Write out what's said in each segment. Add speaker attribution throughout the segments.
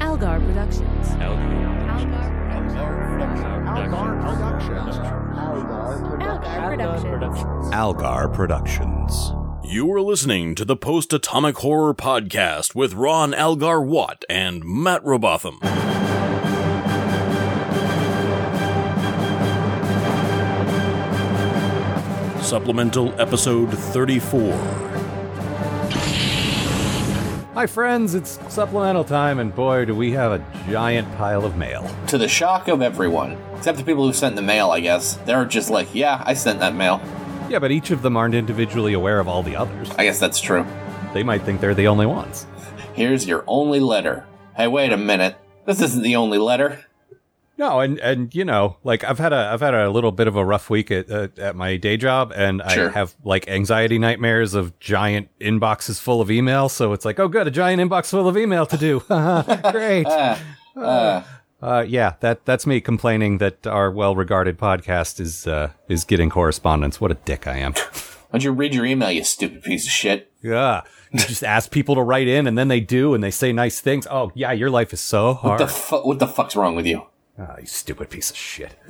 Speaker 1: Algar Productions.
Speaker 2: Algar Productions.
Speaker 1: Algar Productions.
Speaker 3: Algar Productions.
Speaker 4: You are listening to the Post Atomic Horror Podcast with Ron Algar Watt and Matt Robotham. Supplemental Episode 34.
Speaker 3: Hi, friends, it's supplemental time, and boy, do we have a giant pile of mail.
Speaker 5: To the shock of everyone, except the people who sent the mail, I guess. They're just like, yeah, I sent that mail.
Speaker 3: Yeah, but each of them aren't individually aware of all the others.
Speaker 5: I guess that's true.
Speaker 3: They might think they're the only ones.
Speaker 5: Here's your only letter. Hey, wait a minute. This isn't the only letter.
Speaker 3: No, and and you know, like I've had a I've had a little bit of a rough week at uh, at my day job, and
Speaker 5: Sure.
Speaker 3: I have like anxiety nightmares of giant inboxes full of email. So it's like, oh, good, a giant inbox full of email to do. Great.
Speaker 5: Ah, ah.
Speaker 3: Uh, yeah, that that's me complaining that our well-regarded podcast is uh, is getting correspondence. What a dick I am.
Speaker 5: Why don't you read your email, you stupid piece of shit?
Speaker 3: Yeah, you just ask people to write in, and then they do, and they say nice things. Oh yeah, your life is so hard.
Speaker 5: The fu- what the fuck's wrong with you?
Speaker 3: Ah, you stupid piece of shit.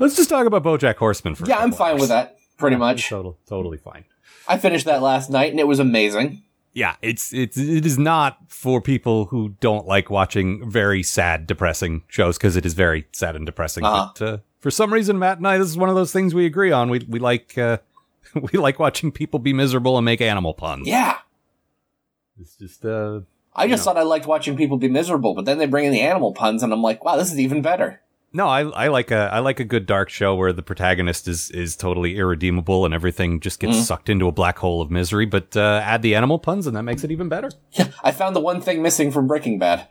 Speaker 3: Let's just talk about BoJack Horseman for a
Speaker 5: Yeah, I'm
Speaker 3: couple
Speaker 5: fine
Speaker 3: hours.
Speaker 5: with that. Pretty much.
Speaker 3: Total, totally fine.
Speaker 5: I finished that last night and it was amazing.
Speaker 3: Yeah, it's it's it is not for people who don't like watching very sad, depressing shows because it is very sad and depressing.
Speaker 5: Uh-huh.
Speaker 3: But uh, for some reason, Matt and I, this is one of those things we agree on. We we like uh, we like watching people be miserable and make animal puns.
Speaker 5: Yeah.
Speaker 3: it's just uh,
Speaker 5: I just thought I liked watching people be miserable, but then they bring in the animal puns and I'm like, wow, this is even better.
Speaker 3: no, I I like a I like a good dark show where the protagonist is is totally irredeemable and everything just gets sucked into a black hole of misery. But uh, add the animal puns and that makes it even better.
Speaker 5: I found the one thing missing from Breaking Bad.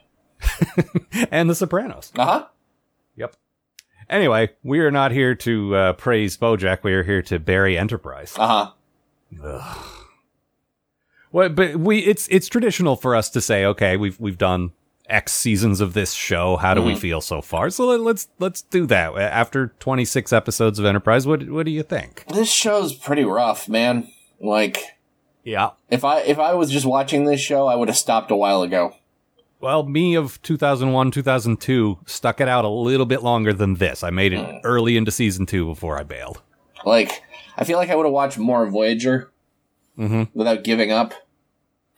Speaker 3: and The Sopranos.
Speaker 5: Uh huh.
Speaker 3: Yep. Anyway, we are not here to uh, praise BoJack. We are here to bury Enterprise.
Speaker 5: Uh huh.
Speaker 3: Well, but we it's it's traditional for us to say, okay, we've we've done X seasons of this show. How do we feel so far? So let, let's let's do that after 26 episodes of Enterprise. What what do you think?
Speaker 5: This show's pretty rough, man. Like,
Speaker 3: Yeah.
Speaker 5: if I if I was just watching this show, I would have stopped a while ago.
Speaker 3: Well, me of 2001, 2002 stuck it out a little bit longer than this. I made it early into season 2 before I bailed.
Speaker 5: Like, I feel like I would have watched more Voyager without giving up.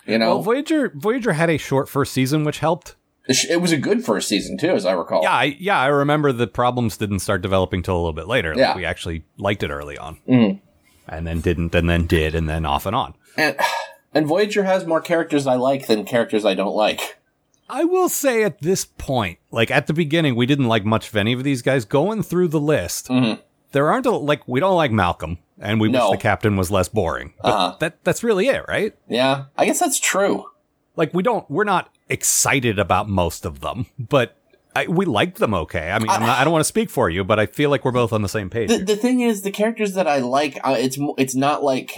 Speaker 5: You know,
Speaker 3: Mm-hmm. Well, Voyager Voyager had a short first season which helped.
Speaker 5: The sh- it was a good first season too, as I recall.
Speaker 3: Yeah, I, yeah, I remember the problems didn't start developing till a little bit later. Like,
Speaker 5: Yeah.
Speaker 3: we actually liked it early on, and then didn't, and then did, and then off and on.
Speaker 5: And, and Voyager has more characters I like than characters I don't like.
Speaker 3: I will say at this point, like at the beginning, we didn't like much of any of these guys. Going through the list, there aren't a, like we don't like Malcolm, and we
Speaker 5: No.
Speaker 3: wish the captain was less boring. But
Speaker 5: Uh-huh.
Speaker 3: that that's really it, right?
Speaker 5: Yeah, I guess that's true.
Speaker 3: Like we don't, we're not excited about most of them, but. I, we like them okay. I mean, I'm not, I don't want to speak for you, but I feel like we're both on the same page.
Speaker 5: The,
Speaker 3: here.
Speaker 5: the thing is, the characters that I like, uh, it's mo- it's not like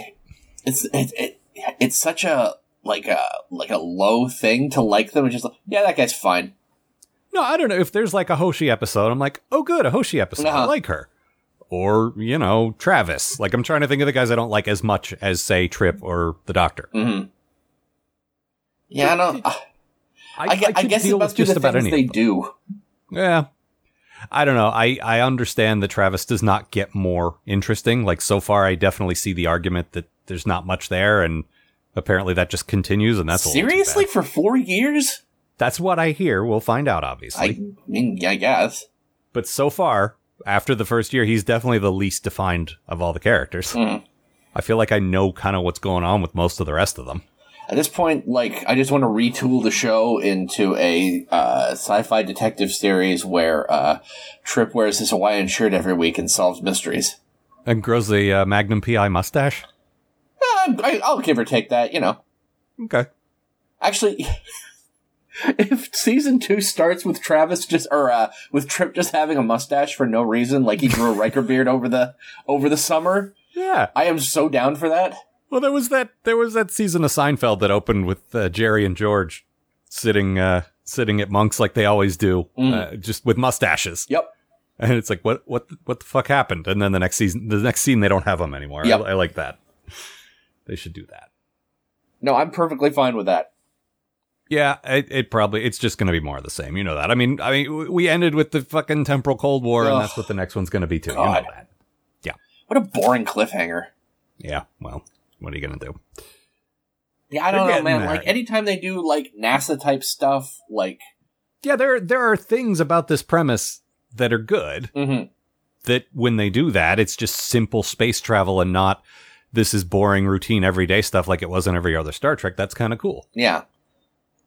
Speaker 5: it's it, it it's such a like a like a low thing to like them. It's just like, yeah, that guy's fine.
Speaker 3: No, I don't know. If there's like a Hoshi episode, I'm like, oh, good, a Hoshi episode. I
Speaker 5: Uh-huh.
Speaker 3: like her. Or, you know, Travis. Like, I'm trying to think of the guys I don't like as much as, say, Trip or the Doctor.
Speaker 5: Yeah, I don't. I,
Speaker 3: I,
Speaker 5: I,
Speaker 3: could
Speaker 5: guess
Speaker 3: deal
Speaker 5: it
Speaker 3: with
Speaker 5: must be
Speaker 3: just
Speaker 5: the
Speaker 3: about
Speaker 5: things
Speaker 3: any
Speaker 5: they
Speaker 3: of them.
Speaker 5: do.
Speaker 3: Yeah. I don't know. I, I understand that Travis does not get more interesting. Like, so far, I definitely see the argument that there's not much there, and apparently that just continues, and that's a little too
Speaker 5: Seriously,
Speaker 3: bad.
Speaker 5: for four years?
Speaker 3: That's what I hear. We'll find out, obviously.
Speaker 5: I mean, yeah, I guess.
Speaker 3: but so far, after the first year, he's definitely the least defined of all the characters.
Speaker 5: Hmm.
Speaker 3: I feel like I know kind of what's going on with most of the rest of them.
Speaker 5: At this point, like, I just want to retool the show into a uh, sci-fi detective series where uh, Trip wears his Hawaiian shirt every week and solves mysteries.
Speaker 3: And grows the uh, Magnum PI mustache.
Speaker 5: Eh, I, I'll give or take that, you know.
Speaker 3: Okay.
Speaker 5: Actually, if season two starts with Travis just or uh, with Trip just having a mustache for no reason, like he grew a Riker beard over the over the summer,
Speaker 3: Yeah.
Speaker 5: I am so down for that.
Speaker 3: Well, there was that there was that season of Seinfeld that opened with uh, Jerry and George sitting uh, sitting at monks like they always do,
Speaker 5: Mm.
Speaker 3: uh, just with mustaches.
Speaker 5: Yep.
Speaker 3: And it's like, what what what the fuck happened? And then the next season, the next scene, they don't have them anymore.
Speaker 5: Yep.
Speaker 3: I, I like that. They should do that.
Speaker 5: No, I'm perfectly fine with that.
Speaker 3: Yeah, it, it probably it's just going to be more of the same. You know that. I mean, I mean, w- we ended with the fucking temporal cold war, and
Speaker 5: Ugh.
Speaker 3: that's what the next one's going to be too. You
Speaker 5: God.
Speaker 3: know that.
Speaker 5: What a boring cliffhanger.
Speaker 3: Yeah. Well, what are you going to do?
Speaker 5: Yeah, I
Speaker 3: They're
Speaker 5: don't know,
Speaker 3: getting
Speaker 5: man.
Speaker 3: there.
Speaker 5: Like anytime they do like NASA type stuff, like
Speaker 3: Yeah, there there are things about this premise that are good.
Speaker 5: mhm.
Speaker 3: That when they do that, it's just simple space travel and not this is boring routine everyday stuff like it was in every other Star Trek. That's kind of cool.
Speaker 5: yeah,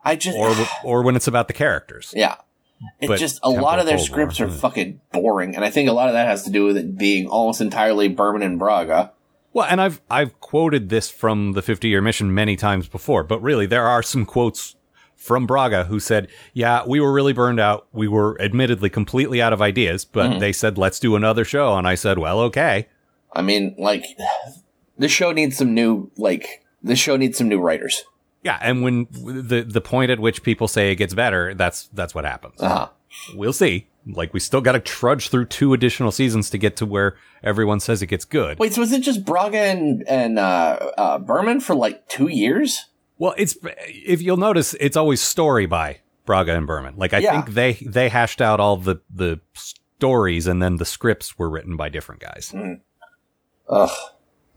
Speaker 5: I just
Speaker 3: Or w- or when it's about the characters.
Speaker 5: yeah, it
Speaker 3: But
Speaker 5: just a lot of their
Speaker 3: Temple Cold War,
Speaker 5: scripts are
Speaker 3: huh?
Speaker 5: fucking boring, and I think a lot of that has to do with it being almost entirely Berman and Braga.
Speaker 3: Well, and I've I've quoted this from the 50 year mission many times before, but really there are some quotes from Braga who said, "Yeah, we were really burned out. We were admittedly completely out of ideas, but they said let's do another show." And I said, "Well, okay."
Speaker 5: I mean, like this show needs some new like this show needs some new writers.
Speaker 3: Yeah, and when the the point at which people say it gets better, that's that's what happens.
Speaker 5: Uh huh.
Speaker 3: We'll see. Like we still got to trudge through two additional seasons to get to where everyone says it gets good.
Speaker 5: Wait, so is it just Braga and and uh, uh, Berman for like two years?
Speaker 3: Well, it's if you'll notice, it's always story by Braga and Berman. Like I
Speaker 5: Yeah.
Speaker 3: think they they hashed out all the the stories, and then the scripts were written by different guys.
Speaker 5: Hmm. Ugh.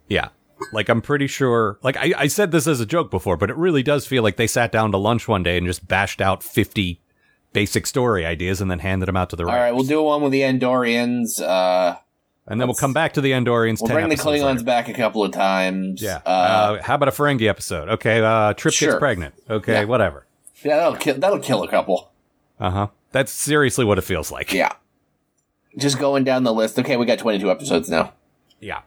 Speaker 3: Yeah. Like I'm pretty sure. Like I, I said this as a joke before, but it really does feel like they sat down to lunch one day and just bashed out fifty basic story ideas and then handed them out to the
Speaker 5: All right,
Speaker 3: writers.
Speaker 5: we'll do one with the Andorians. Uh,
Speaker 3: and then we'll come back to the Andorians.
Speaker 5: we'll
Speaker 3: 10
Speaker 5: bring the
Speaker 3: episodes
Speaker 5: Klingons
Speaker 3: later.
Speaker 5: back a couple of times.
Speaker 3: Yeah.
Speaker 5: Uh,
Speaker 3: Uh, how about a Ferengi episode? Okay. Uh, Trip
Speaker 5: Sure.
Speaker 3: gets pregnant. Okay.
Speaker 5: Yeah.
Speaker 3: Whatever.
Speaker 5: yeah, that'll kill. That'll kill a couple.
Speaker 3: Uh huh. That's seriously what it feels like.
Speaker 5: Yeah. Just going down the list. Okay, we got twenty-two episodes now.
Speaker 3: Yeah.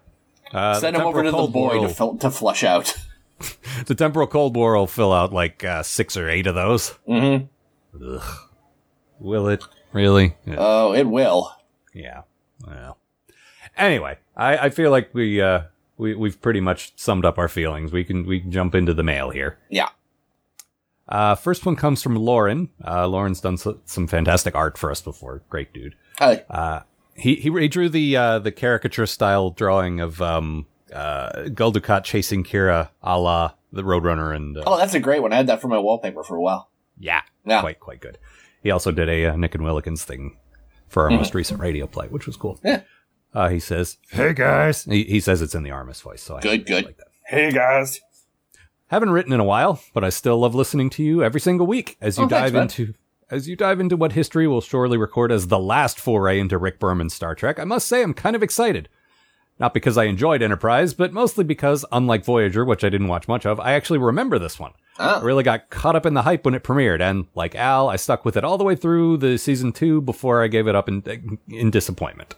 Speaker 3: Uh,
Speaker 5: Send them over
Speaker 3: temporal
Speaker 5: to the
Speaker 3: Cold
Speaker 5: boy
Speaker 3: War
Speaker 5: to,
Speaker 3: will-
Speaker 5: fill to flush out.
Speaker 3: the temporal cold war will fill out like uh, six or eight of those.
Speaker 5: hmm
Speaker 3: Will it really? Yeah.
Speaker 5: Oh, it will.
Speaker 3: yeah. Well. Anyway, I, I feel like we uh, we we've pretty much summed up our feelings. We can we can jump into the mail here.
Speaker 5: Yeah.
Speaker 3: Uh, first one comes from Lauren. Uh, Lauren's done so, some fantastic art for us before. Great dude.
Speaker 5: Uh,
Speaker 3: Uh, he he he drew the uh, the caricature style drawing of um uh Gul Dukat chasing Kira, a la the Roadrunner and uh,
Speaker 5: oh, that's a great one. I had that for my wallpaper for a while.
Speaker 3: yeah,
Speaker 5: Yeah.
Speaker 3: quite quite good. He also did a uh, Nick and Willikins thing for our most recent radio play, which was cool.
Speaker 5: Hmm. Yeah.
Speaker 3: Uh, he says, "Hey guys." He, he says it's in the Armist voice, so I
Speaker 5: Good,
Speaker 3: really
Speaker 5: good.
Speaker 3: Like that.
Speaker 2: Hey guys.
Speaker 3: Haven't written in a while, but I still love listening to you every single week as you
Speaker 5: Oh, thanks,
Speaker 3: dive
Speaker 5: bud.
Speaker 3: into as you dive into what history will surely record as the last foray into Rick Berman's Star Trek. I must say, I'm kind of excited. Not because I enjoyed Enterprise, but mostly because, unlike Voyager, which I didn't watch much of, I actually remember this one.
Speaker 5: Ah.
Speaker 3: I really got caught up in the hype when it premiered, and like Al, I stuck with it all the way through the season two before I gave it up in, in disappointment.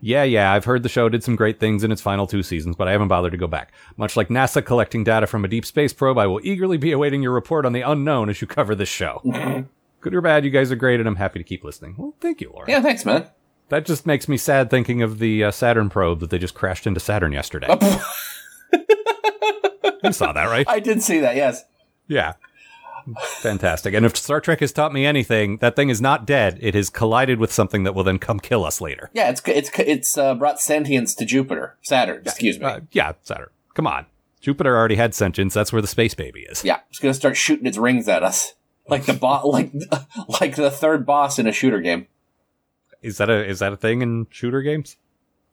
Speaker 3: Yeah, yeah, I've heard the show did some great things in its final two seasons, but I haven't bothered to go back. Much like NASA collecting data from a deep space probe, I will eagerly be awaiting your report on the unknown as you cover this show. Good or bad, you guys are great, and I'm happy to keep listening. Well, thank you, Laura.
Speaker 5: Yeah, thanks, man.
Speaker 3: That just makes me sad thinking of the uh, Saturn probe that they just crashed into Saturn yesterday. you saw that, right?
Speaker 5: I did see that. Yes.
Speaker 3: Yeah. Fantastic. And if Star Trek has taught me anything, that thing is not dead. It has collided with something that will then come kill us later.
Speaker 5: Yeah, it's it's it's uh, brought sentience to Jupiter, Saturn. Excuse me.
Speaker 3: Uh, yeah, Saturn. Come on. Jupiter already had sentience. That's where the space baby is.
Speaker 5: Yeah, it's gonna start shooting its rings at us, like the bo- like like the third boss in a shooter game.
Speaker 3: Is that a is that a thing in shooter games?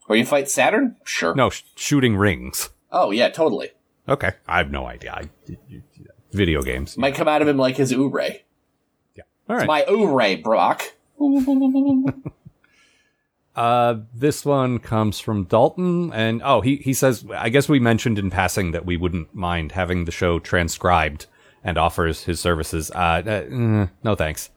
Speaker 5: Where you fight Saturn? Sure.
Speaker 3: No, sh- shooting rings.
Speaker 5: Oh yeah, totally.
Speaker 3: Okay, I have no idea. I, video games.
Speaker 5: Might come out of him like his Ouray.
Speaker 3: All right.
Speaker 5: My Ouray, Brock.
Speaker 3: Uh, this one comes from Dalton, and oh, he he says, I guess we mentioned in passing that we wouldn't mind having the show transcribed, and offers his services. Uh, uh, mm, no thanks.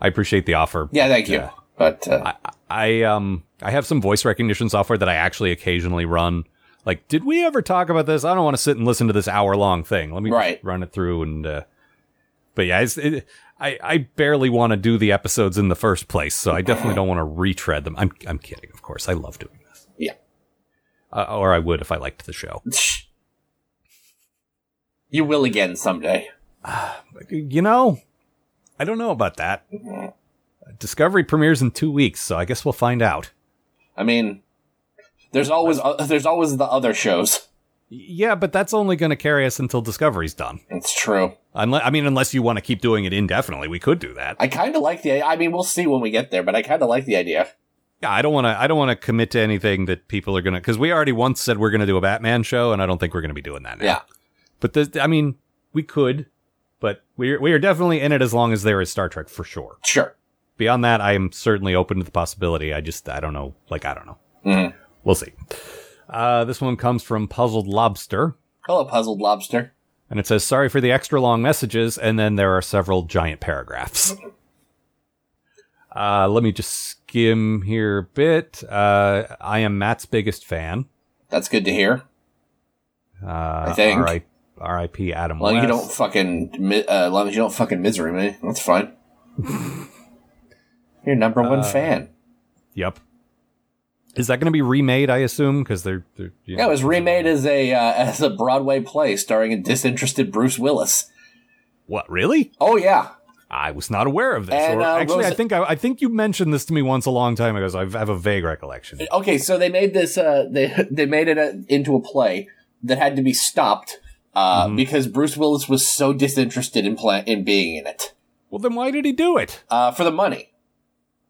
Speaker 3: I appreciate the offer.
Speaker 5: Yeah, thank you.
Speaker 3: Yeah.
Speaker 5: But uh,
Speaker 3: I um I have some voice recognition software that I actually occasionally run. Like, did we ever talk about this? I don't want to sit and listen to this hour long thing. Let me just
Speaker 5: Right.
Speaker 3: run it through and. Uh, but yeah, it's, it, I I barely want to do the episodes in the first place, so I definitely don't want to retread them. I'm I'm kidding, of course. I love doing this.
Speaker 5: Yeah.
Speaker 3: Uh, or I would if I liked the show.
Speaker 5: you will again someday.
Speaker 3: You know, I don't know about that. Discovery premieres in two weeks, so I guess we'll find out.
Speaker 5: I mean, there's always uh, there's always the other shows.
Speaker 3: Yeah, but that's only going to carry us until Discovery's done.
Speaker 5: It's true.
Speaker 3: Unless, I mean, unless you want to keep doing it indefinitely, we could do that.
Speaker 5: I kind of like the. I mean, we'll see when we get there, but I kind of like the idea.
Speaker 3: Yeah, I don't want to. I don't want to commit to anything that people are going to. Because we already once said we're going to do a Batman show, and I don't think we're going to be doing that now.
Speaker 5: Yeah.
Speaker 3: But this, I mean, we could, but we're we are definitely in it as long as there is Star Trek for sure.
Speaker 5: Sure.
Speaker 3: Beyond that, I am certainly open to the possibility. I just I don't know. Like I don't know.
Speaker 5: Mhm.
Speaker 3: We'll see. Uh, this one comes from Puzzled Lobster,
Speaker 5: Hello, puzzled lobster.
Speaker 3: and it says sorry for the extra long messages, and then there are several giant paragraphs. Uh, let me just skim here a bit. Uh, I am Matt's biggest fan.
Speaker 5: That's good to hear.
Speaker 3: Uh,
Speaker 5: I think.
Speaker 3: R.I- R.I.P. Adam
Speaker 5: As long as
Speaker 3: West.
Speaker 5: you don't fucking, mi- uh, as long as you don't fucking misery me, that's fine. Your number one fan.
Speaker 3: Yep. Is that going to be remade? I assume because they're, they're you
Speaker 5: Yeah, it was remade as a uh, as a Broadway play starring a disinterested Bruce Willis.
Speaker 3: what really?
Speaker 5: Oh yeah,
Speaker 3: I was not aware of this.
Speaker 5: And,
Speaker 3: or,
Speaker 5: uh,
Speaker 3: actually, I
Speaker 5: Rosa-
Speaker 3: think I, I think you mentioned this to me once a long time ago. So I have a vague recollection.
Speaker 5: okay, so they made this. Uh, they they made it a, into a play that had to be stopped uh, because Bruce Willis was so disinterested in pla- in being in it
Speaker 3: Well, then why did he do it?
Speaker 5: uh, for the money.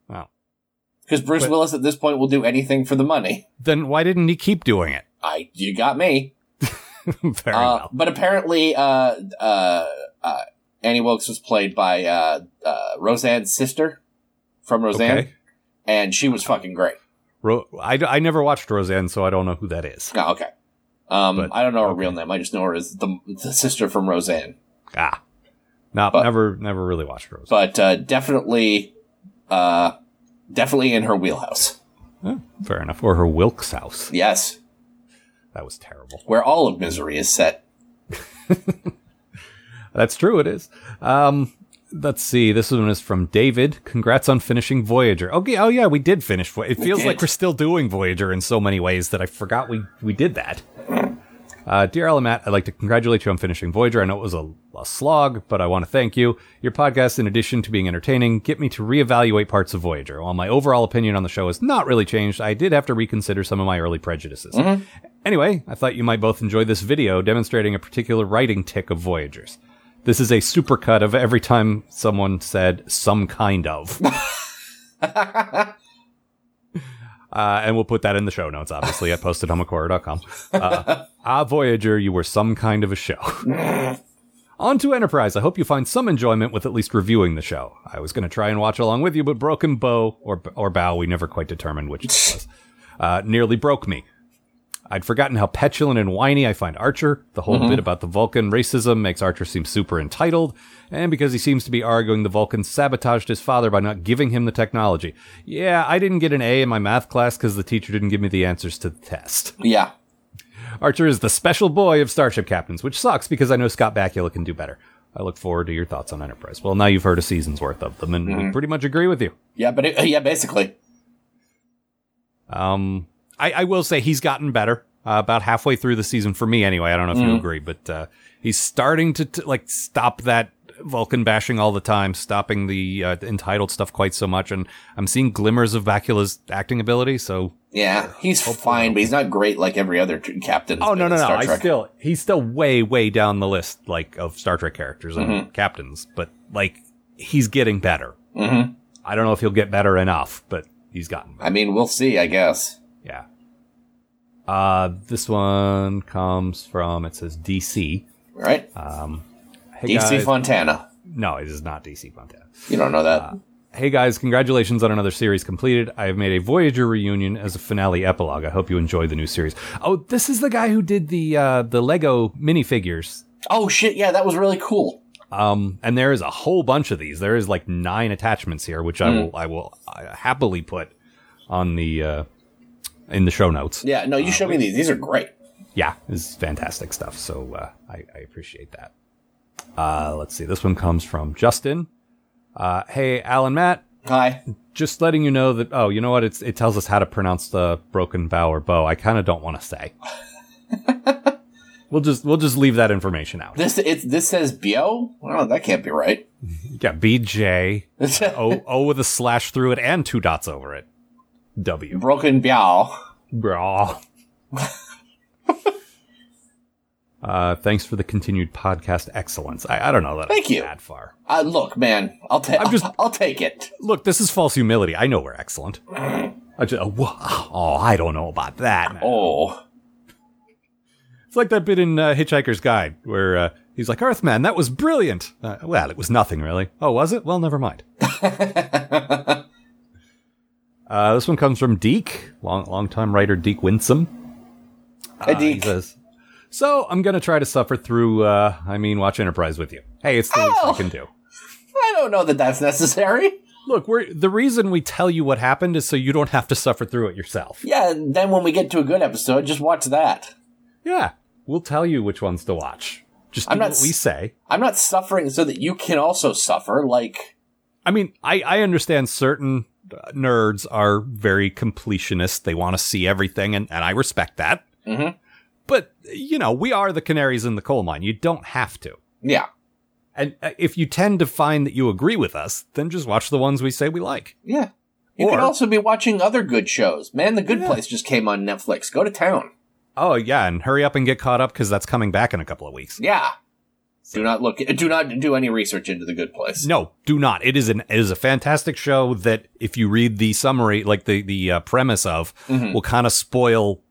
Speaker 3: Oh.
Speaker 5: Because Bruce
Speaker 3: But-
Speaker 5: Willis at this point will do anything for the money.
Speaker 3: Then why didn't he keep doing it?
Speaker 5: I you got me.
Speaker 3: Very
Speaker 5: Uh,
Speaker 3: well.
Speaker 5: But apparently, uh, uh, uh, Annie Wilkes was played by uh, uh, Roseanne's sister from Roseanne,
Speaker 3: Okay.
Speaker 5: and she was fucking great.
Speaker 3: Ro- I, I never watched Roseanne, so I don't know who that is.
Speaker 5: Oh, okay. Um,
Speaker 3: But-
Speaker 5: I don't know her real name. I just know her as the, the sister from Roseanne.
Speaker 3: Ah, no,
Speaker 5: But-
Speaker 3: never never really watched Roseanne.
Speaker 5: But uh, definitely, uh, definitely in her wheelhouse.
Speaker 3: Eh, fair enough. Or her Wilkes house.
Speaker 5: Yes,
Speaker 3: That was terrible.
Speaker 5: where all of misery is set.
Speaker 3: That's true. It is. Um, let's see. This one is from David. Congrats on finishing Voyager. Okay. Oh yeah, we did finish. Vo- It feels
Speaker 5: did.
Speaker 3: like we're still doing Voyager in so many ways that I forgot we we did that. Uh, dear Ella Matt, I'd like to congratulate you on finishing Voyager. I know it was a, a slog, but I want to thank you. Your podcast, in addition to being entertaining, get me to reevaluate parts of Voyager. While my overall opinion on the show has not really changed, I did have to reconsider some of my early prejudices. Anyway, I thought you might both enjoy this video demonstrating a particular writing tick of Voyagers. This is a supercut of every time someone said some kind of. Uh, and we'll put that in the show notes, obviously, at postatomichorror.com. Uh, ah, Voyager, you were some kind of a show. On to Enterprise. I hope you find some enjoyment with at least reviewing the show. I was going to try and watch along with you, but Broken Bow, or, or Bow, we never quite determined which it was, uh, nearly broke me. I'd forgotten how petulant and whiny I find Archer. The whole bit about the Vulcan racism makes Archer seem super entitled, and because he seems to be arguing the Vulcan sabotaged his father by not giving him the technology. Yeah, I didn't get an A in my math class because the teacher didn't give me the answers to the test.
Speaker 5: Yeah,
Speaker 3: Archer is the special boy of Starship Captains, which sucks because I know Scott Bakula can do better. I look forward to your thoughts on Enterprise. Well, now you've heard a season's worth of them, and we pretty much agree with you.
Speaker 5: yeah, but it, yeah, basically,
Speaker 3: Um, I, I will say he's gotten better uh, about halfway through the season for me, anyway. I don't know if you agree, but uh, he's starting to t- like stop that Vulcan bashing all the time, stopping the uh, entitled stuff quite so much, and I'm seeing glimmers of Bakula's acting ability. So,
Speaker 5: yeah, he's fine, but he's not great like every other t- captain. that's
Speaker 3: oh
Speaker 5: been
Speaker 3: no,
Speaker 5: in
Speaker 3: no, no,
Speaker 5: Star
Speaker 3: I
Speaker 5: Trek.
Speaker 3: still he's still way, way down the list like of Star Trek characters and captains, but like he's getting better.
Speaker 5: Mhm.
Speaker 3: I don't know if he'll get better enough, but he's gotten better.
Speaker 5: I mean, we'll see. I guess.
Speaker 3: Yeah. Uh, this one comes from, it says DC.
Speaker 5: All right,
Speaker 3: Uh, Hey
Speaker 5: DC
Speaker 3: guys,
Speaker 5: Fontana.
Speaker 3: no, it is not DC Fontana.
Speaker 5: You don't know
Speaker 3: Uh,
Speaker 5: that.
Speaker 3: Hey guys, congratulations on another series completed. I have made a Voyager reunion as a finale epilogue. I hope you enjoy the new series. Oh, this is the guy who did the, uh, the Lego minifigures.
Speaker 5: Oh shit! Yeah, that was really cool.
Speaker 3: Um, and there is a whole bunch of these. There is like nine attachments here, which I will, I will uh, happily put on the, uh, in the show notes.
Speaker 5: Yeah, no, you showed me these. These are great.
Speaker 3: yeah, this is fantastic stuff. So uh, I, I appreciate that. Uh, let's see. This one comes from Justin. Uh, hey, Alan, Matt.
Speaker 5: Hi.
Speaker 3: Just letting you know that. Oh, you know what? It's it tells us how to pronounce the broken bow or bow. I kind of don't want to say. we'll just we'll just leave that information out.
Speaker 5: This it's this says Bio. Well, that can't be right.
Speaker 3: Yeah, B J
Speaker 5: oh.
Speaker 3: O O with a slash through it and two dots over it. W.
Speaker 5: Broken Biao.
Speaker 3: Bro. Uh, thanks for the continued podcast excellence. I, I don't know that
Speaker 5: Thank
Speaker 3: I'm
Speaker 5: you.
Speaker 3: that far.
Speaker 5: Uh, look, man, I'll take.
Speaker 3: I'm just-
Speaker 5: I'll, I'll take it.
Speaker 3: Look, this is false humility. I know we're excellent. I just, oh, wow. Oh, I don't know about that. man.
Speaker 5: Oh,
Speaker 3: It's like that bit in uh, Hitchhiker's Guide where uh, he's like, Earthman, that was brilliant. Uh, well, it was nothing really. Oh, was it? Well, never mind. uh, this one comes from Deke, long longtime writer Deke Winsome.
Speaker 5: Hey,
Speaker 3: Uh, he
Speaker 5: Deke.
Speaker 3: says, so I'm gonna try to suffer through. Uh, I mean, watch Enterprise with you. Hey, it's the least I
Speaker 5: Oh.
Speaker 3: can do.
Speaker 5: I don't know that that's necessary.
Speaker 3: Look, we're the reason we tell you what happened is so you don't have to suffer through it yourself.
Speaker 5: Yeah, and then when we get to a good episode, just watch that.
Speaker 3: Yeah, we'll tell you which ones to watch. Just do
Speaker 5: I'm not
Speaker 3: what we
Speaker 5: s-
Speaker 3: say.
Speaker 5: I'm not suffering so that you can also suffer. Like,
Speaker 3: I mean, I, I understand certain uh, nerds are very completionist. They want to see everything, and, and I respect that.
Speaker 5: Mhm.
Speaker 3: But, you know, we are the canaries in the coal mine. You don't have to.
Speaker 5: yeah,
Speaker 3: And uh, if you tend to find that you agree with us, then just watch the ones we say we like.
Speaker 5: yeah. You
Speaker 3: Or-
Speaker 5: could also be watching other good shows. Man, The Good
Speaker 3: Yeah.
Speaker 5: Place just came on Netflix. Go to town.
Speaker 3: Oh, yeah, and hurry up and get caught up because that's coming back in a couple of weeks.
Speaker 5: Yeah. Do not look. Do not do any research into The Good Place.
Speaker 3: No, do not. It is an it is a fantastic show that if you read the summary, like the the uh, premise of,
Speaker 5: Mhm.
Speaker 3: will kind of spoil.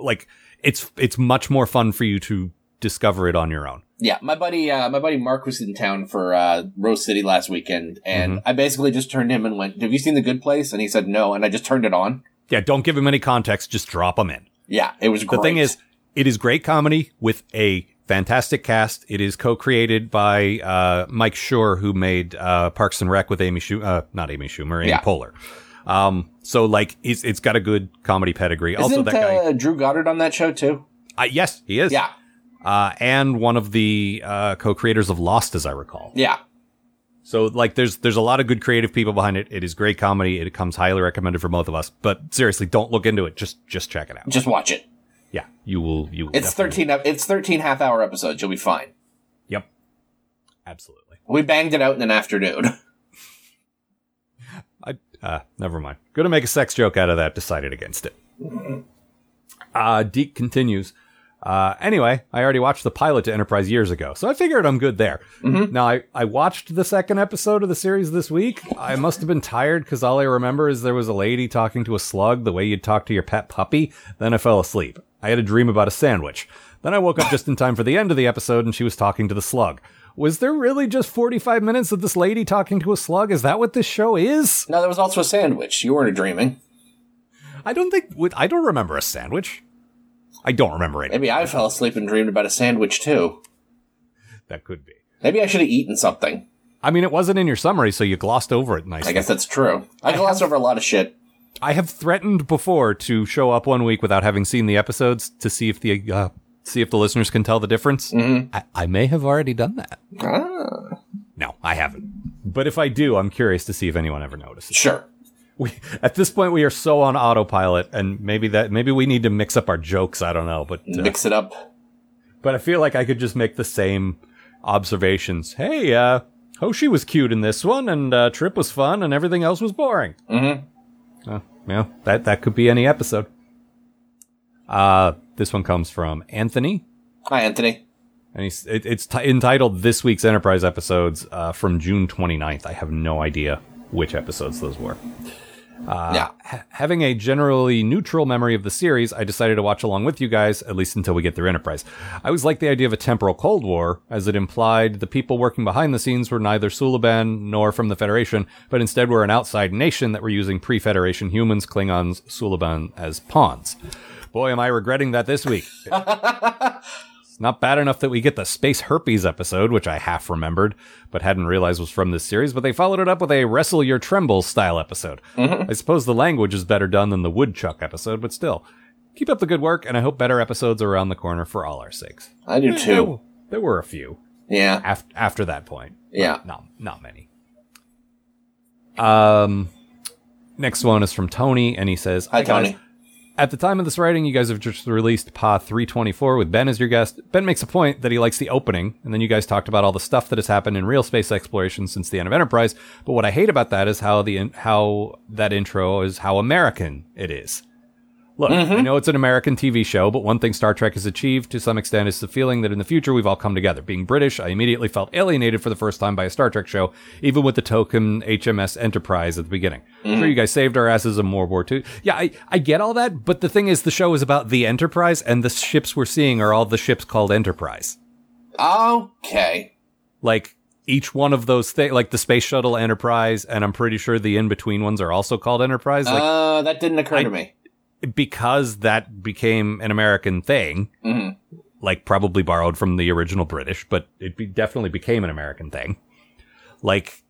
Speaker 3: Like it's it's much more fun for you to discover it on your own.
Speaker 5: Yeah, my buddy, uh, my buddy Mark was in town for uh, Rose City last weekend, and
Speaker 3: Mm-hmm.
Speaker 5: I basically just turned him and went, "Have you seen The Good Place?" And he said no, and I just turned it on.
Speaker 3: Yeah, don't give him any context. Just drop him in.
Speaker 5: Yeah, it was.
Speaker 3: The
Speaker 5: great.
Speaker 3: thing is, it is great comedy with a fantastic cast. It is co-created by uh, Mike Schur, who made uh, Parks and Rec with Amy Schumer, uh, not Amy Schumer, Amy
Speaker 5: Yeah.
Speaker 3: Poehler. Um, so like, it's, it's got a good comedy pedigree. also,
Speaker 5: isn't
Speaker 3: that guy,
Speaker 5: uh, Drew Goddard on that show too?
Speaker 3: uh, yes, he is.
Speaker 5: Yeah,
Speaker 3: uh, and one of the uh, co-creators of Lost, as I recall.
Speaker 5: yeah,
Speaker 3: So like, there's there's a lot of good creative people behind it. It is great comedy. It comes highly recommended for both of us. But seriously, don't look into it. Just just check it out.
Speaker 5: just watch it.
Speaker 3: Yeah, you will. You will
Speaker 5: It's
Speaker 3: definitely-
Speaker 5: thirteen. ep- It's thirteen half hour episodes. You'll be fine.
Speaker 3: Yep, absolutely.
Speaker 5: We banged it out in an afternoon.
Speaker 3: I uh, never mind. Gonna make a sex joke out of that. Decided against it. Uh, Deke continues. Uh, anyway, I already watched the pilot to Enterprise years ago, so I figured I'm good there. Now, I, I watched the second episode of the series this week. I must have been tired because all I remember is there was a lady talking to a slug the way you'd talk to your pet puppy. Then I fell asleep. I had a dream about a sandwich. Then I woke up just in time for the end of the episode and she was talking to the slug. Was there really just 45 minutes of this lady talking to a slug? Is that what this show is?
Speaker 5: no, there was also a sandwich. You weren't dreaming.
Speaker 3: I don't think with- I don't remember a sandwich. I don't remember any.
Speaker 5: Maybe I fell asleep and dreamed about a sandwich too.
Speaker 3: That could be.
Speaker 5: Maybe I should have eaten something.
Speaker 3: I mean, it wasn't in your summary, so you glossed over it nicely.
Speaker 5: I guess that's true. I gloss over a lot of shit.
Speaker 3: I have threatened before to show up one week without having seen the episodes to see if the uh, see if the listeners can tell the difference. I, I may have already done that. No, I haven't. But if I do, I'm curious to see if anyone ever notices.
Speaker 5: Sure.
Speaker 3: We at this point we are so on autopilot, and maybe that maybe we need to mix up our jokes. I don't know, but uh,
Speaker 5: Mix it up.
Speaker 3: but I feel like I could just make the same observations. Hey, uh, Hoshi was cute in this one, and uh, Trip was fun, and everything else was boring. Mm-hmm. yeah, that that could be any episode. Uh, this one comes from Anthony,
Speaker 5: Hi, Anthony.
Speaker 3: and he's, it, it's t- entitled "This Week's Enterprise Episodes" uh, from June 29th. I have no idea which episodes those were. Uh,
Speaker 5: yeah.
Speaker 3: ha- having a generally neutral memory of the series, I decided to watch along with you guys, at least until we get through Enterprise. I always liked the idea of a temporal Cold War, as it implied the people working behind the scenes were neither Suliban nor from the Federation, but instead were an outside nation that were using pre Federation humans, Klingons, Suliban as pawns. Boy, am I regretting that this week. It's not bad enough that we get the Space Herpes episode, which I half remembered, but hadn't realized was from this series, but they followed it up with a Wrestle Your Tremble style episode.
Speaker 5: Mm-hmm.
Speaker 3: I suppose the language is better done than the Woodchuck episode, but still. Keep up the good work, and I hope better episodes are around the corner for all our sakes.
Speaker 5: I do
Speaker 3: There,
Speaker 5: too.
Speaker 3: w- there were a few
Speaker 5: Yeah.
Speaker 3: after, after that point.
Speaker 5: Yeah.
Speaker 3: Not, not many. Um, next one is from Tony, and he says,
Speaker 5: Hi,
Speaker 3: guys.
Speaker 5: Tony.
Speaker 3: At the time of this writing, you guys have just released PA 324 with Ben as your guest. Ben makes a point that he likes the opening, and then you guys talked about all the stuff that has happened in real space exploration since the end of Enterprise. But what I hate about that is how the in- how that intro is how American it is. Look, I know it's an American TV show, but one thing Star Trek has achieved to some extent is the feeling that in the future we've all come together. Being British, I immediately felt alienated for the first time by a Star Trek show, even with the token HMS Enterprise at the beginning. Sure, you guys saved our asses in World War II. Yeah, I, I get all that, but the thing is, the show is about the Enterprise, and the ships we're seeing are all the ships called Enterprise.
Speaker 5: Okay.
Speaker 3: Like, each one of those things, like the Space Shuttle Enterprise, and I'm pretty sure the in between ones are also called Enterprise. Like,
Speaker 5: uh, that didn't occur to me.
Speaker 3: because that became an American thing,
Speaker 5: Mhm.
Speaker 3: like probably borrowed from the original British, but it be, definitely became an American thing. Like,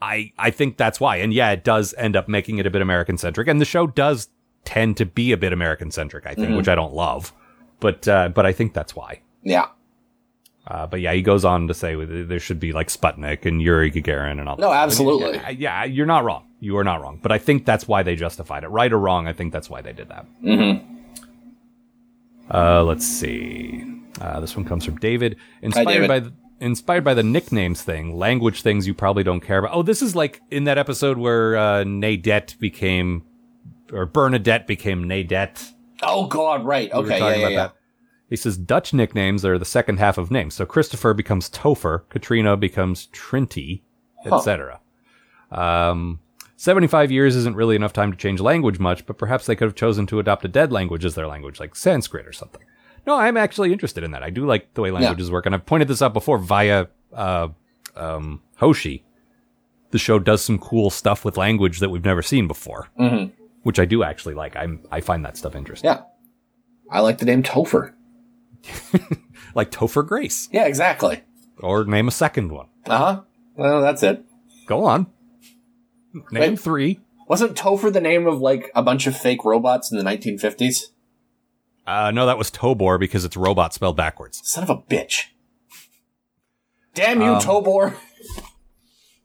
Speaker 3: I I think that's why, and yeah, it does end up making it a bit American centric, and the show does tend to be a bit American centric, I think, which I don't love, but uh, but I think that's why.
Speaker 5: Yeah.
Speaker 3: Uh, but yeah, he goes on to say there should be like Sputnik and Yuri Gagarin and all.
Speaker 5: No,
Speaker 3: that.
Speaker 5: absolutely.
Speaker 3: Yeah, yeah, you're not wrong. You are not wrong. But I think that's why they justified it, right or wrong. I think that's why they did that.
Speaker 5: Mm-hmm.
Speaker 3: Uh, let's see. Uh, this one comes from David. Inspired
Speaker 5: David.
Speaker 3: by the, inspired by the nicknames thing, language things you probably don't care about. Oh, this is like in that episode where uh, Nadette became or Bernadette became Nadette.
Speaker 5: Oh God! Right.
Speaker 3: We were
Speaker 5: Okay.
Speaker 3: talking
Speaker 5: yeah. Yeah.
Speaker 3: about
Speaker 5: yeah.
Speaker 3: that. He says Dutch nicknames are the second half of names. So Christopher becomes Topher, Katrina becomes Trinity,
Speaker 5: Huh.
Speaker 3: etc. Um, 75 years isn't really enough time to change language much, but perhaps they could have chosen to adopt a dead language as their language, like Sanskrit or something. No, I'm actually interested in that. I do like the way languages work, and I've pointed this out before via uh, um, Hoshi. The show does some cool stuff with language that we've never seen before,
Speaker 5: Mhm.
Speaker 3: which I do actually like. I'm, I find that stuff interesting,
Speaker 5: Yeah. I like the name Topher.
Speaker 3: like Topher Grace.
Speaker 5: Yeah. Exactly.
Speaker 3: or name a second one.
Speaker 5: Uh huh. Well, that's it.
Speaker 3: Go on. Name
Speaker 5: Wait.
Speaker 3: three.
Speaker 5: Wasn't Topher the name of like a bunch of fake robots in the 1950s?
Speaker 3: Uh, no, that was Tobor because it's robot spelled backwards.
Speaker 5: Son of a bitch. Damn you,
Speaker 3: Um,
Speaker 5: Tobor.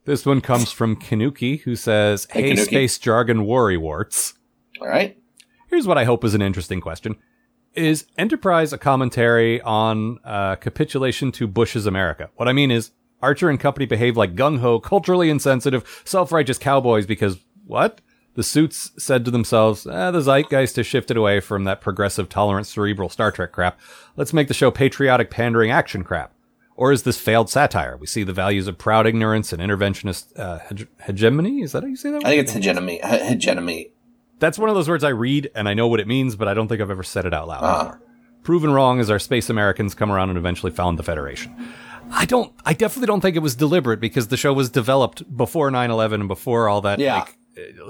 Speaker 3: This one comes from Kanuki, who says,
Speaker 5: Hey,
Speaker 3: "Hey,
Speaker 5: Kanuki."
Speaker 3: space jargon worrywarts.
Speaker 5: All right.
Speaker 3: Here's what I hope is an interesting question: Is Enterprise a commentary on uh, capitulation to Bush's America? What I mean is, Archer and company behave like gung ho, culturally insensitive, self righteous cowboys because what? The suits said to themselves, eh, the zeitgeist has shifted away from that progressive, tolerant, cerebral Star Trek crap. Let's make the show patriotic, pandering action crap. Or is this failed satire? We see the values of proud ignorance and interventionist uh, hege- hegemony. Is that how you say that?
Speaker 5: I think it's hegemony. He- hegemony.
Speaker 3: That's one of those words I read and I know what it means, but I don't think I've ever said it out loud
Speaker 5: Ah.
Speaker 3: before. Proven wrong as our space Americans come around and eventually found the Federation. I don't, I definitely don't think it was deliberate because the show was developed before 9 11 and before all that
Speaker 5: Yeah.
Speaker 3: like,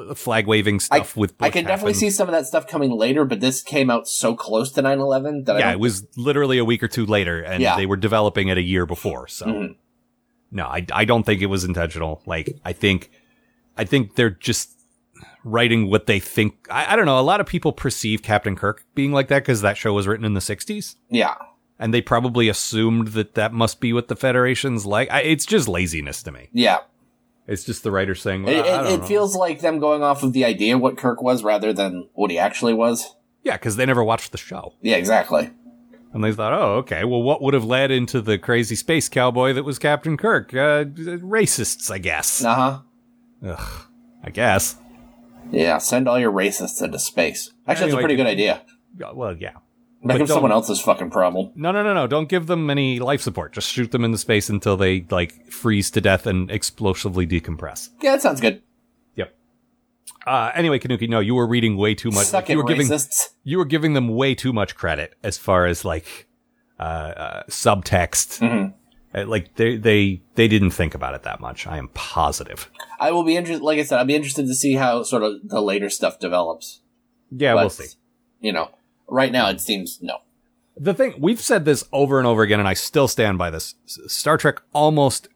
Speaker 3: uh, flag waving stuff with
Speaker 5: I
Speaker 3: Bush
Speaker 5: can definitely
Speaker 3: happened.
Speaker 5: see some of that stuff coming later, but this came out so close to 9 11 that
Speaker 3: Yeah,
Speaker 5: I
Speaker 3: it
Speaker 5: don't.
Speaker 3: was literally a week or two later and
Speaker 5: Uh-huh. Yeah.
Speaker 3: they were developing it a year before. So
Speaker 5: Mhm.
Speaker 3: no, I, I don't think it was intentional. Like, I think, I think they're just writing what they think. I, I don't know. A lot of people perceive Captain Kirk being like that because that show was written in the 60s.
Speaker 5: Yeah.
Speaker 3: and they probably assumed that that must be what the federation's like. I, it's just laziness to me.
Speaker 5: Yeah.
Speaker 3: It's just the writer
Speaker 5: It,
Speaker 3: saying, "Well, I
Speaker 5: it,
Speaker 3: don't
Speaker 5: it
Speaker 3: know."
Speaker 5: feels like them going off of the idea what Kirk was rather than what he actually was.
Speaker 3: yeah, because they never watched the show,
Speaker 5: Yeah, exactly.
Speaker 3: and they thought, oh, okay, well, what would have led into the crazy space cowboy that was Captain Kirk? Uh, racists, I guess.
Speaker 5: Uh huh.
Speaker 3: Ugh, I guess.
Speaker 5: Yeah, send all your racists into space. Actually, that's a
Speaker 3: Anyway,
Speaker 5: pretty good idea.
Speaker 3: Yeah, Well, yeah.
Speaker 5: Make them
Speaker 3: don't-
Speaker 5: someone else's fucking problem.
Speaker 3: No, no, no, no. Don't give them any life support. Just shoot them into space until they like freeze to death and explosively decompress.
Speaker 5: Yeah, that sounds good.
Speaker 3: Uh, anyway, Kanuki, no, you were reading way too much.
Speaker 5: Suck
Speaker 3: you
Speaker 5: it,
Speaker 3: were giving
Speaker 5: racists.
Speaker 3: you were giving them way too much credit as far as like uh, uh subtext
Speaker 5: Mhm.
Speaker 3: Uh, like they they they didn't think about it that much i am positive
Speaker 5: I will be interested. Like I said, I'll be interested to see how sort of the later stuff develops.
Speaker 3: yeah
Speaker 5: But,
Speaker 3: we'll see
Speaker 5: You know, right now it seems no.
Speaker 3: the thing we've said this over and over again and i still stand by this S- star trek almost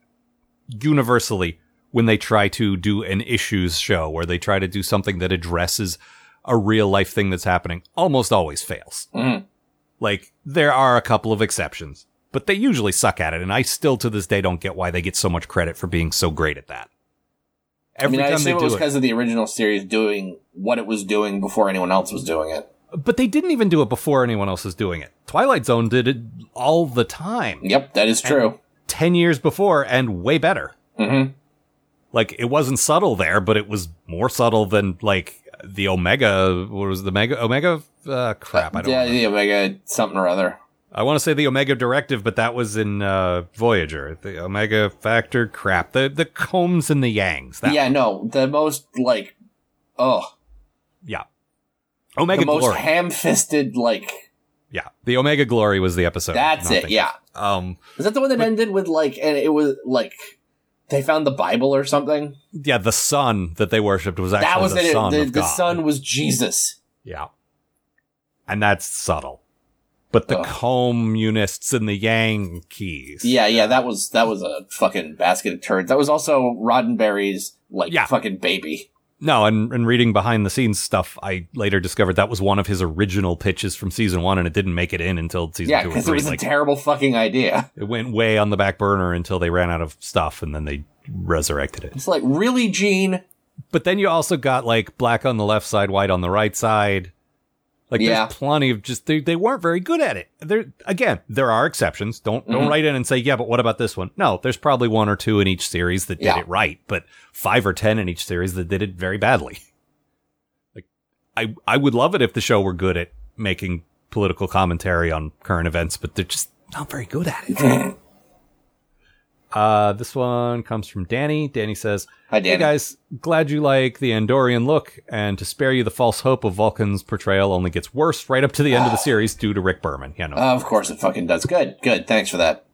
Speaker 3: universally when they try to do an issues show where they try to do something that addresses a real life thing that's happening almost always fails
Speaker 5: Mhm.
Speaker 3: like there are a couple of exceptions but they usually suck at it and i still to this day don't get why they get so much credit for being so great at that every
Speaker 5: I mean, I
Speaker 3: time they
Speaker 5: assume it was
Speaker 3: do it
Speaker 5: because of the original series doing what it was doing before anyone else was doing it.
Speaker 3: but they didn't even do it before anyone else was doing it twilight zone did it all the time
Speaker 5: Yep, that is true.
Speaker 3: 10 years before and way better.
Speaker 5: Mhm.
Speaker 3: Like, it wasn't subtle there, but it was more subtle than, like, the Omega. What was the Omega? Omega uh, crap. I don't.
Speaker 5: yeah,
Speaker 3: remember.
Speaker 5: the Omega something or other.
Speaker 3: I want to say the Omega Directive, but that was in uh, Voyager. The Omega Factor. Crap. The the combs and the Yangs. That,
Speaker 5: yeah, no, the most like, oh,
Speaker 3: yeah.
Speaker 5: the
Speaker 3: Omega
Speaker 5: most
Speaker 3: Glory.
Speaker 5: ham-fisted like.
Speaker 3: yeah. The Omega Glory was the episode.
Speaker 5: That's
Speaker 3: not
Speaker 5: it.
Speaker 3: the-
Speaker 5: Yeah,
Speaker 3: Um.
Speaker 5: is that the one that ended with like, and it was like. They found the Bible or something.
Speaker 3: Yeah. The sun that they worshipped was actually
Speaker 5: that was
Speaker 3: the
Speaker 5: it.
Speaker 3: sun
Speaker 5: the,
Speaker 3: of
Speaker 5: the
Speaker 3: God.
Speaker 5: sun was Jesus.
Speaker 3: Yeah. And that's subtle. But the
Speaker 5: Ugh.
Speaker 3: communists and the Yankees.
Speaker 5: Yeah, yeah, that was that was a fucking basket of turds. That was also Roddenberry's like
Speaker 3: Yeah.
Speaker 5: fucking baby.
Speaker 3: No, and, and reading behind the scenes stuff, I later discovered that was one of his original pitches from season one, and it didn't make it in until season
Speaker 5: Yeah,
Speaker 3: two or
Speaker 5: because it
Speaker 3: three.
Speaker 5: was
Speaker 3: Like,
Speaker 5: a terrible fucking idea.
Speaker 3: it went way on the back burner until they ran out of stuff, and then they resurrected it.
Speaker 5: It's like really, Gene.
Speaker 3: But then you also got like black on the left side, white on the right side. Like
Speaker 5: Yeah.
Speaker 3: there's plenty of just they, they weren't very good at it. There again, there are exceptions. Don't don't
Speaker 5: Mhm.
Speaker 3: write in and say, yeah, but what about this one? No, there's probably one or two in each series that did
Speaker 5: Yeah.
Speaker 3: it right, but five or ten in each series that did it very badly. Like I I would love it if the show were good at making political commentary on current events, but they're just not very good at it. uh this one comes from Danny. Danny says,
Speaker 5: Hi, Danny.
Speaker 3: Hey guys, glad you like the Andorian look, and to spare you the false hope of Vulcan's portrayal only gets worse right up to the end of the series due to Rick Berman. Yeah, no. Uh,
Speaker 5: Uh, of course, it fucking does. Good, good. Thanks for that.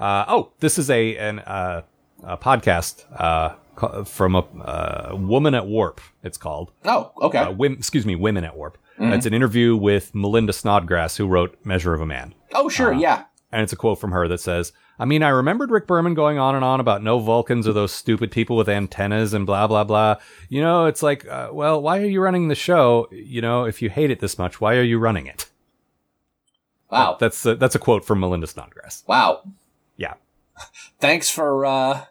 Speaker 3: oh, this is a an uh, a podcast uh, ca- from a uh, woman at Warp. It's called.
Speaker 5: Oh, okay.
Speaker 3: Uh, wim, excuse me, Women at Warp.
Speaker 5: Mm-hmm.
Speaker 3: It's an interview with Melinda Snodgrass, who wrote Measure of a Man.
Speaker 5: oh,
Speaker 3: uh,
Speaker 5: sure. yeah.
Speaker 3: and it's a quote from her that says, I mean, I remembered Rick Berman going on and on about no Vulcans or those stupid people with antennas and blah, blah, blah. You know, it's like, uh, well, why are you running the show? You know, if you hate it this much, why are you running it?
Speaker 5: Wow.
Speaker 3: That's a, that's a quote from Melinda Snodgrass.
Speaker 5: wow.
Speaker 3: Yeah.
Speaker 5: Thanks for uh,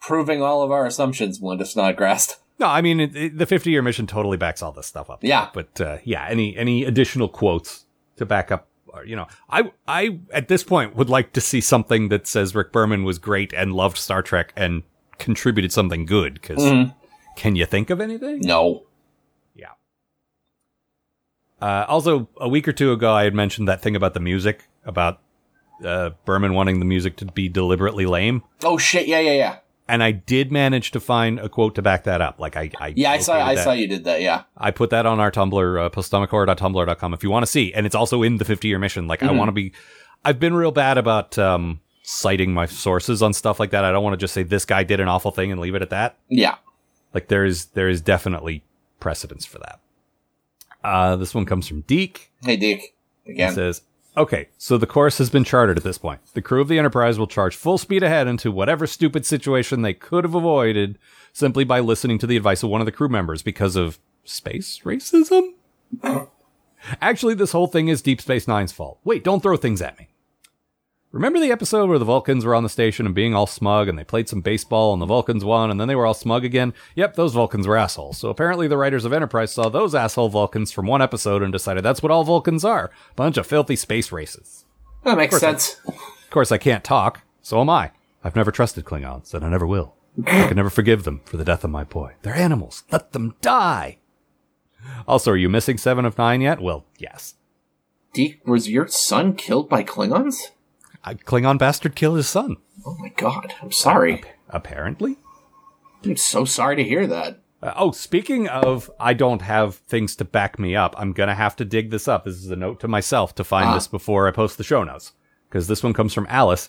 Speaker 5: proving all of our assumptions, Melinda Snodgrass.
Speaker 3: No, I mean, it, it- the 50 year mission totally backs all this stuff up.
Speaker 5: Yeah.
Speaker 3: But, uh, yeah, any, any additional quotes to back up, or, you know, I, I, at this point would like to see something that says Rick Berman was great and loved Star Trek and contributed something good. because
Speaker 5: Mm-hmm.
Speaker 3: can you think of anything?
Speaker 5: No.
Speaker 3: Yeah. Uh, also, a week or two ago, I had mentioned that thing about the music, about uh, Berman wanting the music to be deliberately lame.
Speaker 5: Oh shit. Yeah, yeah, yeah.
Speaker 3: And I did manage to find a quote to back that up. Like I, I
Speaker 5: Yeah, I saw.
Speaker 3: located
Speaker 5: I
Speaker 3: that.
Speaker 5: saw you did that. Yeah.
Speaker 3: I put that on our Tumblr, uh, postomachhorror.tumblr.com if you want to see. And it's also in the 50 year mission. Like, I want to be, I've been real bad about, um, citing my sources on stuff like that. I don't want to just say this guy did an awful thing and leave it at that.
Speaker 5: Yeah.
Speaker 3: Like there is, there is definitely precedence for that. Uh, this one comes from Deke.
Speaker 5: Hey, Dick.
Speaker 3: It
Speaker 5: Again.
Speaker 3: says, okay, so the course has been charted at this point. The crew of the Enterprise will charge full speed ahead into whatever stupid situation they could have avoided simply by listening to the advice of one of the crew members because of space racism? Actually, this whole thing is Deep Space Nine's fault. Wait, don't throw things at me. Remember the episode where the Vulcans were on the station and being all smug and they played some baseball and the Vulcans won and then they were all smug again? Yep, those Vulcans were assholes. So apparently the writers of Enterprise saw those asshole Vulcans from one episode and decided that's what all Vulcans are. Bunch of filthy space races.
Speaker 5: That makes sense.
Speaker 3: Of course, I can't talk, so am I. I've never trusted Klingons and I never will. I can never forgive them for the death of my boy. They're animals. Let them die. Also, are you missing Seven of Nine yet? Well, yes.
Speaker 5: Deke, was your son killed by Klingons?
Speaker 3: A Klingon bastard killed his son.
Speaker 5: Oh my god. I'm sorry.
Speaker 3: Apparently.
Speaker 5: I'm so sorry to hear that.
Speaker 3: Uh, oh, speaking of, I don't have things to back me up. I'm going to have to dig this up. This is a note to myself to find this before I post the show notes because this one comes from Alice.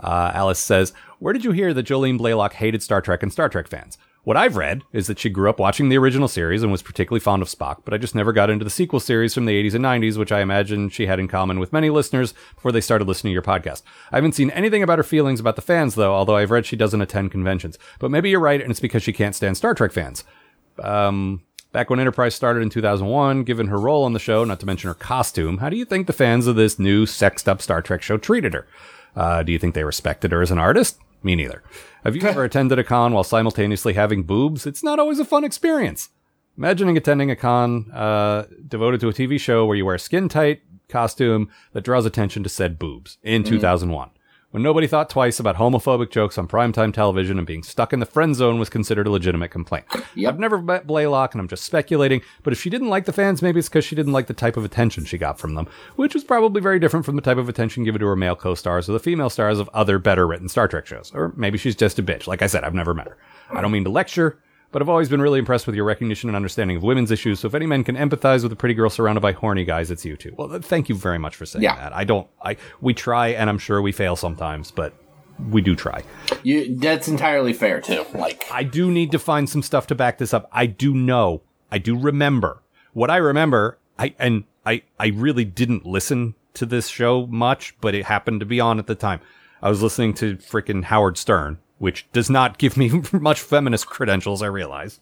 Speaker 3: Uh, Alice says, Where did you hear that Jolene Blaylock hated Star Trek and Star Trek fans? What I've read is that she grew up watching the original series and was particularly fond of Spock, but I just never got into the sequel series from the 80s and 90s, which I imagine she had in common with many listeners before they started listening to your podcast. I haven't seen anything about her feelings about the fans, though, although I've read she doesn't attend conventions. But maybe you're right, and it's because she can't stand Star Trek fans. Um, back when Enterprise started in 2001, given her role on the show, not to mention her costume, how do you think the fans of this new sexed up Star Trek show treated her? Uh, do you think they respected her as an artist? Me neither. Have you ever attended a con while simultaneously having boobs? It's not always a fun experience. Imagining attending a con uh, devoted to a TV show where you wear a skin tight costume that draws attention to said boobs in 2001. when nobody thought twice about homophobic jokes on primetime television and being stuck in the friend zone was considered a legitimate complaint.
Speaker 5: Yep.
Speaker 3: I've never met Blaylock and I'm just speculating, but if she didn't like the fans, maybe it's because she didn't like the type of attention she got from them, which was probably very different from the type of attention given to her male co stars or the female stars of other better written Star Trek shows. Or maybe she's just a bitch. Like I said, I've never met her. I don't mean to lecture, but I've always been really impressed with your recognition and understanding of women's issues. So if any men can empathize with a pretty girl surrounded by horny guys, it's you two. Well, th- thank you very much for saying
Speaker 5: Yeah.
Speaker 3: that. I don't. I we try, and I'm sure we fail sometimes, but we do try.
Speaker 5: You, that's entirely fair too. Like,
Speaker 3: I do need to find some stuff to back this up. I do know. I do remember. What I remember, I and I I really didn't listen to this show much, but it happened to be on at the time. I was listening to freaking Howard Stern, which does not give me much feminist credentials, I realize.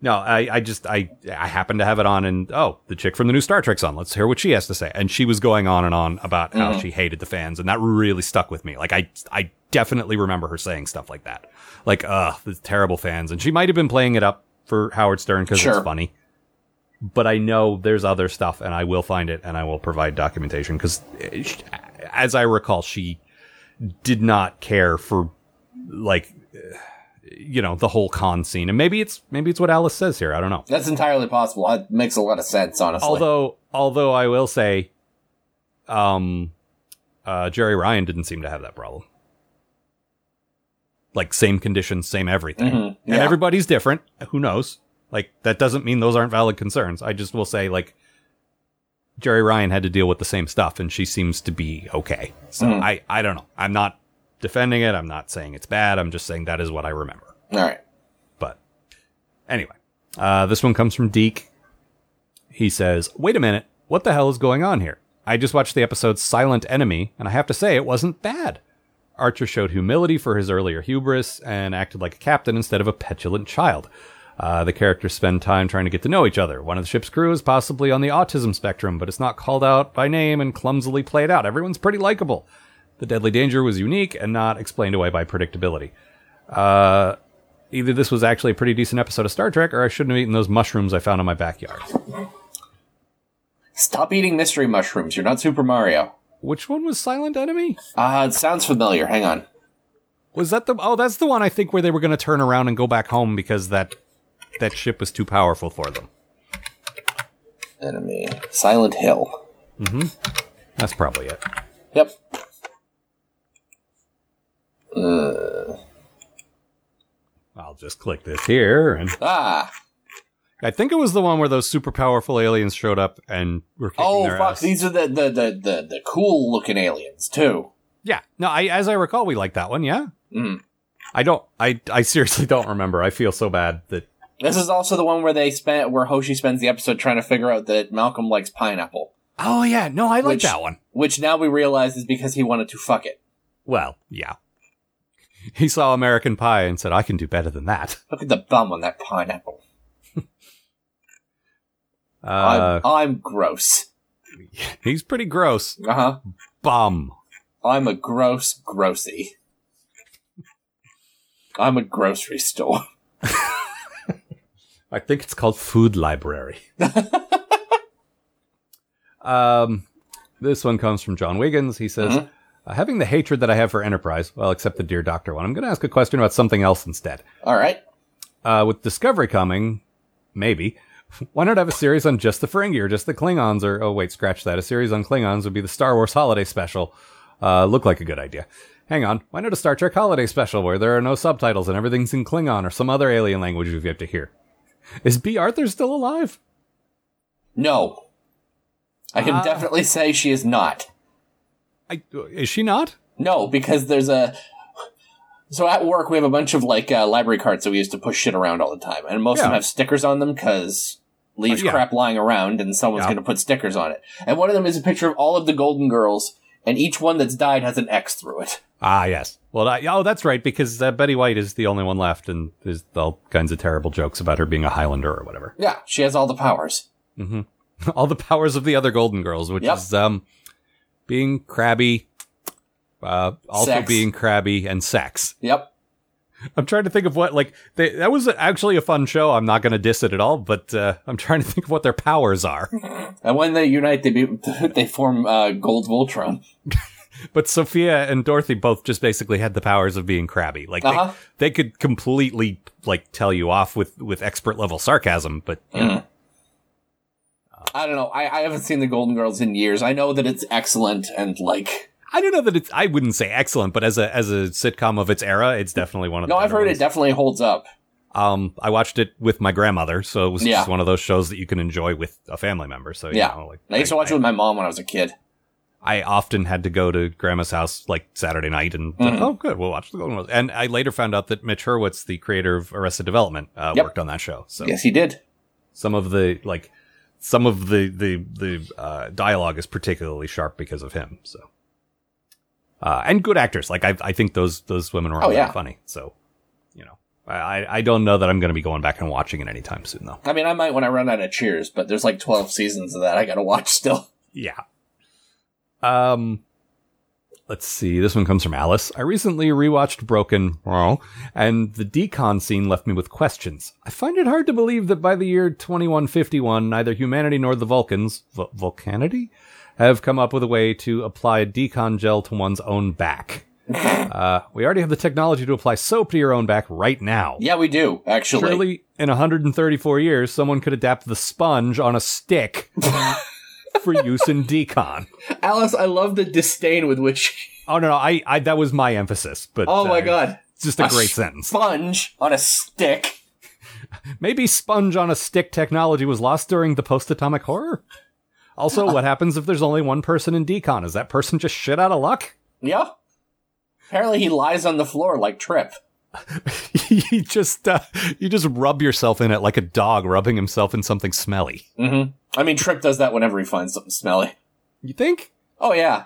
Speaker 3: No, I, I just I I happened to have it on and oh, the chick from the new Star Trek's on. Let's hear what she has to say. And she was going on and on about how she hated the fans, and that really stuck with me. Like I I definitely remember her saying stuff like that. Like, ugh, the terrible fans. And she might have been playing it up for Howard Stern because
Speaker 5: Sure.
Speaker 3: it's funny. But I know there's other stuff, and I will find it, and I will provide documentation because, as I recall, she did not care for like eh, you know the whole con scene and maybe it's maybe it's what alice says here i don't know
Speaker 5: that's entirely possible. That makes a lot of sense, honestly.
Speaker 3: although although i will say um uh jerry ryan didn't seem to have that problem like same conditions same everything
Speaker 5: Mhm,
Speaker 3: and
Speaker 5: yeah.
Speaker 3: everybody's different who knows like that doesn't mean those aren't valid concerns i just will say like jerry ryan had to deal with the same stuff and she seems to be okay so
Speaker 5: Mhm.
Speaker 3: i i don't know i'm not defending it i'm not saying it's bad i'm just saying that is what i remember
Speaker 5: All right.
Speaker 3: but anyway, uh, this one comes from Deke. He says, Wait a minute, what the hell is going on here? I just watched the episode Silent Enemy, and I have to say it wasn't bad. Archer showed humility for his earlier hubris and acted like a captain instead of a petulant child. Uh, the characters spend time trying to get to know each other. One of the ship's crew is possibly on the autism spectrum, but it's not called out by name and clumsily played out. Everyone's pretty likable. The deadly danger was unique and not explained away by predictability. Uh, either this was actually a pretty decent episode of Star Trek, or I shouldn't have eaten those mushrooms I found in my backyard.
Speaker 5: Stop eating mystery mushrooms. You're not Super Mario.
Speaker 3: Which one was Silent Enemy?
Speaker 5: Uh, it sounds familiar. Hang on.
Speaker 3: Was that the? Oh, that's the one I think where they were going to turn around and go back home because that that ship was too powerful for them.
Speaker 5: Enemy. Silent Hill.
Speaker 3: That's probably it.
Speaker 5: Yep.
Speaker 3: I'll just click this here, and
Speaker 5: Ah.
Speaker 3: I think it was the one where those super powerful aliens showed up and were kicking
Speaker 5: Oh
Speaker 3: their
Speaker 5: fuck.
Speaker 3: ass.
Speaker 5: These are the the the the, the cool looking aliens too.
Speaker 3: Yeah, no, I as I recall, we liked that one. Yeah,
Speaker 5: Mm.
Speaker 3: I don't. I I seriously don't remember. I feel so bad that
Speaker 5: This is also the one where they spent where Hoshi spends the episode trying to figure out that Malcolm likes pineapple,
Speaker 3: Oh yeah, no, I like
Speaker 5: Which-
Speaker 3: that one.
Speaker 5: which now we realize is because he wanted to fuck it.
Speaker 3: Well, yeah. He saw American Pie and said, "I can do better than that."
Speaker 5: Look at the bum on that pineapple.
Speaker 3: Uh,
Speaker 5: I'm, I'm gross.
Speaker 3: he's pretty gross.
Speaker 5: Uh huh.
Speaker 3: Bum.
Speaker 5: I'm a gross grossy. I'm a grocery store.
Speaker 3: I think it's called Food Library. um, this one comes from John Wiggins. He says, "Uh, "Having the hatred that I have for Enterprise, well, except the Dear Doctor one, I'm going to ask a question about something else instead.
Speaker 5: All right.
Speaker 3: uh, with Discovery coming, maybe. Why not have a series on just the Ferengi or just the Klingons? Or oh wait, scratch that. A series on Klingons would be the Star Wars Holiday Special. Uh, look like a good idea. Hang on. Why not a Star Trek Holiday Special where there are no subtitles and everything's in Klingon or some other alien language we've yet to hear? Is B. Arthur still alive?
Speaker 5: No. I can
Speaker 3: Ah.
Speaker 5: definitely say she is not.
Speaker 3: I, is she not?
Speaker 5: No, because there's a. So at work, we have a bunch of like uh, library cards that we use to push shit around all the time, and most of them
Speaker 3: Yeah.
Speaker 5: have stickers on them because leaves
Speaker 3: Uh, yeah.
Speaker 5: crap lying around, and someone's
Speaker 3: Yeah.
Speaker 5: going to put stickers on it. And one of them is a picture of all of the Golden Girls, and each one that's died has an X through it.
Speaker 3: Ah, yes. Well, I, oh, that's right, because uh, Betty White is the only one left, and there's all kinds of terrible jokes about her being a Highlander or whatever.
Speaker 5: Yeah, she has all the powers.
Speaker 3: Mm-hmm. all the powers of the other Golden Girls, which
Speaker 5: Yep.
Speaker 3: is um, being crabby, uh, also
Speaker 5: Sex.
Speaker 3: being crabby and sex.
Speaker 5: Yep.
Speaker 3: I'm trying to think of what like they, that was actually a fun show. I'm not going to diss it at all, but uh, I'm trying to think of what their powers are.
Speaker 5: And when they unite, they be, they form uh, Gold Voltron.
Speaker 3: but Sophia and Dorothy both just basically had the powers of being crabby. Like
Speaker 5: Uh-huh.
Speaker 3: they, they could completely like tell you off with with expert level sarcasm, but you know,
Speaker 5: I don't know. I, I haven't seen the Golden Girls in years. I know that it's excellent and like
Speaker 3: I don't know that it's. I wouldn't say excellent, but as a as a sitcom of its era, it's definitely one of the.
Speaker 5: no, I've
Speaker 3: better
Speaker 5: heard it
Speaker 3: ones.
Speaker 5: definitely holds up.
Speaker 3: Um, I watched it with my grandmother, so it was
Speaker 5: Yeah.
Speaker 3: just one of those shows that you can enjoy with a family member. So you
Speaker 5: Yeah.
Speaker 3: know, like,
Speaker 5: I used to watch it with my mom when I was a kid.
Speaker 3: I often had to go to grandma's house like Saturday night and
Speaker 5: Mm-hmm.
Speaker 3: oh good we'll watch the Golden Girls and I later found out that Mitch Hurwitz the creator of Arrested Development uh,
Speaker 5: Yep.
Speaker 3: worked on that show so
Speaker 5: Yes, he did.
Speaker 3: some of the like some of the the the uh, dialogue is particularly sharp because of him so uh, and good actors like I I think those those women were
Speaker 5: Oh,
Speaker 3: all
Speaker 5: yeah.
Speaker 3: funny so you know I I- I don't know that I'm going to be going back and watching it anytime soon though
Speaker 5: I mean, I might when I run out of Cheers, but there's like 12 seasons of that I got to watch still.
Speaker 3: Yeah. Um let's see. This one comes from Alice. I recently rewatched Broken, oh, and the decon scene left me with questions. I find it hard to believe that by the year 2151, neither humanity nor the Vulcans, Vul- Vulcanity, have come up with a way to apply a decon gel to one's own back. uh, we already have the technology to apply soap to your own back right now.
Speaker 5: Yeah, we do, actually.
Speaker 3: Surely, in 134 years, someone could adapt the sponge on a stick for use in decon.
Speaker 5: Alice, I love the disdain with which.
Speaker 3: Oh no, no, I, I that was my emphasis, but
Speaker 5: Oh my
Speaker 3: uh,
Speaker 5: god.
Speaker 3: it's just a great
Speaker 5: s-
Speaker 3: sentence.
Speaker 5: Sponge on a stick.
Speaker 3: Maybe sponge on a stick technology was lost during the post-atomic horror. Also, what happens if there's only one person in decon? Is that person just shit out of luck?
Speaker 5: Yeah. Apparently, he lies on the floor like Trip.
Speaker 3: you just uh, you just rub yourself in it like a dog rubbing himself in something smelly.
Speaker 5: I mean, Trip does that whenever he finds something smelly.
Speaker 3: You think?
Speaker 5: Oh, yeah.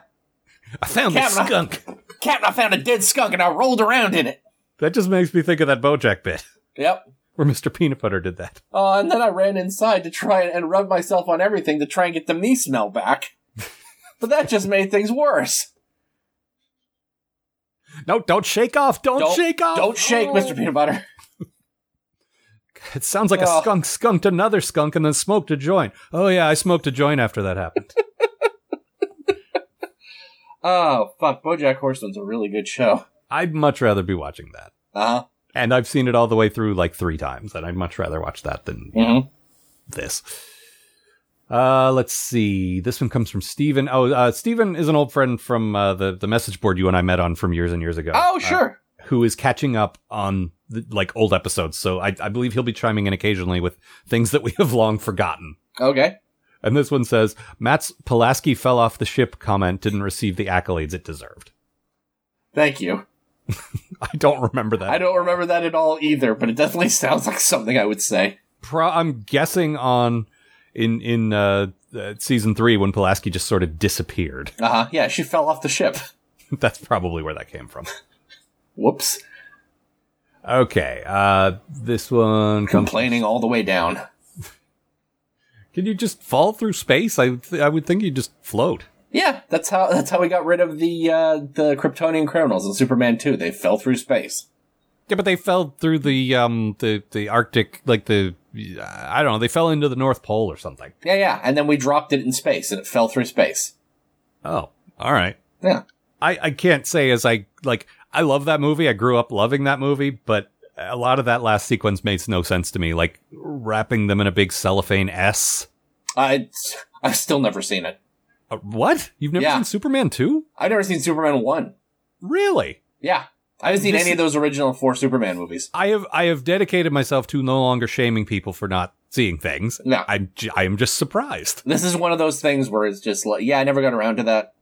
Speaker 3: I found this
Speaker 5: Camera.
Speaker 3: skunk.
Speaker 5: Captain, I found a dead skunk and I rolled around in it.
Speaker 3: That just makes me think of that BoJack bit
Speaker 5: Yep.
Speaker 3: where Mr. Peanut Butter did that.
Speaker 5: Uh, and then I ran inside to try and, and rub myself on everything to try and get the me smell back. but that just made things worse.
Speaker 3: No, don't shake off. Don't, shake off.
Speaker 5: Don't shake,
Speaker 3: Oh.
Speaker 5: Mr. Peanut Butter.
Speaker 3: It sounds like a
Speaker 5: Oh.
Speaker 3: skunk skunked another skunk and then smoked a joint. Oh yeah, I smoked a joint after that happened.
Speaker 5: Oh, fuck. Bojack Horseman's a really good show.
Speaker 3: I'd much rather be watching that.
Speaker 5: Uh huh.
Speaker 3: And I've seen it all the way through like three times, and I'd much rather watch that than
Speaker 5: Mm-hmm.
Speaker 3: this. Uh, let's see. This one comes from Steven. Oh, uh, Steven is an old friend from uh, the the message board you and I met on from years and years ago.
Speaker 5: Oh,
Speaker 3: uh,
Speaker 5: sure.
Speaker 3: who is catching up on the, like old episodes? So I, I believe he'll be chiming in occasionally with things that we have long forgotten.
Speaker 5: okay.
Speaker 3: And this one says, Matt's Pulaski fell off the ship comment didn't receive the accolades it deserved.
Speaker 5: Thank you.
Speaker 3: I don't remember that.
Speaker 5: I don't remember that at all either, but it definitely sounds like something I would say.
Speaker 3: Pro- I'm guessing on in in uh, uh, season three when Pulaski just sort of disappeared.
Speaker 5: Uh huh. Yeah, she fell off the ship.
Speaker 3: That's probably where that came from.
Speaker 5: Whoops.
Speaker 3: Okay, uh, this one comes.
Speaker 5: Complaining all the way down.
Speaker 3: Can you just fall through space? I th- I would think you just float.
Speaker 5: Yeah, that's how that's how we got rid of the uh, the Kryptonian criminals in Superman 2. They fell through space.
Speaker 3: Yeah, but they fell through the um the the Arctic like the uh, I don't know they fell into the North Pole or something.
Speaker 5: Yeah, yeah, and then we dropped it in space and it fell through space.
Speaker 3: Oh, all right.
Speaker 5: Yeah.
Speaker 3: I, I can't say as I like I love that movie. I grew up loving that movie, but a lot of that last sequence makes no sense to me. Like wrapping them in a big cellophane S.
Speaker 5: I I've still never seen it.
Speaker 3: Uh, what? You've never
Speaker 5: Yeah.
Speaker 3: seen Superman 2?
Speaker 5: I've never seen Superman 1.
Speaker 3: Really?
Speaker 5: Yeah. I haven't seen
Speaker 3: This
Speaker 5: any of
Speaker 3: is-
Speaker 5: those original four Superman movies.
Speaker 3: I have I have dedicated myself to no longer shaming people for not seeing things.
Speaker 5: No.
Speaker 3: I'm j- I am just surprised.
Speaker 5: This is one of those things where it's just like, yeah, I never got around to that.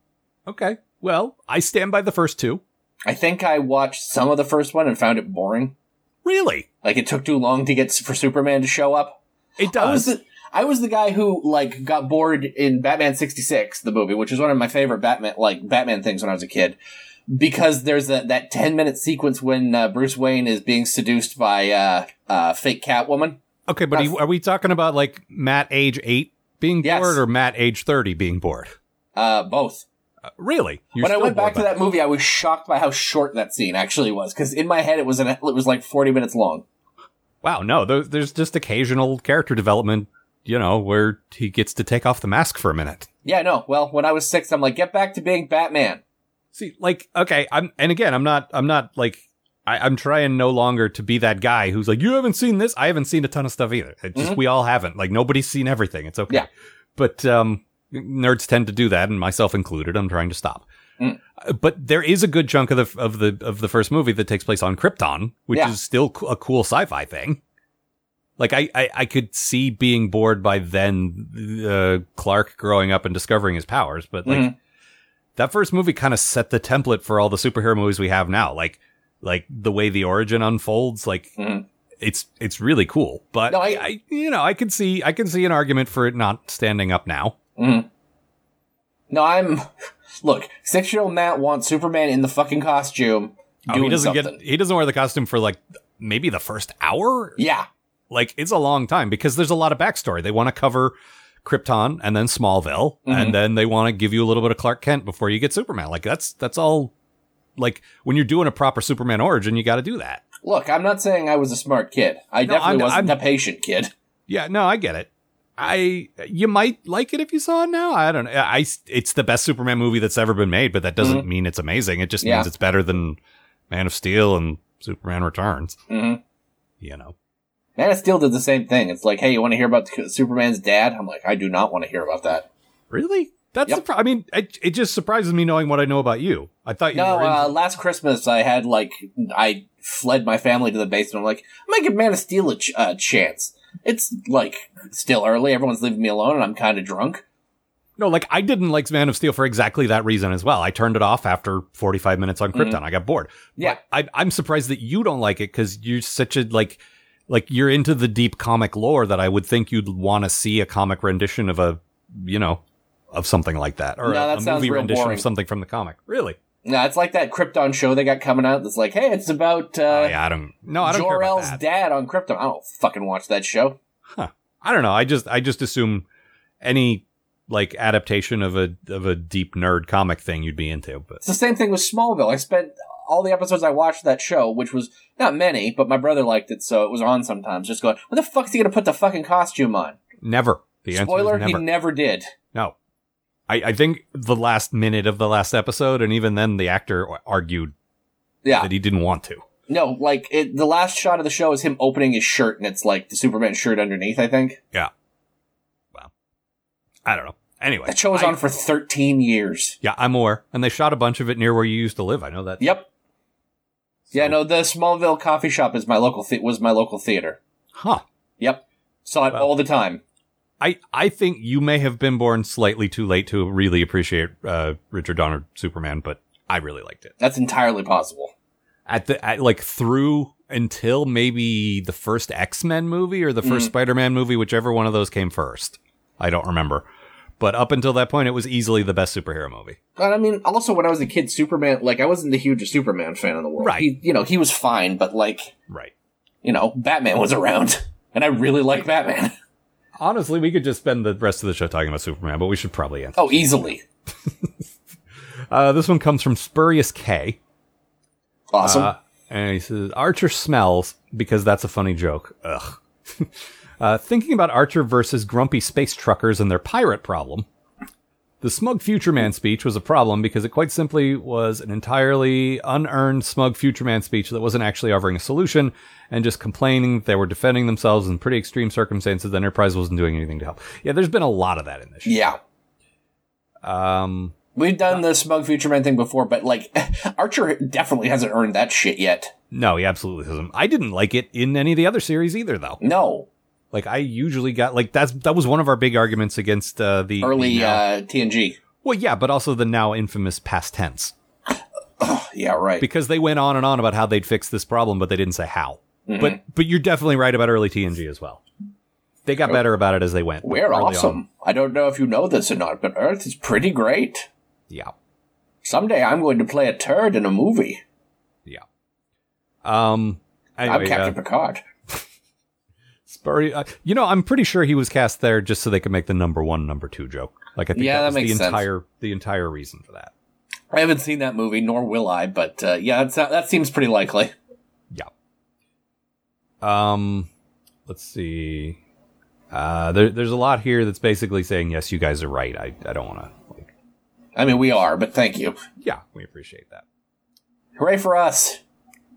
Speaker 3: Okay. Well, I stand by the first two.
Speaker 5: I think I watched some of the first one and found it boring.
Speaker 3: Really?
Speaker 5: Like it took too long to get s- for Superman to show up.
Speaker 3: It
Speaker 5: I was
Speaker 3: does.
Speaker 5: the I was the guy who like got bored in Batman sixty six, the movie, which is one of my favorite Batman like Batman things when I was a kid, because there's that that ten minute sequence when uh, Bruce Wayne is being seduced by uh, uh, fake Catwoman.
Speaker 3: okay, but are, are we talking about like Matt age 8 being
Speaker 5: Yes.
Speaker 3: bored or Matt age 30 being bored?
Speaker 5: Uh, both.
Speaker 3: Really? You're
Speaker 5: when I
Speaker 3: still
Speaker 5: went
Speaker 3: bored
Speaker 5: back to
Speaker 3: by
Speaker 5: that movie, I was shocked by how short that scene actually was, because in my head it was an it was like forty minutes long.
Speaker 3: Wow, no, there, there's just occasional character development, you know, where he gets to take off the mask for a minute.
Speaker 5: Yeah, no. Well, when I was six, I'm like, get back to being Batman.
Speaker 3: See, like, okay, I'm, and again, I'm not, I'm not like, I, I'm trying no longer to be that guy who's like, you haven't seen this. I haven't seen a ton of stuff either. It just, we all haven't. Like, nobody's seen everything. It's okay.
Speaker 5: Mm-hmm. Yeah.
Speaker 3: But, um, nerds tend to do that, and myself included. I'm trying to stop.
Speaker 5: Mm.
Speaker 3: Uh, But there is a good chunk of the of the of the first movie that takes place on Krypton, which
Speaker 5: Yeah.
Speaker 3: is still co- a cool sci-fi thing. Like I, I, I could see being bored by then uh, Clark growing up and discovering his powers, but like
Speaker 5: Mhm.
Speaker 3: that first movie kind of set the template for all the superhero movies we have now. Like like the way the origin unfolds, like
Speaker 5: Mhm.
Speaker 3: it's it's really cool. But
Speaker 5: No,
Speaker 3: I,
Speaker 5: I-
Speaker 3: I you know I can see I can see an argument for it not standing up now.
Speaker 5: No, I'm. Look, six year old Matt wants Superman in the fucking costume.
Speaker 3: Oh,
Speaker 5: Doing
Speaker 3: he doesn't
Speaker 5: something.
Speaker 3: get he doesn't wear the costume for like maybe the first hour.
Speaker 5: Yeah,
Speaker 3: Like it's a long time because there's a lot of backstory. They want to cover Krypton and then Smallville,
Speaker 5: Mm-hmm.
Speaker 3: and then they want to give you a little bit of Clark Kent before you get Superman. Like that's that's all. Like when you're doing a proper Superman origin, you got to do that.
Speaker 5: Look, I'm not saying I was a smart kid. I
Speaker 3: No,
Speaker 5: definitely
Speaker 3: I'm-
Speaker 5: wasn't
Speaker 3: I'm-
Speaker 5: a patient kid.
Speaker 3: Yeah, no, I get it. I you might like it if you saw it now. I don't know. I it's the best Superman movie that's ever been made, but that doesn't mean it's amazing. It just
Speaker 5: Mm-hmm. Yeah.
Speaker 3: means it's better than Man of Steel and Superman Returns.
Speaker 5: Mhm.
Speaker 3: You know.
Speaker 5: Man of Steel did the same thing. It's like, hey, you want to hear about Superman's dad? I'm like, I do not want to hear about that.
Speaker 3: Really? That's
Speaker 5: Yep.
Speaker 3: the pro- I mean, it, it just surprises me knowing what I know about you. I thought you
Speaker 5: No,
Speaker 3: were in-
Speaker 5: uh, last Christmas I had like I fled my family to the basement. I'm like, I might give Man of Steel a ch- uh, chance. It's like still early. Everyone's leaving me alone, and I'm kind of drunk.
Speaker 3: no, like I didn't like Man of Steel for exactly that reason as well. I turned it off after 45 minutes on Krypton. I got bored.
Speaker 5: Mm-hmm. Yeah.
Speaker 3: I, I'm surprised that you don't like it because you're such a like, like you're into the deep comic lore that I would think you'd want to see a comic rendition of a, you know, of something like that or
Speaker 5: No,
Speaker 3: a-
Speaker 5: that
Speaker 3: a,
Speaker 5: sounds
Speaker 3: movie
Speaker 5: real
Speaker 3: rendition
Speaker 5: boring.
Speaker 3: of something from the comic. Really?
Speaker 5: No, it's like that Krypton show they got coming out. That's like, hey, it's about
Speaker 3: Oh,
Speaker 5: uh,
Speaker 3: yeah, I don't. No, I don't care about
Speaker 5: Jor-El's
Speaker 3: that.
Speaker 5: dad on Krypton. I don't fucking watch that show.
Speaker 3: I don't know. I just I just assume any like adaptation of a of a deep nerd comic thing you'd be into. But
Speaker 5: It's the same thing with Smallville. I spent all the episodes I watched of that show, which was not many, but my brother liked it, so it was on sometimes. Just going, when the fuck's he gonna put the fucking costume on?
Speaker 3: never. The answer
Speaker 5: Spoiler:
Speaker 3: is never.
Speaker 5: He never did.
Speaker 3: no. I, I think the last minute of the last episode, and even then, the actor argued
Speaker 5: Yeah,
Speaker 3: that he didn't want to.
Speaker 5: no, like it, the last shot of the show is him opening his shirt, and it's like the Superman shirt underneath. I think
Speaker 3: I don't know. Anyway,
Speaker 5: that show was
Speaker 3: I-
Speaker 5: on for thirteen years.
Speaker 3: Yeah, I'm aware. And they shot a bunch of it near where you used to live. I know that.
Speaker 5: Yep. Yeah, no, the Smallville coffee shop is my local the- was my local theater.
Speaker 3: Huh.
Speaker 5: Yep, saw it
Speaker 3: Wow.
Speaker 5: all the time.
Speaker 3: I, I think you may have been born slightly too late to really appreciate uh, Richard Donner Superman, but I really liked it.
Speaker 5: That's entirely possible.
Speaker 3: at the at like through until maybe the first X-Men movie or the 1st spider Spider-Man movie, whichever one of those came first. I don't remember. But up until that point it was easily the best superhero movie.
Speaker 5: But I mean, also when I was a kid, Superman, like I wasn't the hugest Superman fan in the world.
Speaker 3: Right.
Speaker 5: He, you know, he was fine, but like,
Speaker 3: Right.
Speaker 5: you know, Batman was around, and I really liked Batman.
Speaker 3: Honestly, we could just spend the rest of the show talking about Superman, but we should probably end.
Speaker 5: Oh, easily,
Speaker 3: Uh, this one comes from Spurious K.
Speaker 5: awesome.
Speaker 3: Uh, and he says, Archer smells because that's a funny joke. Ugh. uh, thinking about Archer versus grumpy space truckers and their pirate problem, the smug future man speech was a problem because it quite simply was an entirely unearned smug future man speech that wasn't actually offering a solution and just complaining that they were defending themselves in pretty extreme circumstances. The Enterprise wasn't doing anything to help. Yeah, there's been a lot of that in this. show.
Speaker 5: yeah,
Speaker 3: Um,
Speaker 5: we've done the smug future man thing before, but like, Archer definitely hasn't earned that shit yet.
Speaker 3: no, he absolutely doesn't. I didn't like it in any of the other series either, though.
Speaker 5: No,
Speaker 3: Like I usually got like that's that was one of our big arguments against uh, the
Speaker 5: early
Speaker 3: the now-
Speaker 5: uh, TNG.
Speaker 3: well, yeah, but also the now infamous past tense
Speaker 5: Yeah, right.
Speaker 3: because they went on and on about how they'd fix this problem, but they didn't say how.
Speaker 5: Mm-hmm.
Speaker 3: But but you're definitely right about early TNG as well. They got better about it as they went.
Speaker 5: We're
Speaker 3: early on.
Speaker 5: awesome. I don't know if you know this or not, but Earth is pretty great.
Speaker 3: Yeah,
Speaker 5: Someday I'm going to play a turd in a movie.
Speaker 3: yeah. Um,
Speaker 5: I'm
Speaker 3: anyway, uh,
Speaker 5: Captain Picard.
Speaker 3: Spurry, uh, you know, I'm pretty sure he was cast there just so they could make the number one, number two joke. Like I think
Speaker 5: Yeah,
Speaker 3: that
Speaker 5: that
Speaker 3: was
Speaker 5: makes
Speaker 3: the
Speaker 5: sense.
Speaker 3: entire the entire reason for that.
Speaker 5: I haven't seen that movie, nor will I. But uh, yeah, that's not, that seems pretty likely.
Speaker 3: Yeah. Um, let's see. Uh, there, there's a lot here that's basically saying, yes, you guys are right. I, I don't want to like
Speaker 5: I mean, we are, but thank you.
Speaker 3: Yeah, we appreciate that.
Speaker 5: Hooray for us.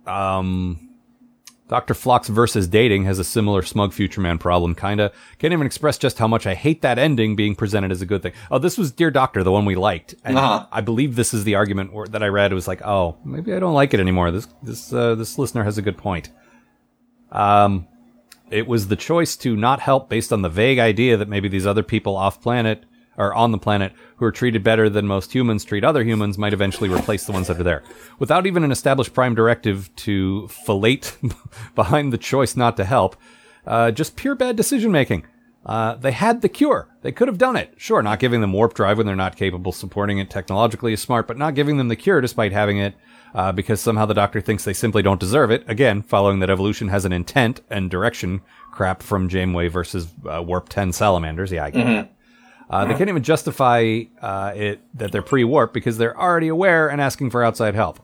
Speaker 3: Um, Dr. Flox versus dating has a similar smug future man problem, kinda. Can't even express just how much I hate that ending being presented as a good thing. Oh, this was Dear Doctor, the one we liked. And
Speaker 5: Uh-huh.
Speaker 3: I believe this is the argument where, that I read. It was like, oh, maybe I don't like it anymore. This, this, uh, this listener has a good point. Um, it was the choice to not help based on the vague idea that maybe these other people off planet or on the planet who are treated better than most humans treat other humans might eventually replace the ones that are there. Without even an established prime directive to fellate behind the choice not to help, uh, just pure bad decision making. Uh, they had the cure. They could have done it. Sure, not giving them warp drive when they're not capable of supporting it technologically is smart, but not giving them the cure despite having it uh, because somehow the doctor thinks they simply don't deserve it. Again, following that evolution has an intent and direction crap from Janeway versus uh, Warp 10 salamanders. Yeah, I get that. Uh, they can't even justify uh, it that they're pre-warp because they're already aware and asking for outside help.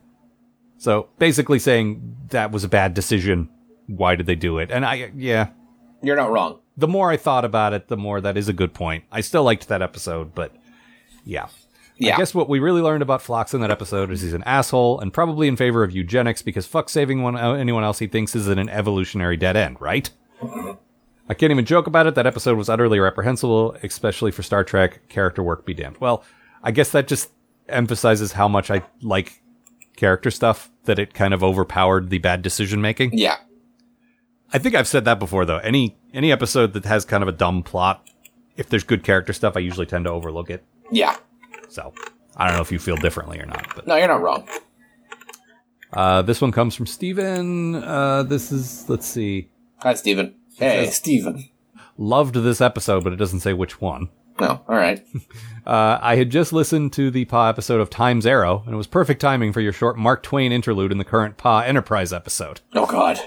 Speaker 3: So basically, saying that was a bad decision. Why did they do it? And I, yeah,
Speaker 5: You're not wrong.
Speaker 3: the more I thought about it, the more that is a good point. I still liked that episode, but yeah.
Speaker 5: Yeah.
Speaker 3: I guess what we really learned about Phlox in that episode is he's an asshole and probably in favor of eugenics because fuck saving one, uh, anyone else he thinks is an evolutionary dead end, right? I can't even joke about it. That episode was utterly reprehensible, especially for Star Trek character work be damned. Well, I guess that just emphasizes how much I like character stuff that it kind of overpowered the bad decision making.
Speaker 5: Yeah.
Speaker 3: I think I've said that before though. Any any episode that has kind of a dumb plot, if there's good character stuff, I usually tend to overlook it.
Speaker 5: Yeah.
Speaker 3: So I don't know if you feel differently or not. But
Speaker 5: No, you're not wrong.
Speaker 3: uh, this one comes from Steven. Uh, this is let's see.
Speaker 5: Hi, Steven. Hey, Steven.
Speaker 3: Loved this episode, but it doesn't say which one.
Speaker 5: No, all right.
Speaker 3: Uh, I had just listened to the PA episode of Time's Arrow, and it was perfect timing for your short Mark Twain interlude in the current PA Enterprise episode.
Speaker 5: Oh, God.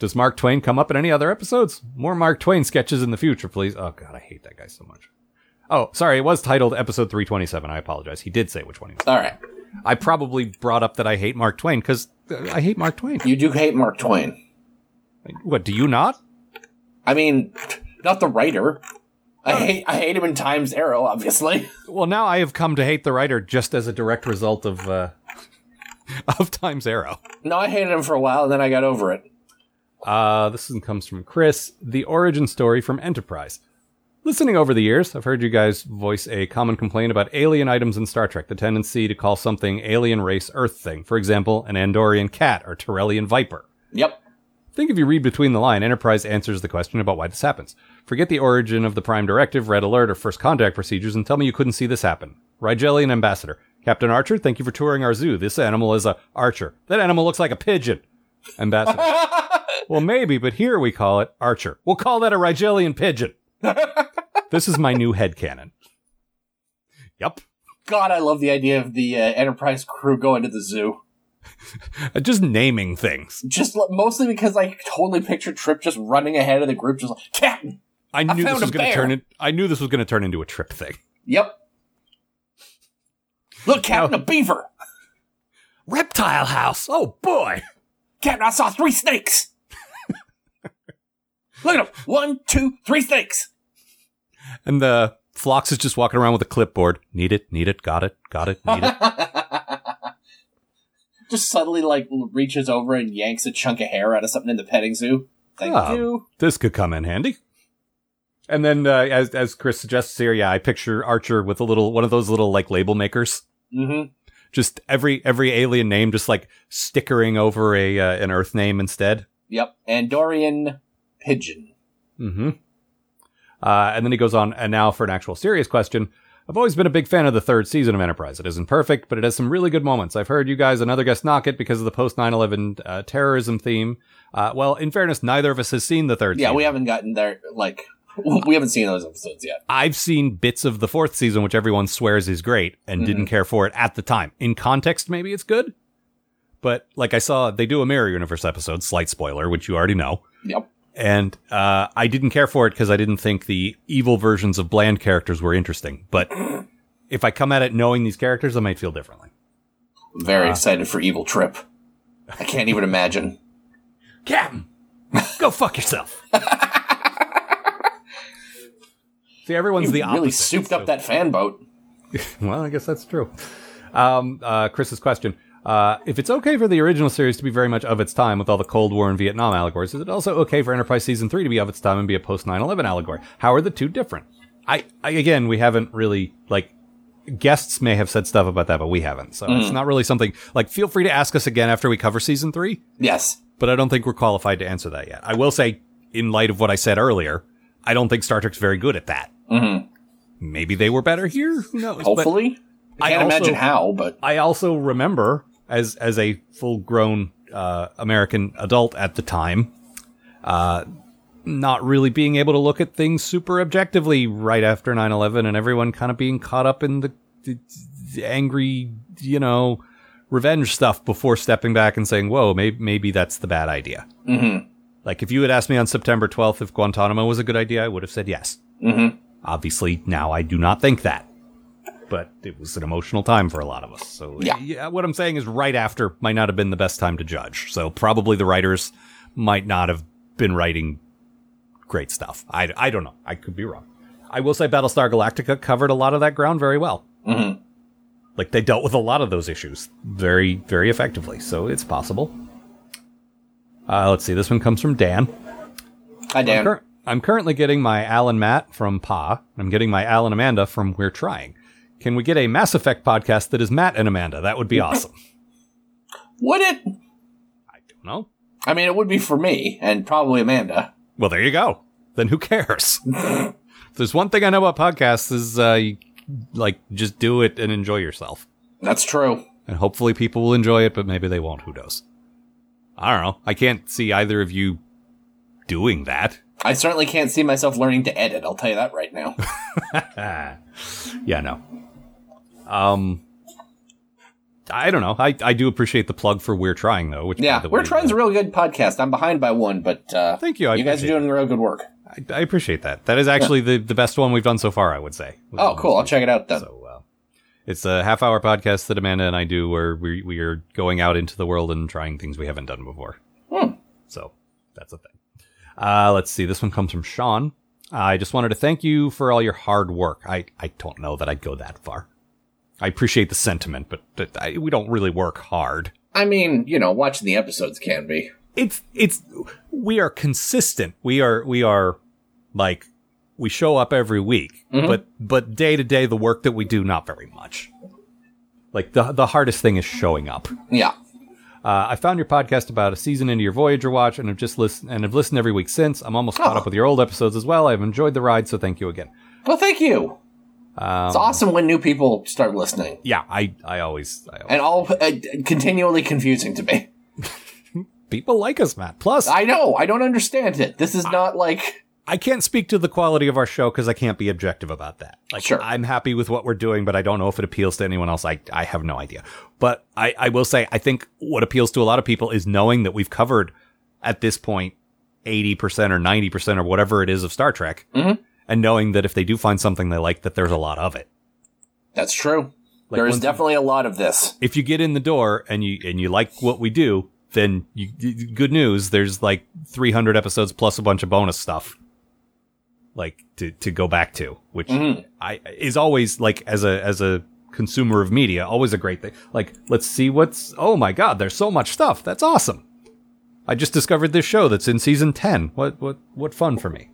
Speaker 3: Does Mark Twain come up in any other episodes? More Mark Twain sketches in the future, please. Oh god, I hate that guy so much. Oh, sorry, it was titled episode 327. I apologize. He did say which one he was.
Speaker 5: All right.
Speaker 3: I probably brought up that I hate Mark Twain cuz I hate Mark Twain.
Speaker 5: You do hate Mark Twain.
Speaker 3: What, do you not?
Speaker 5: I mean, not the writer. I hate I hate him in Time's Arrow, obviously.
Speaker 3: Well, now I have come to hate the writer just as a direct result of uh of Time's Arrow.
Speaker 5: No, I hated him for a while, and then I got over it.
Speaker 3: Uh, this one comes from Chris. The origin story from Enterprise. Listening over the years, I've heard you guys voice a common complaint about alien items in Star Trek, the tendency to call something alien race Earth thing. For example, an Andorian cat or Torellian viper.
Speaker 5: Yep.
Speaker 3: I think if you read between the line, Enterprise answers the question about why this happens. Forget the origin of the Prime Directive, Red Alert, or First Contact procedures and tell me you couldn't see this happen. Rigelian Ambassador. Captain Archer, thank you for touring our zoo. This animal is a archer. That animal looks like a pigeon. Ambassador. well, maybe, but here we call it archer. We'll call that a Rigelian pigeon. this is my new headcanon. Yep.
Speaker 5: God, I love the idea of the uh, Enterprise crew going to the zoo.
Speaker 3: Uh, Just naming things.
Speaker 5: Just lo- mostly because I totally picture Trip just running ahead of the group, just like Captain.
Speaker 3: I knew this
Speaker 5: found
Speaker 3: was
Speaker 5: a
Speaker 3: going to
Speaker 5: bear.
Speaker 3: turn in, I knew this was going to turn into a trip thing.
Speaker 5: Yep. Look, Captain, a beaver.
Speaker 3: Reptile house. Oh boy.
Speaker 5: Captain, I saw three snakes. Look at them. One, two, three snakes.
Speaker 3: And the Flox is just walking around with a clipboard. Need it, need it, got it, got it, need it.
Speaker 5: Just suddenly, like, reaches over and yanks a chunk of hair out of something in the petting zoo. Thank
Speaker 3: Oh.
Speaker 5: you.
Speaker 3: this could come in handy. And then, uh, as as Chris suggests here, yeah, I picture Archer with a little one of those little like label makers.
Speaker 5: Mm-hmm.
Speaker 3: Just every every alien name, just like stickering over a uh, an Earth name instead.
Speaker 5: Yep. Andorian pigeon.
Speaker 3: Mm-hmm. Uh, and then he goes on, and now for an actual serious question. I've always been a big fan of the third season of Enterprise. It isn't perfect, but it has some really good moments. I've heard you guys and other guests knock it because of the post 9 11 uh, terrorism theme. Uh, well, in fairness, neither of us has seen the third
Speaker 5: Yeah,
Speaker 3: season.
Speaker 5: we haven't gotten there. Like, we haven't seen those episodes yet.
Speaker 3: I've seen bits of the fourth season, which everyone swears is great, and
Speaker 5: Mm-hmm.
Speaker 3: didn't care for it at the time. In context, maybe it's good. But like I saw, they do a Mirror Universe episode, slight spoiler, which you already know.
Speaker 5: Yep.
Speaker 3: and uh, I didn't care for it because I didn't think the evil versions of bland characters were interesting. But if I come at it knowing these characters, I might feel differently.
Speaker 5: I'm
Speaker 3: Uh,
Speaker 5: very excited for Evil Trip. I can't even imagine.
Speaker 3: Captain, go fuck yourself. See, everyone's
Speaker 5: You
Speaker 3: the
Speaker 5: really
Speaker 3: opposite.
Speaker 5: souped up that fan boat.
Speaker 3: well, I guess that's true. Um, uh, Chris's question. Uh, if it's okay for the original series to be very much of its time with all the Cold War and Vietnam allegories, is it also okay for Enterprise Season 3 to be of its time and be a post 9 11 allegory? How are the two different? I, I, again, we haven't really, like, guests may have said stuff about that, but we haven't. So it's not really something, like, feel free to ask us again after we cover Season 3,
Speaker 5: Yes.
Speaker 3: but I don't think we're qualified to answer that yet. I will say, in light of what I said earlier, I don't think Star Trek's very good at that. Maybe they were better here? Who knows? But-
Speaker 5: Hopefully. I
Speaker 3: I
Speaker 5: can't
Speaker 3: also-
Speaker 5: imagine how, but
Speaker 3: I also remember as as a full grown uh, American adult at the time, uh, not really being able to look at things super objectively right after 9-11 and everyone kind of being caught up in the, the, the angry, you know, revenge stuff before stepping back and saying, whoa, maybe, maybe that's the bad idea. Mm-hmm. Like if you had asked me on September 12th if Guantanamo was a good idea, I would have said yes. Mm-hmm. Obviously, now I do not think that but it was an emotional time for a lot of us. So
Speaker 5: Yeah.
Speaker 3: what I'm saying is right after might not have been the best time to judge. So probably the writers might not have been writing great stuff. I, I don't know. I could be wrong. I will say Battlestar Galactica covered a lot of that ground very well. Like they dealt with a lot of those issues very, very effectively. So it's possible. Uh, let's see. This one comes from Dan.
Speaker 5: I damn.
Speaker 3: Cur- I'm currently getting my Alan Matt from Pa. and I'm getting my Alan Amanda from We're Trying. Can we get a Mass Effect podcast that is Matt and Amanda? That would be awesome.
Speaker 5: Would it?
Speaker 3: I don't know.
Speaker 5: I mean, it would be for me and probably Amanda.
Speaker 3: Well, there you go. Then who cares? if there's one thing I know about podcasts is uh, you, like just do it and enjoy yourself.
Speaker 5: That's true.
Speaker 3: And hopefully people will enjoy it, but maybe they won't. Who knows? I don't know. I can't see either of you doing that.
Speaker 5: I certainly can't see myself learning to edit. I'll tell you that right now.
Speaker 3: Ah. Yeah, no. Um, I don't know. I, I do appreciate the plug for We're Trying though. Which by
Speaker 5: Yeah,
Speaker 3: the
Speaker 5: we're
Speaker 3: way, uh,
Speaker 5: trying a real good podcast. I'm behind by one, but uh,
Speaker 3: Thank you. I
Speaker 5: you guys are
Speaker 3: appreciate
Speaker 5: doing real good work.
Speaker 3: I, I appreciate that. That is actually the, the best one we've done so far. I would say.
Speaker 5: Oh, cool. I'll check it out then.
Speaker 3: So uh, it's a half hour podcast that Amanda and I do where we we are going out into the world and trying things we haven't done before. So that's a thing. Uh, let's see. This one comes from Sean. Uh, I just wanted to thank you for all your hard work. I, I don't know that I'd go that far. I appreciate the sentiment, but, but I, we don't really work hard.
Speaker 5: I mean, you know, watching the episodes can be.
Speaker 3: It's it's we are consistent. We are we are like we show up every week, but but day to day the work that we do not very much. Like the the hardest thing is showing up.
Speaker 5: Yeah.
Speaker 3: Uh, I found your podcast about a season into your Voyager watch, and have just listened and have listened every week since. I'm almost caught up with your old episodes as well. I've enjoyed the ride, so thank you again.
Speaker 5: Well, thank you.
Speaker 3: Um,
Speaker 5: it's awesome when new people start listening,
Speaker 3: Yeah, I I always, I always
Speaker 5: and all uh, continually confusing to me.
Speaker 3: people like us, Matt. Plus, I,
Speaker 5: I know. I don't understand it. This is not like
Speaker 3: can't speak to the quality of our show because I can't be objective about that. Like,
Speaker 5: Sure.
Speaker 3: I'm happy with what we're doing, but I don't know if it appeals to anyone else. I I have no idea. But I I will say I think what appeals to a lot of people is knowing that we've covered at this point eighty percent or ninety percent or whatever it is of Star Trek, and knowing that if they do find something they like, that there's a lot of it.
Speaker 5: that's true.
Speaker 3: Like
Speaker 5: there is
Speaker 3: one-
Speaker 5: definitely a lot of this.
Speaker 3: if you get in the door and you and you like what we do, then you, you- good news. There's like 300 episodes plus a bunch of bonus stuff, like to to go back to, which I is always like as a as a consumer of media, always a great thing. Like let's see what's oh my god, there's so much stuff. That's awesome. I just discovered this show that's in season 10. What what what fun for me.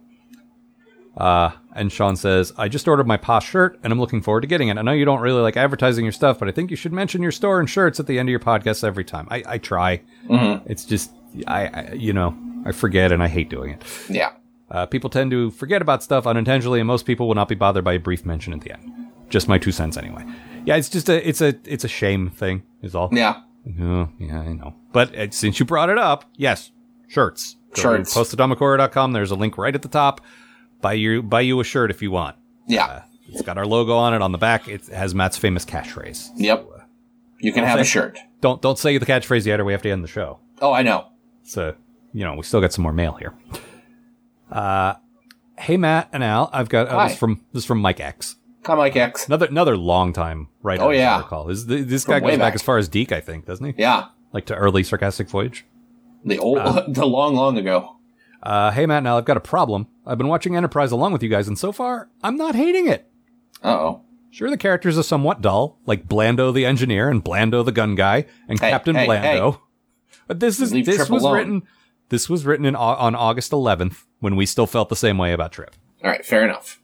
Speaker 3: Uh, and Sean says, I just ordered my Pa shirt and I'm looking forward to getting it. I know you don't really like advertising your stuff, but I think you should mention your store and shirts at the end of your podcast every time. I, I try.
Speaker 5: Mm-hmm.
Speaker 3: It's just, I, I, you know, I forget and I hate doing it.
Speaker 5: Yeah.
Speaker 3: Uh, people tend to forget about stuff unintentionally, and most people will not be bothered by a brief mention at the end. Just my two cents anyway. Yeah, it's just a, it's a, it's a shame thing is all.
Speaker 5: Yeah.
Speaker 3: Oh, yeah, I know. But uh, since you brought it up, yes, shirts.
Speaker 5: Shirts.
Speaker 3: Postatomicore.com. There's a link right at the top. Buy you buy you a shirt if you want.
Speaker 5: Yeah.
Speaker 3: It's got our logo on it on the back. It has Matt's famous catchphrase.
Speaker 5: yep. You can have a shirt.
Speaker 3: Don't don't say the catchphrase yet, or we have to end the show.
Speaker 5: Oh, I know.
Speaker 3: So, you know, we still got some more mail here. Uh, hey Matt and Al, I've got uh,
Speaker 5: Hi.
Speaker 3: this from this is from Mike X.
Speaker 5: Come like X.
Speaker 3: Another another long time writer.
Speaker 5: Oh,
Speaker 3: as I
Speaker 5: yeah.
Speaker 3: recall. This, this
Speaker 5: From
Speaker 3: guy
Speaker 5: way
Speaker 3: goes back
Speaker 5: back.
Speaker 3: as far as Deke, I think, doesn't he?
Speaker 5: Yeah.
Speaker 3: Like to early sarcastic voyage.
Speaker 5: The old, the long, long ago.
Speaker 3: Uh, hey, Matt, now I've got a problem. I've been watching Enterprise along with you guys, and so far, I'm not hating it.
Speaker 5: Uh oh.
Speaker 3: Sure, the characters are somewhat dull, like Blando the engineer and Blando the gun guy and
Speaker 5: Hey,
Speaker 3: Captain
Speaker 5: hey,
Speaker 3: Blando. But this is
Speaker 5: Leave
Speaker 3: this
Speaker 5: Trip
Speaker 3: was
Speaker 5: alone.
Speaker 3: written this was written in Au- on August 11th when we still felt the same way about Trip.
Speaker 5: All right, fair enough.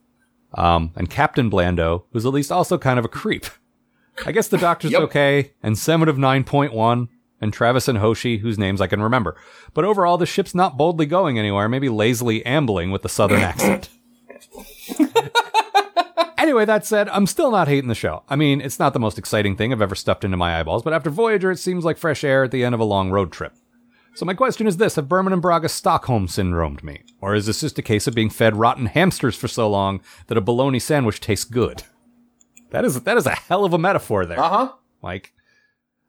Speaker 3: Um, and Captain Blando was at least also kind of a creep. I guess the Doctor's
Speaker 5: Yep.
Speaker 3: okay, and Semet of 9.1, and Travis and Hoshi, whose names I can remember. But overall, the ship's not boldly going anywhere, maybe lazily ambling with a southern accent. anyway, that said, I'm still not hating the show. I mean, it's not the most exciting thing I've ever stuffed into my eyeballs, but after Voyager, it seems like fresh air at the end of a long road trip. So my question is this: Have Berman and Braga Stockholm syndromed me, or is this just a case of being fed rotten hamsters for so long that a bologna sandwich tastes good? That is that is a hell of a metaphor there,
Speaker 5: Uh huh.
Speaker 3: Mike.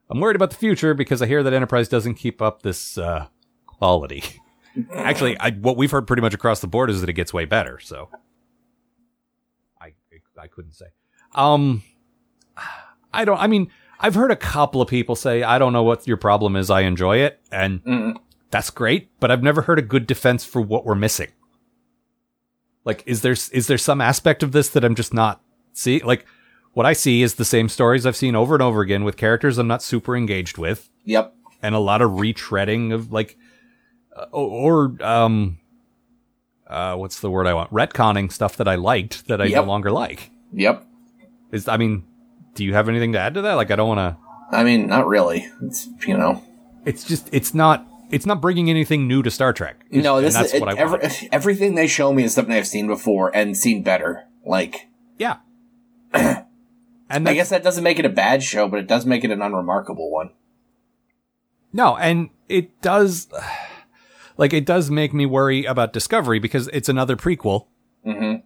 Speaker 3: I'm worried about the future because I hear that Enterprise doesn't keep up this uh, quality. Actually, I, what we've heard pretty much across the board is that it gets way better. So, I I couldn't say. Um, I don't. I mean, I've heard a couple of people say, "I don't know what your problem is. I enjoy it," and that's great, but I've never heard a good defense for what we're missing. Like, is there is there some aspect of this that I'm just not see? Like, what I see is the same stories I've seen over and over again with characters I'm not super engaged with,
Speaker 5: Yep.
Speaker 3: and a lot of retreading of like, uh, or um, uh, what's the word I want? Retconning stuff that I liked that I
Speaker 5: Yep.
Speaker 3: no longer like.
Speaker 5: Yep.
Speaker 3: Is I mean, do you have anything to add to that? Like, I don't want to.
Speaker 5: I mean, not really. It's you know.
Speaker 3: It's just it's not it's not bringing anything new to Star Trek.
Speaker 5: No,
Speaker 3: And
Speaker 5: this
Speaker 3: that's
Speaker 5: is
Speaker 3: what I
Speaker 5: it- every-
Speaker 3: want.
Speaker 5: everything they show me is something I've seen before and seen better. Like
Speaker 3: Yeah. and
Speaker 5: I
Speaker 3: that's-
Speaker 5: guess that doesn't make it a bad show, but it does make it an unremarkable one.
Speaker 3: no, and it does like it does make me worry about Discovery because it's another prequel.
Speaker 5: Mhm.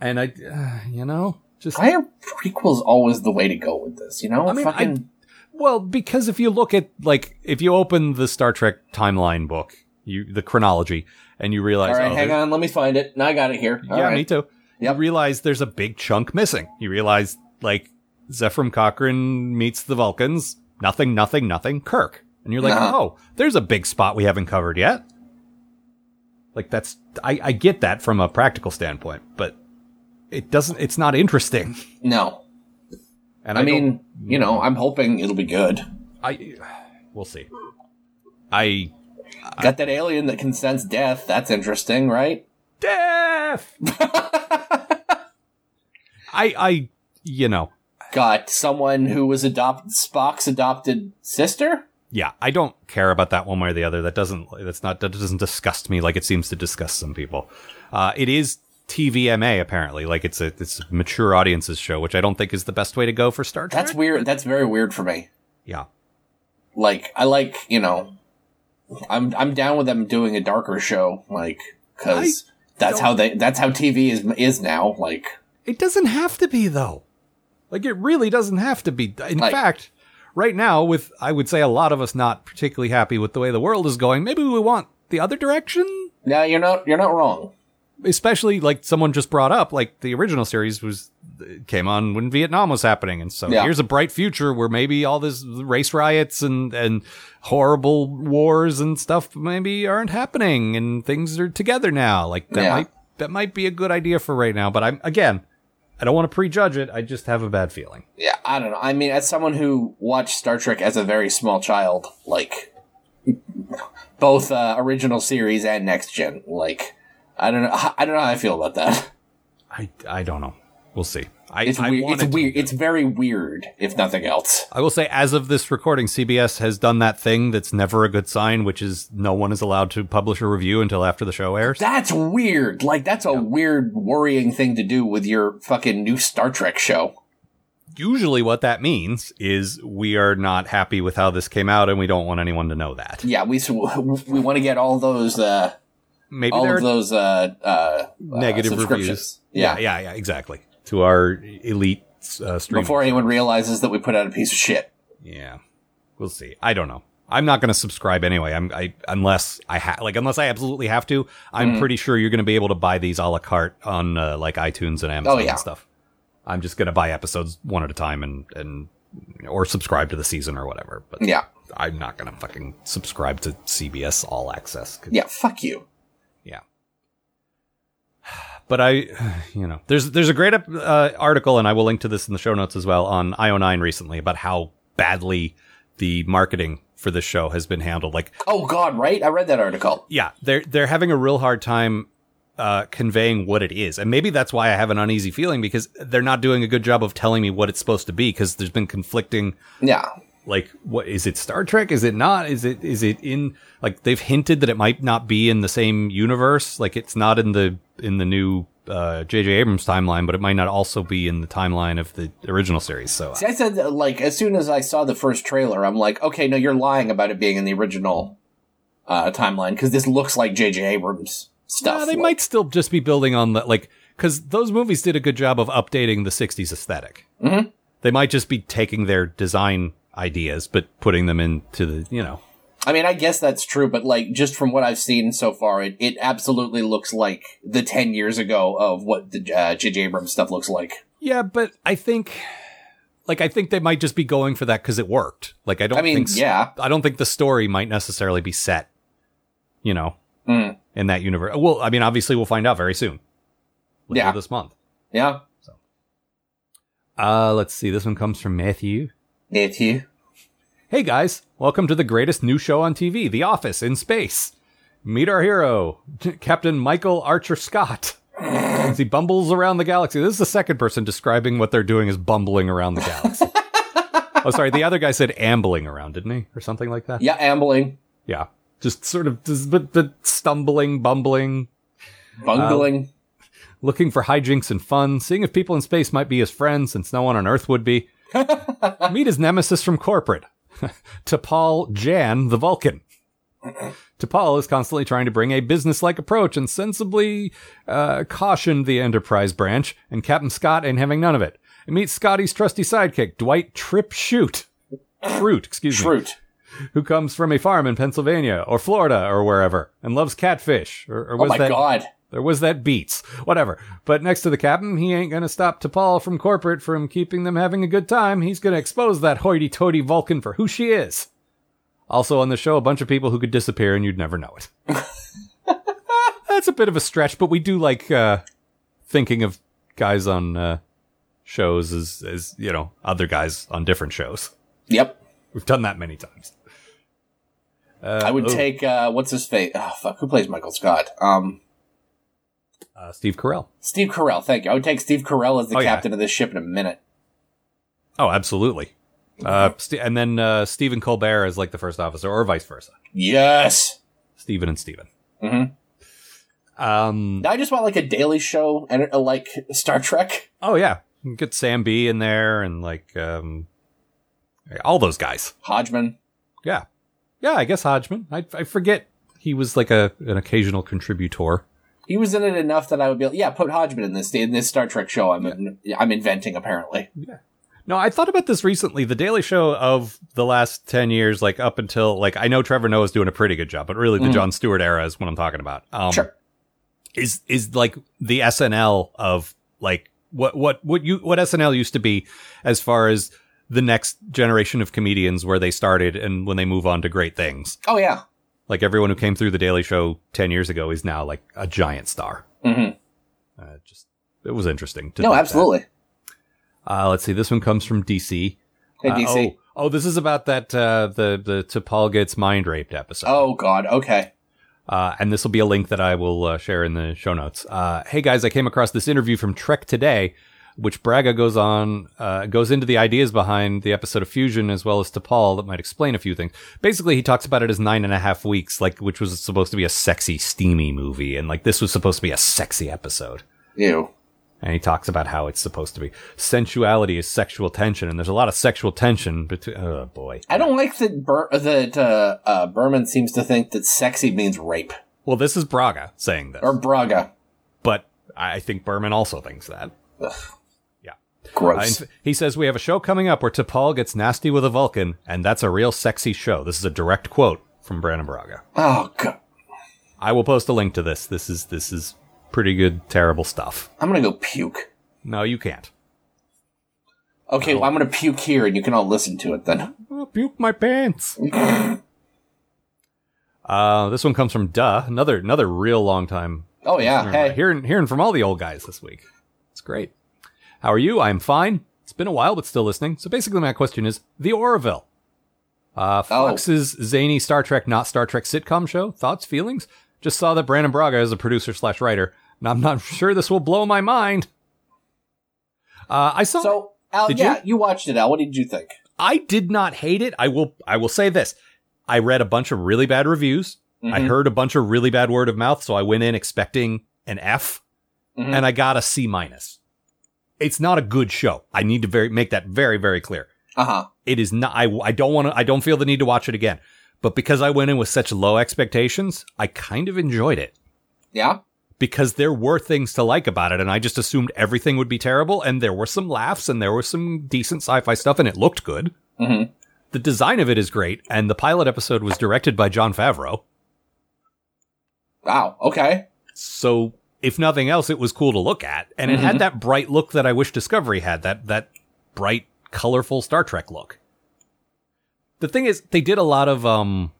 Speaker 3: And I uh, you know, just
Speaker 5: Why are prequels always the way to go with this? You know,
Speaker 3: I mean,
Speaker 5: fucking
Speaker 3: well, because if you look at like if you open the Star Trek timeline book, you the chronology and you realize
Speaker 5: all right,
Speaker 3: oh,
Speaker 5: hang
Speaker 3: there's-
Speaker 5: on, let me find it. Now I got it here. All
Speaker 3: yeah,
Speaker 5: right.
Speaker 3: me too.
Speaker 5: Yep.
Speaker 3: You realize there's a big chunk missing. You realize, like, Zephram Cochrane meets the Vulcans, nothing, nothing, nothing, Kirk. And you're like,
Speaker 5: Uh-huh.
Speaker 3: oh, there's a big spot we haven't covered yet. Like, that's, I, I get that from a practical standpoint, but it doesn't, it's not interesting.
Speaker 5: No,
Speaker 3: And
Speaker 5: I,
Speaker 3: I, don't-
Speaker 5: mean, you know, I'm hoping it'll be good.
Speaker 3: I, we'll see. I,
Speaker 5: got that alien that consents death. That's interesting, right?
Speaker 3: death! I, I, you know,
Speaker 5: Got someone who was adopted Spock's adopted sister.
Speaker 3: yeah, I don't care about that one way or the other. That doesn't that's not that doesn't disgust me like it seems to disgust some people. Uh, it is TVMA apparently, like it's a it's a mature audiences show, which I don't think is the best way to go for Star Trek.
Speaker 5: That's weird. That's very weird for me.
Speaker 3: yeah,
Speaker 5: Like I like you know, I'm I'm down with them doing a darker show, like because that's how they that's how TV is is now. Like
Speaker 3: it doesn't have to be though. Like it really doesn't have to be. In
Speaker 5: Like-
Speaker 3: fact, right now with I would say a lot of us not particularly happy with the way the world is going. Maybe we want the other direction.
Speaker 5: no, you're not you're not wrong.
Speaker 3: especially like someone just brought up like the original series was came on when Vietnam was happening and so
Speaker 5: Yeah.
Speaker 3: here's a bright future where maybe all this race riots and and horrible wars and stuff maybe aren't happening and things are together now like that
Speaker 5: Yeah.
Speaker 3: might that might be a good idea for right now but I'm again I don't want to prejudge it I just have a bad feeling
Speaker 5: Yeah, I don't know. I mean, as someone who watched Star Trek as a very small child, like both uh, original series and next gen, like I don't know. I don't know how I feel about that.
Speaker 3: I I don't know we'll see I
Speaker 5: It's
Speaker 3: I
Speaker 5: weird.
Speaker 3: want
Speaker 5: It's
Speaker 3: it to be
Speaker 5: weird.
Speaker 3: good.
Speaker 5: It's very weird, if nothing else.
Speaker 3: I will say, as of this recording, CBS has done that thing that's never a good sign, which is no one is allowed to publish a review until after the show airs.
Speaker 5: That's weird. Like that's a weird, worrying thing to do with your fucking new Star Trek show.
Speaker 3: Usually, what that means is we are not happy with how this came out, and we don't want anyone to know that.
Speaker 5: Yeah, we s- we want to get all those uh,
Speaker 3: Maybe
Speaker 5: all
Speaker 3: there
Speaker 5: of
Speaker 3: are
Speaker 5: those uh, uh,
Speaker 3: negative
Speaker 5: uh,
Speaker 3: reviews.
Speaker 5: subscriptions. Yeah.
Speaker 3: yeah, yeah, exactly. To our elite uh, streaming.
Speaker 5: Before anyone realizes that we put out a piece of shit.
Speaker 3: Yeah, we'll see. I don't know. I'm not going to subscribe anyway. I'm I unless I ha- like unless I absolutely have to. I'm
Speaker 5: Mm-hmm.
Speaker 3: pretty sure you're going to be able to buy these a la carte on uh, like iTunes and Amazon
Speaker 5: Oh, yeah.
Speaker 3: and stuff. I'm just going to buy episodes one at a time and and or subscribe to the season or whatever. But
Speaker 5: Yeah.
Speaker 3: I'm not going to fucking subscribe to CBS All Access. 'cause-
Speaker 5: Yeah. Fuck you.
Speaker 3: But I, you know, there's there's a great uh, article, and I will link to this in the show notes as well on IO9 recently about how badly the marketing for this show has been handled. Like,
Speaker 5: Oh God, right? I read that article.
Speaker 3: yeah, they're they're having a real hard time uh, conveying what it is, and maybe that's why I have an uneasy feeling because they're not doing a good job of telling me what it's supposed to be because there's been conflicting
Speaker 5: Yeah.
Speaker 3: like what is it star trek is it not is it is it in like they've hinted that it might not be in the same universe like it's not in the in the new uh jj abrams timeline but it might not also be in the timeline of the original series so uh,
Speaker 5: See, I said that, like as soon as I saw the first trailer, I'm like, okay, no, you're lying about it being in the original uh, timeline because this looks like J.J. Abrams stuff.
Speaker 3: Yeah, they
Speaker 5: Like,
Speaker 3: might still just be building on the like because those movies did a good job of updating the 60s esthetic mm-hmm. they might just be taking their design ideas but putting them into the you know
Speaker 5: I mean, I guess that's true, but like just from what I've seen so far, it, it absolutely looks like the ten years ago of what the uh, J.J. Abrams stuff looks like.
Speaker 3: Yeah, but I think, like, I think they might just be going for that because it worked. Like, I don't
Speaker 5: I mean,
Speaker 3: think, s-
Speaker 5: yeah.
Speaker 3: I don't think the story might necessarily be set, you know,
Speaker 5: Mm.
Speaker 3: in that universe. Well, I mean, obviously, we'll find out very soon. Later
Speaker 5: Yeah.
Speaker 3: this month.
Speaker 5: Yeah,
Speaker 3: Uh, let's see. This one comes from Matthew.
Speaker 5: Matthew.
Speaker 3: Hey guys, welcome to the greatest new show on TV, The Office in Space. Meet our hero, Captain Michael Archer Scott. As he bumbles around the galaxy. This is the second person describing what they're doing as bumbling around the galaxy. oh, sorry, the other guy said ambling around, didn't he? Or something like that?
Speaker 5: Yeah, ambling,
Speaker 3: Yeah. Just sort of just, but, but stumbling, bumbling, Um,
Speaker 5: bungling.
Speaker 3: looking for hijinks and fun, seeing if people in space might be his friends since no one on Earth would be. Meet his nemesis from corporate, T'Pol Jan the Vulcan. T'Pol is constantly trying to bring a business-like approach and sensibly uh, cautioned the Enterprise branch, and Captain Scott ain't having none of it. And meet Scotty's trusty sidekick, Dwight Trip Shoot. Shroot, excuse me
Speaker 5: Shroot.
Speaker 3: who comes from a farm in Pennsylvania or Florida or wherever and loves catfish or, or
Speaker 5: Oh
Speaker 3: was
Speaker 5: my
Speaker 3: that
Speaker 5: God.
Speaker 3: there was that beats whatever but next to the captain he ain't gonna stop T'Pol from corporate from keeping them having a good time he's gonna expose that hoity-toity Vulcan for who she is also on the show a bunch of people who could disappear and you'd never know it that's a bit of a stretch but we do like uh thinking of guys on uh shows as as you know other guys on different shows
Speaker 5: Yep.
Speaker 3: we've done that many times uh,
Speaker 5: I would
Speaker 3: oh.
Speaker 5: take uh, what's his face? Oh, fuck, who plays Michael Scott? Um,
Speaker 3: uh, Steve Carell.
Speaker 5: Steve Carell. Thank you. I would take Steve Carell as the
Speaker 3: Oh, yeah.
Speaker 5: captain of this ship in a minute.
Speaker 3: Oh, absolutely. Uh, St- and then uh, Stephen Colbert is like the first officer, or vice versa.
Speaker 5: Yes.
Speaker 3: Stephen and Stephen.
Speaker 5: Mhm.
Speaker 3: Um.
Speaker 5: Now I just want like a Daily Show and uh, like Star Trek.
Speaker 3: Oh yeah, get Sam B in there, and like um, all those guys.
Speaker 5: Hodgman.
Speaker 3: Yeah, yeah. I guess Hodgman. I I forget he was like a an occasional contributor.
Speaker 5: He was in it enough that I would be like, yeah, put Hodgman in this in this Star Trek show. I'm I'm inventing apparently.
Speaker 3: No, I thought about this recently. The Daily Show of the last 10 years, like up until, like, I know Trevor Noah's doing a pretty good job, but really the John Stewart era is what I'm talking about. Um,
Speaker 5: Sure.
Speaker 3: Is, is like the SNL of, like, what, what, what you, what SNL used to be as far as the next generation of comedians where they started and when they move on to great things.
Speaker 5: Oh yeah.
Speaker 3: Like, everyone who came through the Daily Show 10 years ago is now, like, a giant star.
Speaker 5: hmm
Speaker 3: Uh, just, it was interesting to
Speaker 5: No,
Speaker 3: think that.
Speaker 5: absolutely.
Speaker 3: Uh, let's see. This one comes from DC.
Speaker 5: Hey,
Speaker 3: Uh,
Speaker 5: DC.
Speaker 3: oh, oh, this is about that uh, the the T'Pol gets mind raped episode.
Speaker 5: oh. God. Okay.
Speaker 3: Uh, and this will be a link that I will uh, share in the show notes. Uh, hey guys, I came across this interview from Trek Today, which Braga goes on uh, goes into the ideas behind the episode of Fusion as well as T'Pol that might explain a few things. Basically, he talks about it as nine and a half weeks, like which was supposed to be a sexy, steamy movie, and like this was supposed to be a sexy episode.
Speaker 5: Ew.
Speaker 3: And he talks about how it's supposed to be sensuality is sexual tension, and there's a lot of sexual tension between. Oh boy.
Speaker 5: I don't like that. Bur- that uh, uh, Berman seems to think that sexy means rape
Speaker 3: Well, this is Braga saying this,
Speaker 5: or Braga.
Speaker 3: but I think Berman also thinks that. Uh, in
Speaker 5: Gross.
Speaker 3: f- he says we have a show coming up where T'Pol gets nasty with a Vulcan, and that's a real sexy show. This is a direct quote from Brandon Braga.
Speaker 5: oh God.
Speaker 3: I will post a link to this. This is this is pretty good, terrible stuff.
Speaker 5: I'm gonna go puke.
Speaker 3: No, you can't.
Speaker 5: Okay, well, I'm gonna puke here, and you can all listen to it then.
Speaker 3: Oh, puke my pants. uh, this one comes from Duh, another another real long time
Speaker 5: Oh yeah.
Speaker 3: Remember,
Speaker 5: Hey.
Speaker 3: hearing hearing from all the old guys this week. It's great. How are you? I'm fine. It's been a while, but still listening. So basically, my question is the Oroville,
Speaker 5: Oh.
Speaker 3: uh, Fox's zany Star Trek not Star Trek sitcom show. Thoughts, feelings? Just saw that Brandon Braga is a producer slash writer, and I'm not sure this will blow my mind. Uh, I saw.
Speaker 5: So Al,
Speaker 3: Did
Speaker 5: yeah, you? watched it, Al. What did you think?
Speaker 3: I did not hate it. I will. I will say this. I read a bunch of really bad reviews. I
Speaker 5: Mhm.
Speaker 3: heard a bunch of really bad word of mouth, so I went in expecting an F,
Speaker 5: Mhm.
Speaker 3: and I got a C minus. It's not a good show. I need to very make that very very clear.
Speaker 5: Uh huh.
Speaker 3: It is not. I I don't want to. I don't feel the need to watch it again. But because I went in with such low expectations, I kind of enjoyed it
Speaker 5: Yeah.
Speaker 3: because there were things to like about it, and I just assumed everything would be terrible. And there were some laughs, and there was some decent sci-fi stuff, and it looked good.
Speaker 5: Mhm.
Speaker 3: The design of it is great, and the pilot episode was directed by John Favreau.
Speaker 5: Wow. Okay.
Speaker 3: So, if nothing else, it was cool to look at, and it had that bright look that I wish Discovery had that that bright, colorful Star Trek look. The thing is, they did a lot of um,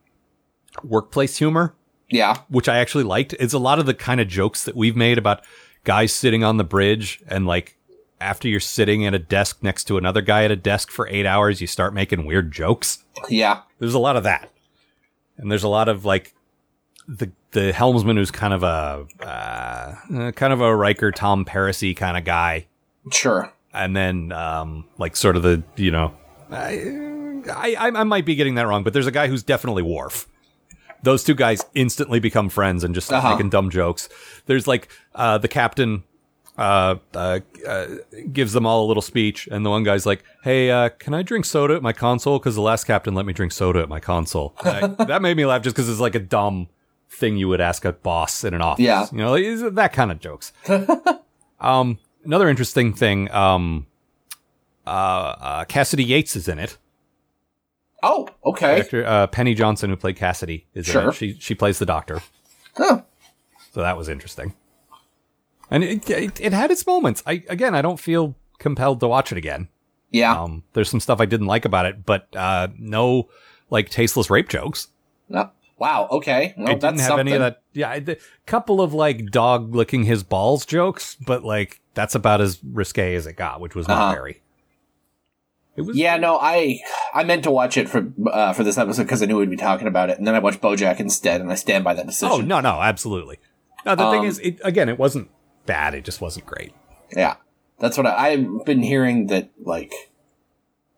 Speaker 3: workplace humor
Speaker 5: Yeah.
Speaker 3: which I actually liked. It's a lot of the kind of jokes that we've made about guys sitting on the bridge and like after you're sitting at a desk next to another guy at a desk for eight hours, you start making weird jokes.
Speaker 5: Yeah.
Speaker 3: There's a lot of that. And there's a lot of like the the helmsman who's kind of a uh, uh, kind of a Riker Tom Parisi kind of guy
Speaker 5: Sure.
Speaker 3: and then um, like sort of the you know I, I I might be getting that wrong, but there's a guy who's definitely Worf. Those two guys instantly become friends and just start
Speaker 5: Uh-huh.
Speaker 3: making dumb jokes. There's like uh, the captain uh, uh, uh, gives them all a little speech, and the one guy's like, "Hey, uh, can I drink soda at my console? Because the last captain let me drink soda at my console." And I- that made me laugh just because it's like a dumb thing you would ask a boss in an office.
Speaker 5: Yeah.
Speaker 3: you know like, is- that kind of jokes. um, another interesting thing. Um, uh, uh, Cassidy Yates is in it.
Speaker 5: Oh. Okay.
Speaker 3: Actor, uh, Penny Johnson, who played Cassidy, is in
Speaker 5: Sure.
Speaker 3: it. She she plays the doctor,
Speaker 5: Huh.
Speaker 3: so that was interesting. And it, it it had its moments. I again, I don't feel compelled to watch it again.
Speaker 5: Yeah.
Speaker 3: Um, there's some stuff I didn't like about it, but uh, no, like tasteless rape jokes.
Speaker 5: No. Wow. Okay. Well,
Speaker 3: I didn't
Speaker 5: that's
Speaker 3: have
Speaker 5: something.
Speaker 3: any of that. Yeah, I- the couple of like dog licking his balls jokes, but like that's about as risque as it got, which was not
Speaker 5: Uh-huh.
Speaker 3: very. It was
Speaker 5: Yeah. No. I I meant to watch it for uh, for this episode because I knew we'd be talking about it, and then I watched BoJack instead, and I stand by that decision.
Speaker 3: Oh no, no, absolutely. No, the thing
Speaker 5: Um,
Speaker 3: is, it, again, it wasn't bad. It just wasn't great.
Speaker 5: Yeah. That's what I, I've been hearing that, like,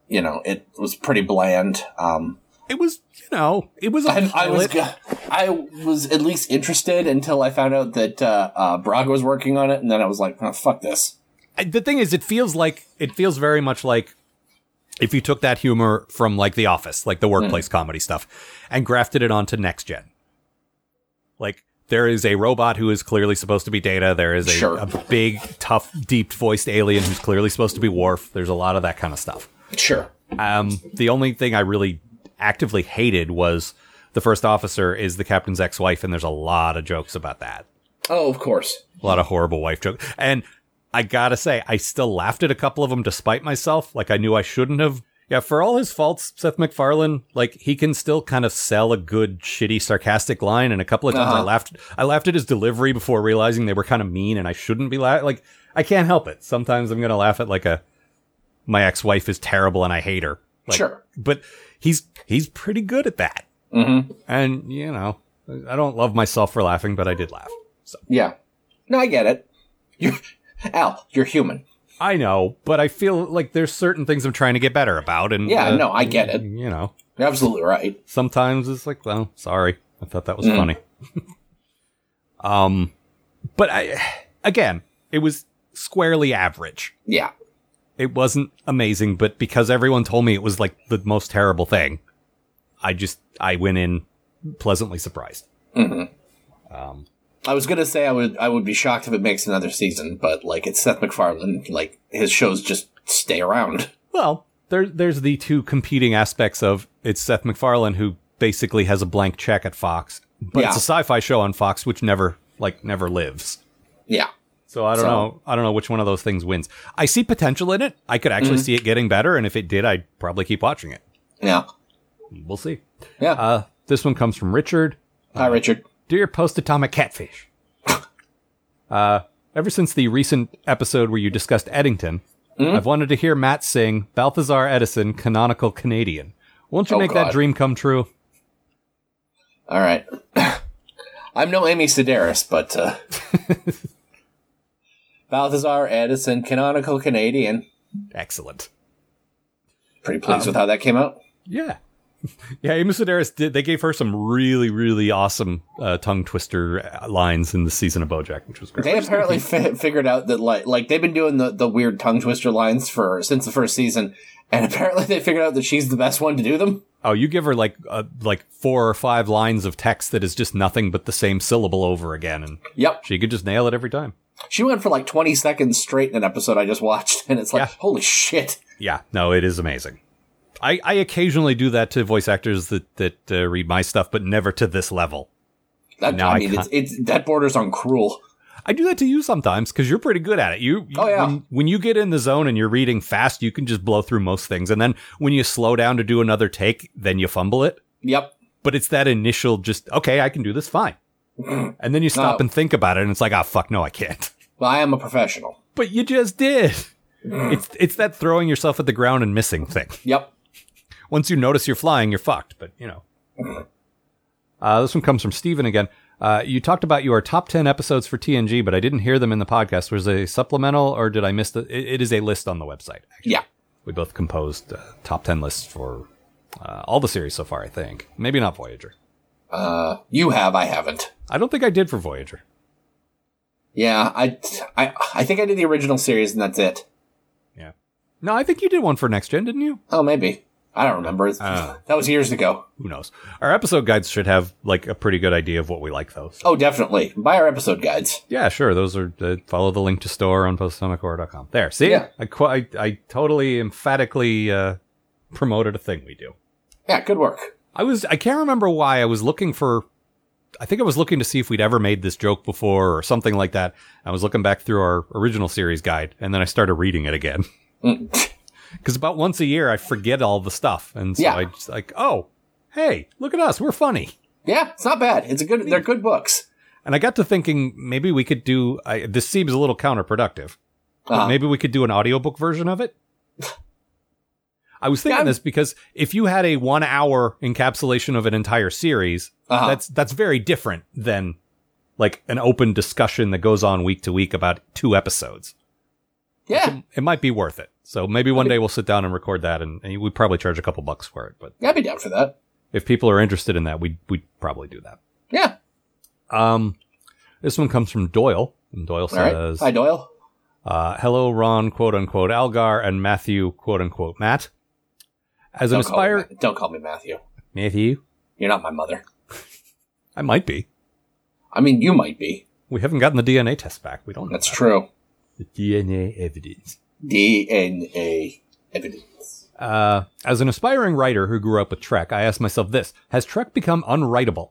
Speaker 5: you know, it was pretty bland. Um,
Speaker 3: It was, you know, it was a
Speaker 5: I, I was,
Speaker 3: pilot.
Speaker 5: g- I was at least interested until I found out that, uh, uh, Braga was working on it, and then I was like, oh, fuck this.
Speaker 3: I- the thing is, it feels like it feels very much like if you took that humor from like The Office, like the workplace comedy stuff, and grafted it onto next gen. Like there is a robot who is clearly supposed to be Data. There is a,
Speaker 5: Sure.
Speaker 3: a big, tough, deep voiced alien who's clearly supposed to be Worf. There's a lot of that kind of stuff.
Speaker 5: Sure.
Speaker 3: Um, the only thing I really actively hated was the first officer is the captain's ex-wife, and there's a lot of jokes about that,
Speaker 5: Oh, of course.
Speaker 3: a lot of horrible wife jokes. And I gotta say, I still laughed at a couple of them despite myself. Like I knew I shouldn't have. Yeah, for all his faults, Seth MacFarlane, like he can still kind of sell a good, shitty, sarcastic line. And a couple of times I
Speaker 5: Uh-huh.
Speaker 3: laughed. I laughed at his delivery before realizing they were kind of mean, and I shouldn't be laughing. Like I can't help it. Sometimes I'm gonna laugh at like a my ex-wife is terrible and I hate her. Like,
Speaker 5: sure.
Speaker 3: but he's he's pretty good at that.
Speaker 5: Mm-hmm.
Speaker 3: And you know, I don't love myself for laughing, but I did laugh.
Speaker 5: Yeah. No, I get it. You're, Al, you're human.
Speaker 3: I know, but I feel like there's certain things I'm trying to get better about. And
Speaker 5: Yeah,
Speaker 3: uh,
Speaker 5: no, I get it.
Speaker 3: You know,
Speaker 5: You're absolutely right.
Speaker 3: sometimes it's like, well, sorry, I thought that was
Speaker 5: Mm.
Speaker 3: funny. um, but I again, it was squarely average.
Speaker 5: Yeah.
Speaker 3: It wasn't amazing, but because everyone told me it was like the most terrible thing, I just I went in pleasantly surprised.
Speaker 5: I was gonna say I would I would be shocked if it makes another season, but like it's Seth MacFarlane, like his shows just stay around.
Speaker 3: Well, there, there's the two competing aspects of it's Seth MacFarlane who basically has a blank check at Fox, but
Speaker 5: Yeah.
Speaker 3: it's a sci-fi show on Fox which never like never lives.
Speaker 5: Yeah.
Speaker 3: So I don't
Speaker 5: So-
Speaker 3: know. I don't know which one of those things wins. I see potential in it. I could
Speaker 5: Mm-hmm.
Speaker 3: actually see it getting better, and if it did, I'd probably keep watching it.
Speaker 5: Yeah.
Speaker 3: We'll see.
Speaker 5: Yeah.
Speaker 3: Uh, this one comes from Richard.
Speaker 5: Hi, Richard.
Speaker 3: Dear post atomic catfish. Uh, ever since the recent episode where you discussed Eddington,
Speaker 5: Hmm?
Speaker 3: I've wanted to hear Matt sing Balthazar Edison, canonical Canadian. Won't you
Speaker 5: Oh,
Speaker 3: make
Speaker 5: God.
Speaker 3: that dream come true?
Speaker 5: All right. I'm no Amy Sedaris, but uh, Balthazar Edison, canonical Canadian.
Speaker 3: Excellent.
Speaker 5: Pretty
Speaker 3: Um,
Speaker 5: pleased with how that came out.
Speaker 3: Yeah. Yeah, Amy Sedaris did. They gave her some really, really awesome uh, tongue twister uh, lines in the season of BoJack, which was great.
Speaker 5: They apparently fi- figured out that like like they've been doing the, the weird tongue twister lines for since the first season, and apparently they figured out that she's the best one to do them.
Speaker 3: Oh, you give her like uh, like four or five lines of text that is just nothing but the same syllable over again, and
Speaker 5: Yep,
Speaker 3: she could just nail it every time.
Speaker 5: she went for like twenty seconds straight in an episode I just watched, and it's like
Speaker 3: Yeah.
Speaker 5: holy shit.
Speaker 3: Yeah, no, it is amazing. I, I occasionally do that to voice actors that that uh, read my stuff, but never to this level.
Speaker 5: That,
Speaker 3: Now
Speaker 5: I
Speaker 3: I
Speaker 5: mean, it's, it's that borders on cruel.
Speaker 3: I do that to you sometimes because you're pretty good at it. You, you-
Speaker 5: Oh, yeah.
Speaker 3: when, when you get in the zone and you're reading fast, you can just blow through most things, and then when you slow down to do another take, then you fumble it.
Speaker 5: Yep,
Speaker 3: But it's that initial just okay, I can do this fine, and then you stop
Speaker 5: No.
Speaker 3: and think about it, and it's like, ah, fuck, no, I can't.
Speaker 5: well, I am a professional.
Speaker 3: But you just did. it's it's that throwing yourself at the ground and missing thing.
Speaker 5: Yep,
Speaker 3: Once you notice you're flying, you're fucked. But you know. Uh, this one comes from Steven again. Uh, you talked about your top ten episodes for TNG, but I didn't hear them in the podcast. Was it a supplemental, or did I miss the? It, it is a list on the website.
Speaker 5: yeah.
Speaker 3: We both composed uh, top ten lists for uh, all the series so far. I think maybe not Voyager.
Speaker 5: Uh, You have, I haven't.
Speaker 3: I don't think I did for Voyager.
Speaker 5: Yeah, I, I, I think I did the original series, and that's it.
Speaker 3: Yeah. No, I think you did one for Next Gen, didn't you?
Speaker 5: Oh, maybe. I don't remember.
Speaker 3: Oh.
Speaker 5: that was years ago.
Speaker 3: Who knows? Our episode guides should have like a pretty good idea of what we like, though. so-
Speaker 5: Oh, definitely. Buy our episode guides.
Speaker 3: Yeah, sure. Those are uh, follow the link to store on postatomichorror.com. There, see,
Speaker 5: Yeah.
Speaker 3: I, qu- I I totally emphatically uh, promoted a thing we do.
Speaker 5: Yeah, good work.
Speaker 3: I was I can't remember why I was looking for. I think I was looking to see if we'd ever made this joke before or something like that. I was looking back through our original series guide, and then I started reading it again.
Speaker 5: Mm.
Speaker 3: Because about once a year, I forget all the stuff, and so
Speaker 5: Yeah.
Speaker 3: I just like, oh, hey, look at us, we're funny.
Speaker 5: Yeah, it's not bad. It's a good. They're good books.
Speaker 3: And I got to thinking maybe we could do. I, this seems a little counterproductive, but
Speaker 5: Uh-huh.
Speaker 3: maybe we could do an audiobook version of it. I was thinking
Speaker 5: Yeah.
Speaker 3: this because if you had a one-hour encapsulation of an entire series,
Speaker 5: Uh-huh.
Speaker 3: that's that's very different than like an open discussion that goes on week to week about two episodes.
Speaker 5: Yeah,
Speaker 3: It might be worth it. So maybe one day we'll sit down and record that, and, and we probably charge a couple bucks for it. But
Speaker 5: yeah, I'd be down for that.
Speaker 3: if people are interested in that, we we'd probably do that.
Speaker 5: Yeah.
Speaker 3: Um, this one comes from Doyle, and Doyle
Speaker 5: All right.
Speaker 3: says,
Speaker 5: Hi, Doyle.
Speaker 3: uh, "Hello, Ron, quote unquote Algar, and Matthew, quote unquote Matt." As an
Speaker 5: Don't call me
Speaker 3: aspiring
Speaker 5: Ma- don't call me Matthew.
Speaker 3: Matthew,
Speaker 5: You're not my mother.
Speaker 3: I might be.
Speaker 5: I mean, you might be.
Speaker 3: We haven't gotten the DNA test back. We don't. know
Speaker 5: That's
Speaker 3: that.
Speaker 5: true.
Speaker 3: The DNA evidence.
Speaker 5: DNA evidence.
Speaker 3: Uh, as an aspiring writer who grew up with Trek, I asked myself this Has Trek become unwritable?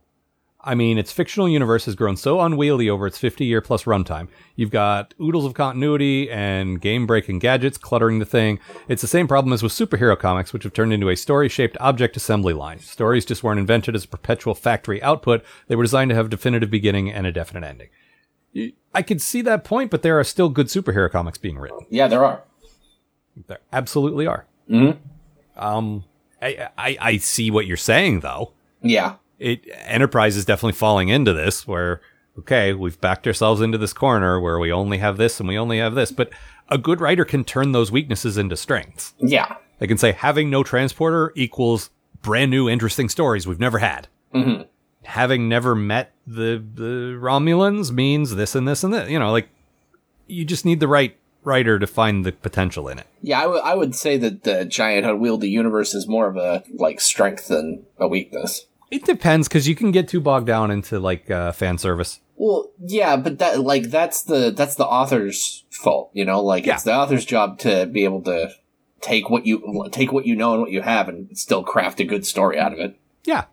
Speaker 3: I mean, its fictional universe has grown so unwieldy over its 50 year plus runtime. You've got oodles of continuity and game breaking gadgets cluttering the thing. It's the same problem as with superhero comics, which have turned into a story shaped object assembly line. Stories just weren't invented as a perpetual factory output, they were designed to have a definitive beginning and a definite ending. You- I could see that point, but there are still good superhero comics being written.
Speaker 5: Yeah, there are.
Speaker 3: There absolutely are. Um, I, I I see what you're saying though.
Speaker 5: Yeah,
Speaker 3: It Enterprise is definitely falling into this where okay, we've backed ourselves into this corner where we only have this and we only have this, but a good writer can turn those weaknesses into strengths.
Speaker 5: yeah,
Speaker 3: They can say having no transporter equals brand new interesting stories we've never had. Having never met the the Romulans means this and this and that. You know, like you just need the right writer to find the potential in it.
Speaker 5: yeah. I would- I would say that the giant unwieldy universe is more of a like strength than a weakness.
Speaker 3: It depends because you can get too bogged down into like uh, fan service.
Speaker 5: Well, yeah, but that like that's the that's the author's fault, you know. Like
Speaker 3: Yeah.
Speaker 5: it's the author's job to be able to take what you take what you know and what you have, and still craft a good story out of it.
Speaker 3: Yeah.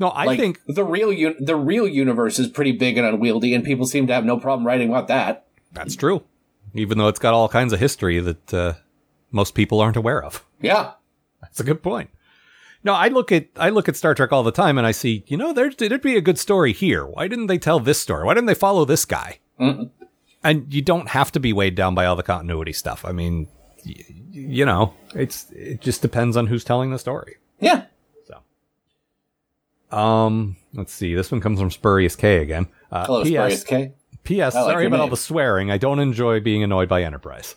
Speaker 3: No, I
Speaker 5: Like
Speaker 3: think
Speaker 5: the real un- the real universe is pretty big and unwieldy, and people seem to have no problem writing about that.
Speaker 3: that's true. Even though it's got all kinds of history that uh, most people aren't aware of.
Speaker 5: Yeah,
Speaker 3: That's a good point. No, I look at I look at Star Trek all the time, and I see you know there there'd be a good story here. Why didn't they tell this story? Why didn't they follow this guy? and you don't have to be weighed down by all the continuity stuff. I mean, y- y- you know, it's it just depends on who's telling the story.
Speaker 5: Yeah.
Speaker 3: Um, let's see. This one comes from Spurious K again. Uh,
Speaker 5: Hello,
Speaker 3: P.S.
Speaker 5: Spurious K.
Speaker 3: P.S.
Speaker 5: I like
Speaker 3: sorry
Speaker 5: your
Speaker 3: about all
Speaker 5: name.
Speaker 3: the swearing. I don't enjoy being annoyed by Enterprise.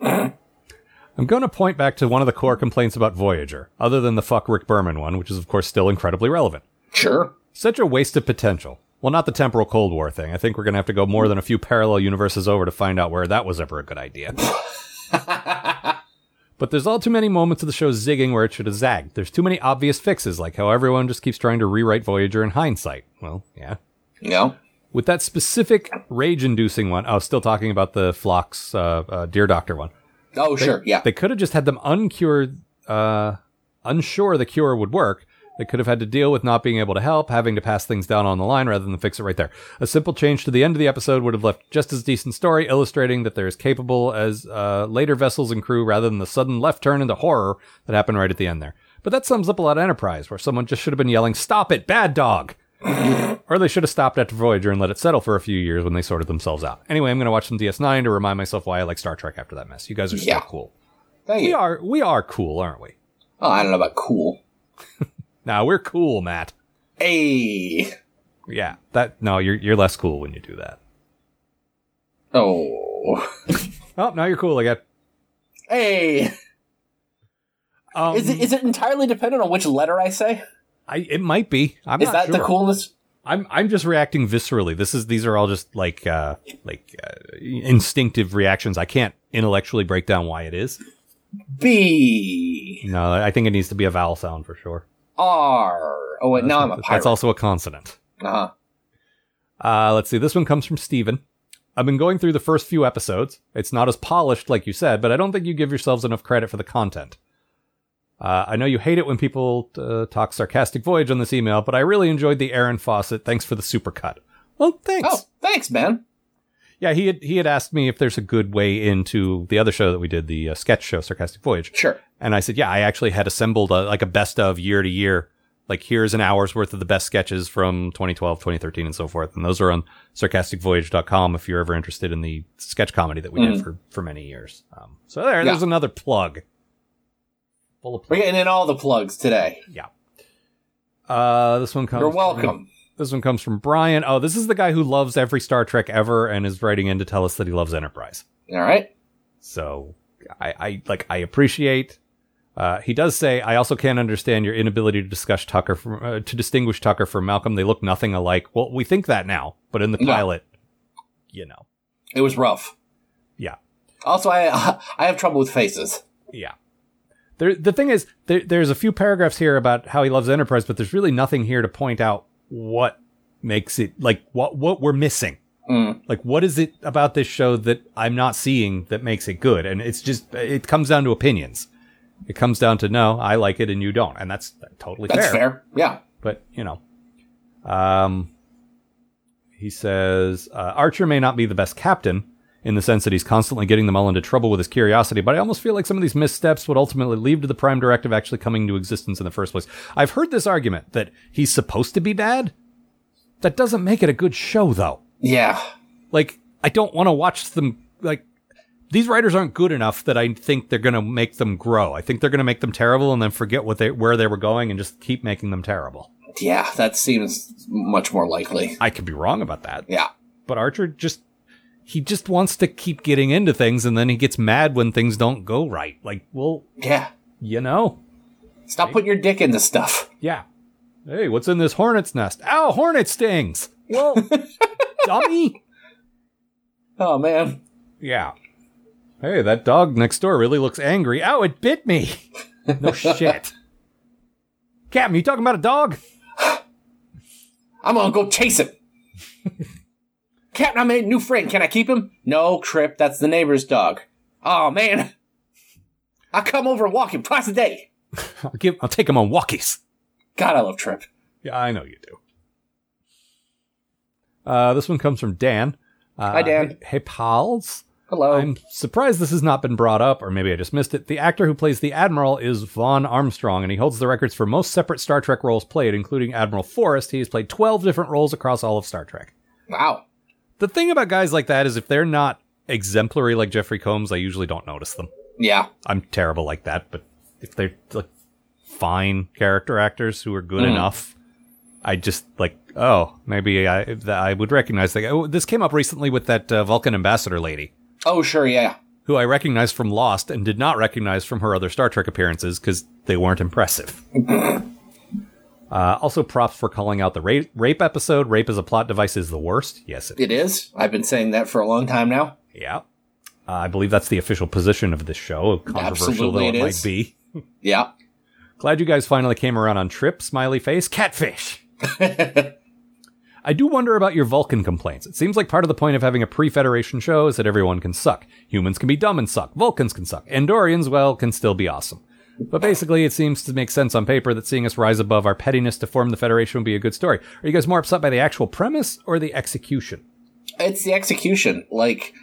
Speaker 3: I'm going to point back to one of the core complaints about Voyager, other than the fuck Rick Berman one, which is of course still incredibly relevant.
Speaker 5: Sure.
Speaker 3: Such a waste of potential. Well, not the temporal Cold War thing. I think we're going to have to go more than a few parallel universes over to find out where that was ever a good idea. but there's all too many moments of the show zigging where it should have zagged. There's too many obvious fixes, like how everyone just keeps trying to rewrite Voyager in hindsight. Well, yeah,
Speaker 5: No.
Speaker 3: with that specific rage-inducing one, I was still talking about the Flock's uh, uh, Dear Doctor one.
Speaker 5: Oh, sure. Yeah.
Speaker 3: They could have just had them uncure, uh, unsure the cure would work. They could have had to deal with not being able to help, having to pass things down on the line rather than fix it right there. A simple change to the end of the episode would have left just as decent story, illustrating that they're as capable as uh, later vessels and crew rather than the sudden left turn into horror that happened right at the end there. But that sums up a lot of Enterprise, where someone just should have been yelling, Stop it, bad dog! Or they should have stopped after Voyager and let it settle for a few years when they sorted themselves out. Anyway, I'm going to watch some DS9 to remind myself why I like Star Trek after that mess. You guys are so
Speaker 5: Yeah.
Speaker 3: cool.
Speaker 5: Thank
Speaker 3: We
Speaker 5: you.
Speaker 3: are we are cool, aren't we?
Speaker 5: Oh, I don't know about cool.
Speaker 3: Now we're cool, Matt.
Speaker 5: Hey.
Speaker 3: Yeah, that no, you're you're less cool when you do that.
Speaker 5: Oh.
Speaker 3: Oh, now you're cool again.
Speaker 5: Hey.
Speaker 3: Um,
Speaker 5: Is it, is it entirely dependent on which letter I say?
Speaker 3: I, it might be. I'm
Speaker 5: Is
Speaker 3: not
Speaker 5: that the
Speaker 3: sure.
Speaker 5: coolness?
Speaker 3: I'm I'm just reacting viscerally. This is these are all just like uh like uh, instinctive reactions. I can't intellectually break down why it is.
Speaker 5: B.
Speaker 3: No, I think it needs to be a vowel sound for sure.
Speaker 5: R. Oh, wait, now I'm a pirate.
Speaker 3: That's also a consonant.
Speaker 5: Uh-huh.
Speaker 3: Uh, let's see. This one comes from Steven. I've been going through the first few episodes. It's not as polished like you said, but I don't think you give yourselves enough credit for the content. Uh, I know you hate it when people uh, talk sarcastic voyage on this email, but I really enjoyed the Aaron Fawcett. Thanks for the supercut. Well, thanks.
Speaker 5: Oh, thanks, man.
Speaker 3: Yeah, he had he had asked me if there's a good way into the other show that we did, the uh, sketch show, Sarcastic Voyage,
Speaker 5: Sure.
Speaker 3: and I said, yeah, I actually had assembled a, like a best of year to year. Like here's an hour's worth of the best sketches from 2012, 2013, and so forth. And those are on sarcasticvoyage.com if you're ever interested in the sketch comedy that we did for, for many years. Um, so there, there's
Speaker 5: Mm-hmm. Yeah.
Speaker 3: another plug. Full of
Speaker 5: We're
Speaker 3: plug.
Speaker 5: getting in all the plugs today.
Speaker 3: Yeah. Uh, this one comes.
Speaker 5: You're
Speaker 3: from-
Speaker 5: welcome.
Speaker 3: this one comes from Brian. Oh, this is the guy who loves every Star Trek ever and is writing in to tell us that he loves Enterprise.
Speaker 5: All right.
Speaker 3: So I, I like I appreciate. Uh, he does say, "I also can't understand your inability to discuss Tucker from, uh, to distinguish Tucker from Malcolm. They look nothing alike." Well, we think that now, but in the
Speaker 5: Yeah.
Speaker 3: pilot, you know,
Speaker 5: It was rough.
Speaker 3: yeah,
Speaker 5: Also, I I have trouble with faces.
Speaker 3: yeah. There, the thing is, there, there's a few paragraphs here about how he loves Enterprise, but there's really nothing here to point out what makes it like what what we're missing.
Speaker 5: Mm.
Speaker 3: Like, what is it about this show that I'm not seeing that makes it good? And it's just, it comes down to opinions. It comes down to no, I like it and you don't, and that's totally
Speaker 5: That's fair. Yeah.
Speaker 3: But you know, um, he says uh, Archer may not be the best captain in the sense that he's constantly getting them all into trouble with his curiosity, but I almost feel like some of these missteps would ultimately lead to the Prime Directive actually coming into existence in the first place. I've heard this argument that he's supposed to be bad. That doesn't make it a good show, though
Speaker 5: Yeah.
Speaker 3: like I don't want to watch them like these writers aren't good enough that I think they're going to make them grow. I think they're going to make them terrible and then forget what they where they were going and just keep making them terrible.
Speaker 5: Yeah. That seems much more likely.
Speaker 3: I could be wrong about that,
Speaker 5: Yeah.
Speaker 3: but Archer just he just wants to keep getting into things and then he gets mad when things don't go right. Like, well,
Speaker 5: Yeah.
Speaker 3: you know.
Speaker 5: Stop putting your dick in this stuff.
Speaker 3: Yeah. Hey, what's in this hornet's nest? Ow, hornet stings. Well, dummy.
Speaker 5: Oh man.
Speaker 3: Yeah. Hey, that dog next door really looks angry. Ow, it bit me. No shit. Captain, you talking about a dog?
Speaker 5: I'm gonna go chase him. Captain, I made a new friend. Can I keep him? No, Trip. That's the neighbor's dog. Oh man. I come over and walk him twice a day.
Speaker 3: I'll give I'll take him on walkies.
Speaker 5: God, I love Trip.
Speaker 3: Yeah, I know you do. Uh, this one comes from Dan. Uh,
Speaker 5: Hi, Dan.
Speaker 3: Hey, pals.
Speaker 5: Hello.
Speaker 3: I'm surprised this has not been brought up, or maybe I just missed it. The actor who plays the Admiral is Vaughn Armstrong, and he holds the records for most separate Star Trek roles played, including Admiral Forrest. He has played 12 different roles across all of Star Trek.
Speaker 5: wow.
Speaker 3: The thing about guys like that is if they're not exemplary like Jeffrey Combs, I usually don't notice them.
Speaker 5: Yeah.
Speaker 3: I'm terrible like that, but if they're like fine character actors who are good
Speaker 5: Mm.
Speaker 3: enough, I just like oh maybe I th- I would recognize that. Oh, this came up recently with that uh, Vulcan ambassador lady
Speaker 5: Oh, sure. Yeah.
Speaker 3: who I recognized from Lost and did not recognize from her other Star Trek appearances because they weren't impressive. uh, also, props for calling out the rape, rape episode. Rape as a plot device is the worst. Yes, it is.
Speaker 5: It is. I've been saying that for a long time now.
Speaker 3: Yeah. Uh, I believe that's the official position of this show, controversial though
Speaker 5: Absolutely
Speaker 3: it,
Speaker 5: it
Speaker 3: might
Speaker 5: is.
Speaker 3: be.
Speaker 5: Yeah.
Speaker 3: Glad you guys finally came around on Trip, smiley face, catfish. I do wonder about your Vulcan complaints. It seems like part of the point of having a pre Federation show is that everyone can suck. Humans can be dumb and suck. Vulcans can suck. Andorians, well, can still be awesome. But basically, it seems to make sense on paper that seeing us rise above our pettiness to form the Federation would be a good story. Are you guys more upset by the actual premise or the execution?
Speaker 5: It's the execution. Like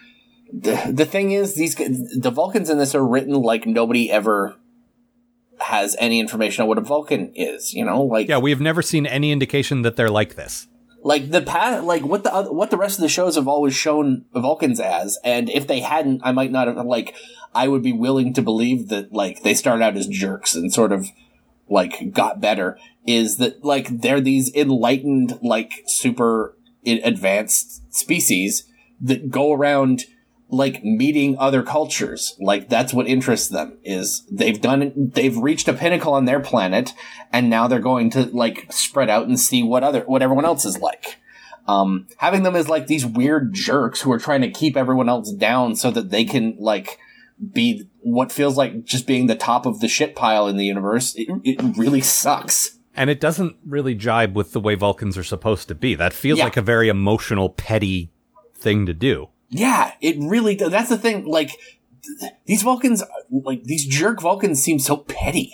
Speaker 5: the the thing is, these g- the Vulcans in this are written like nobody ever has any information on what a Vulcan is. You know, like
Speaker 3: Yeah, we have never seen any indication that they're like this.
Speaker 5: like the past, like what the oth- what the rest of the shows have always shown Vulcans as, and if they hadn't, I might not have like I would be willing to believe that like they started out as jerks and sort of like got better. Is that like they're these enlightened, like super i- advanced species that go around like meeting other cultures like that's what interests them is they've done they've reached a pinnacle on their planet and now they're going to like spread out and see what other what everyone else is like um having them as like these weird jerks who are trying to keep everyone else down so that they can like be what feels like just being the top of the shit pile in the universe it, it really sucks
Speaker 3: And it doesn't really jibe with the way Vulcans are supposed to be. That feels
Speaker 5: Yeah.
Speaker 3: like a very emotional, petty thing to do.
Speaker 5: Yeah, it really. do- That's the thing. Like th- these Vulcans, like these jerk Vulcans, seem so petty.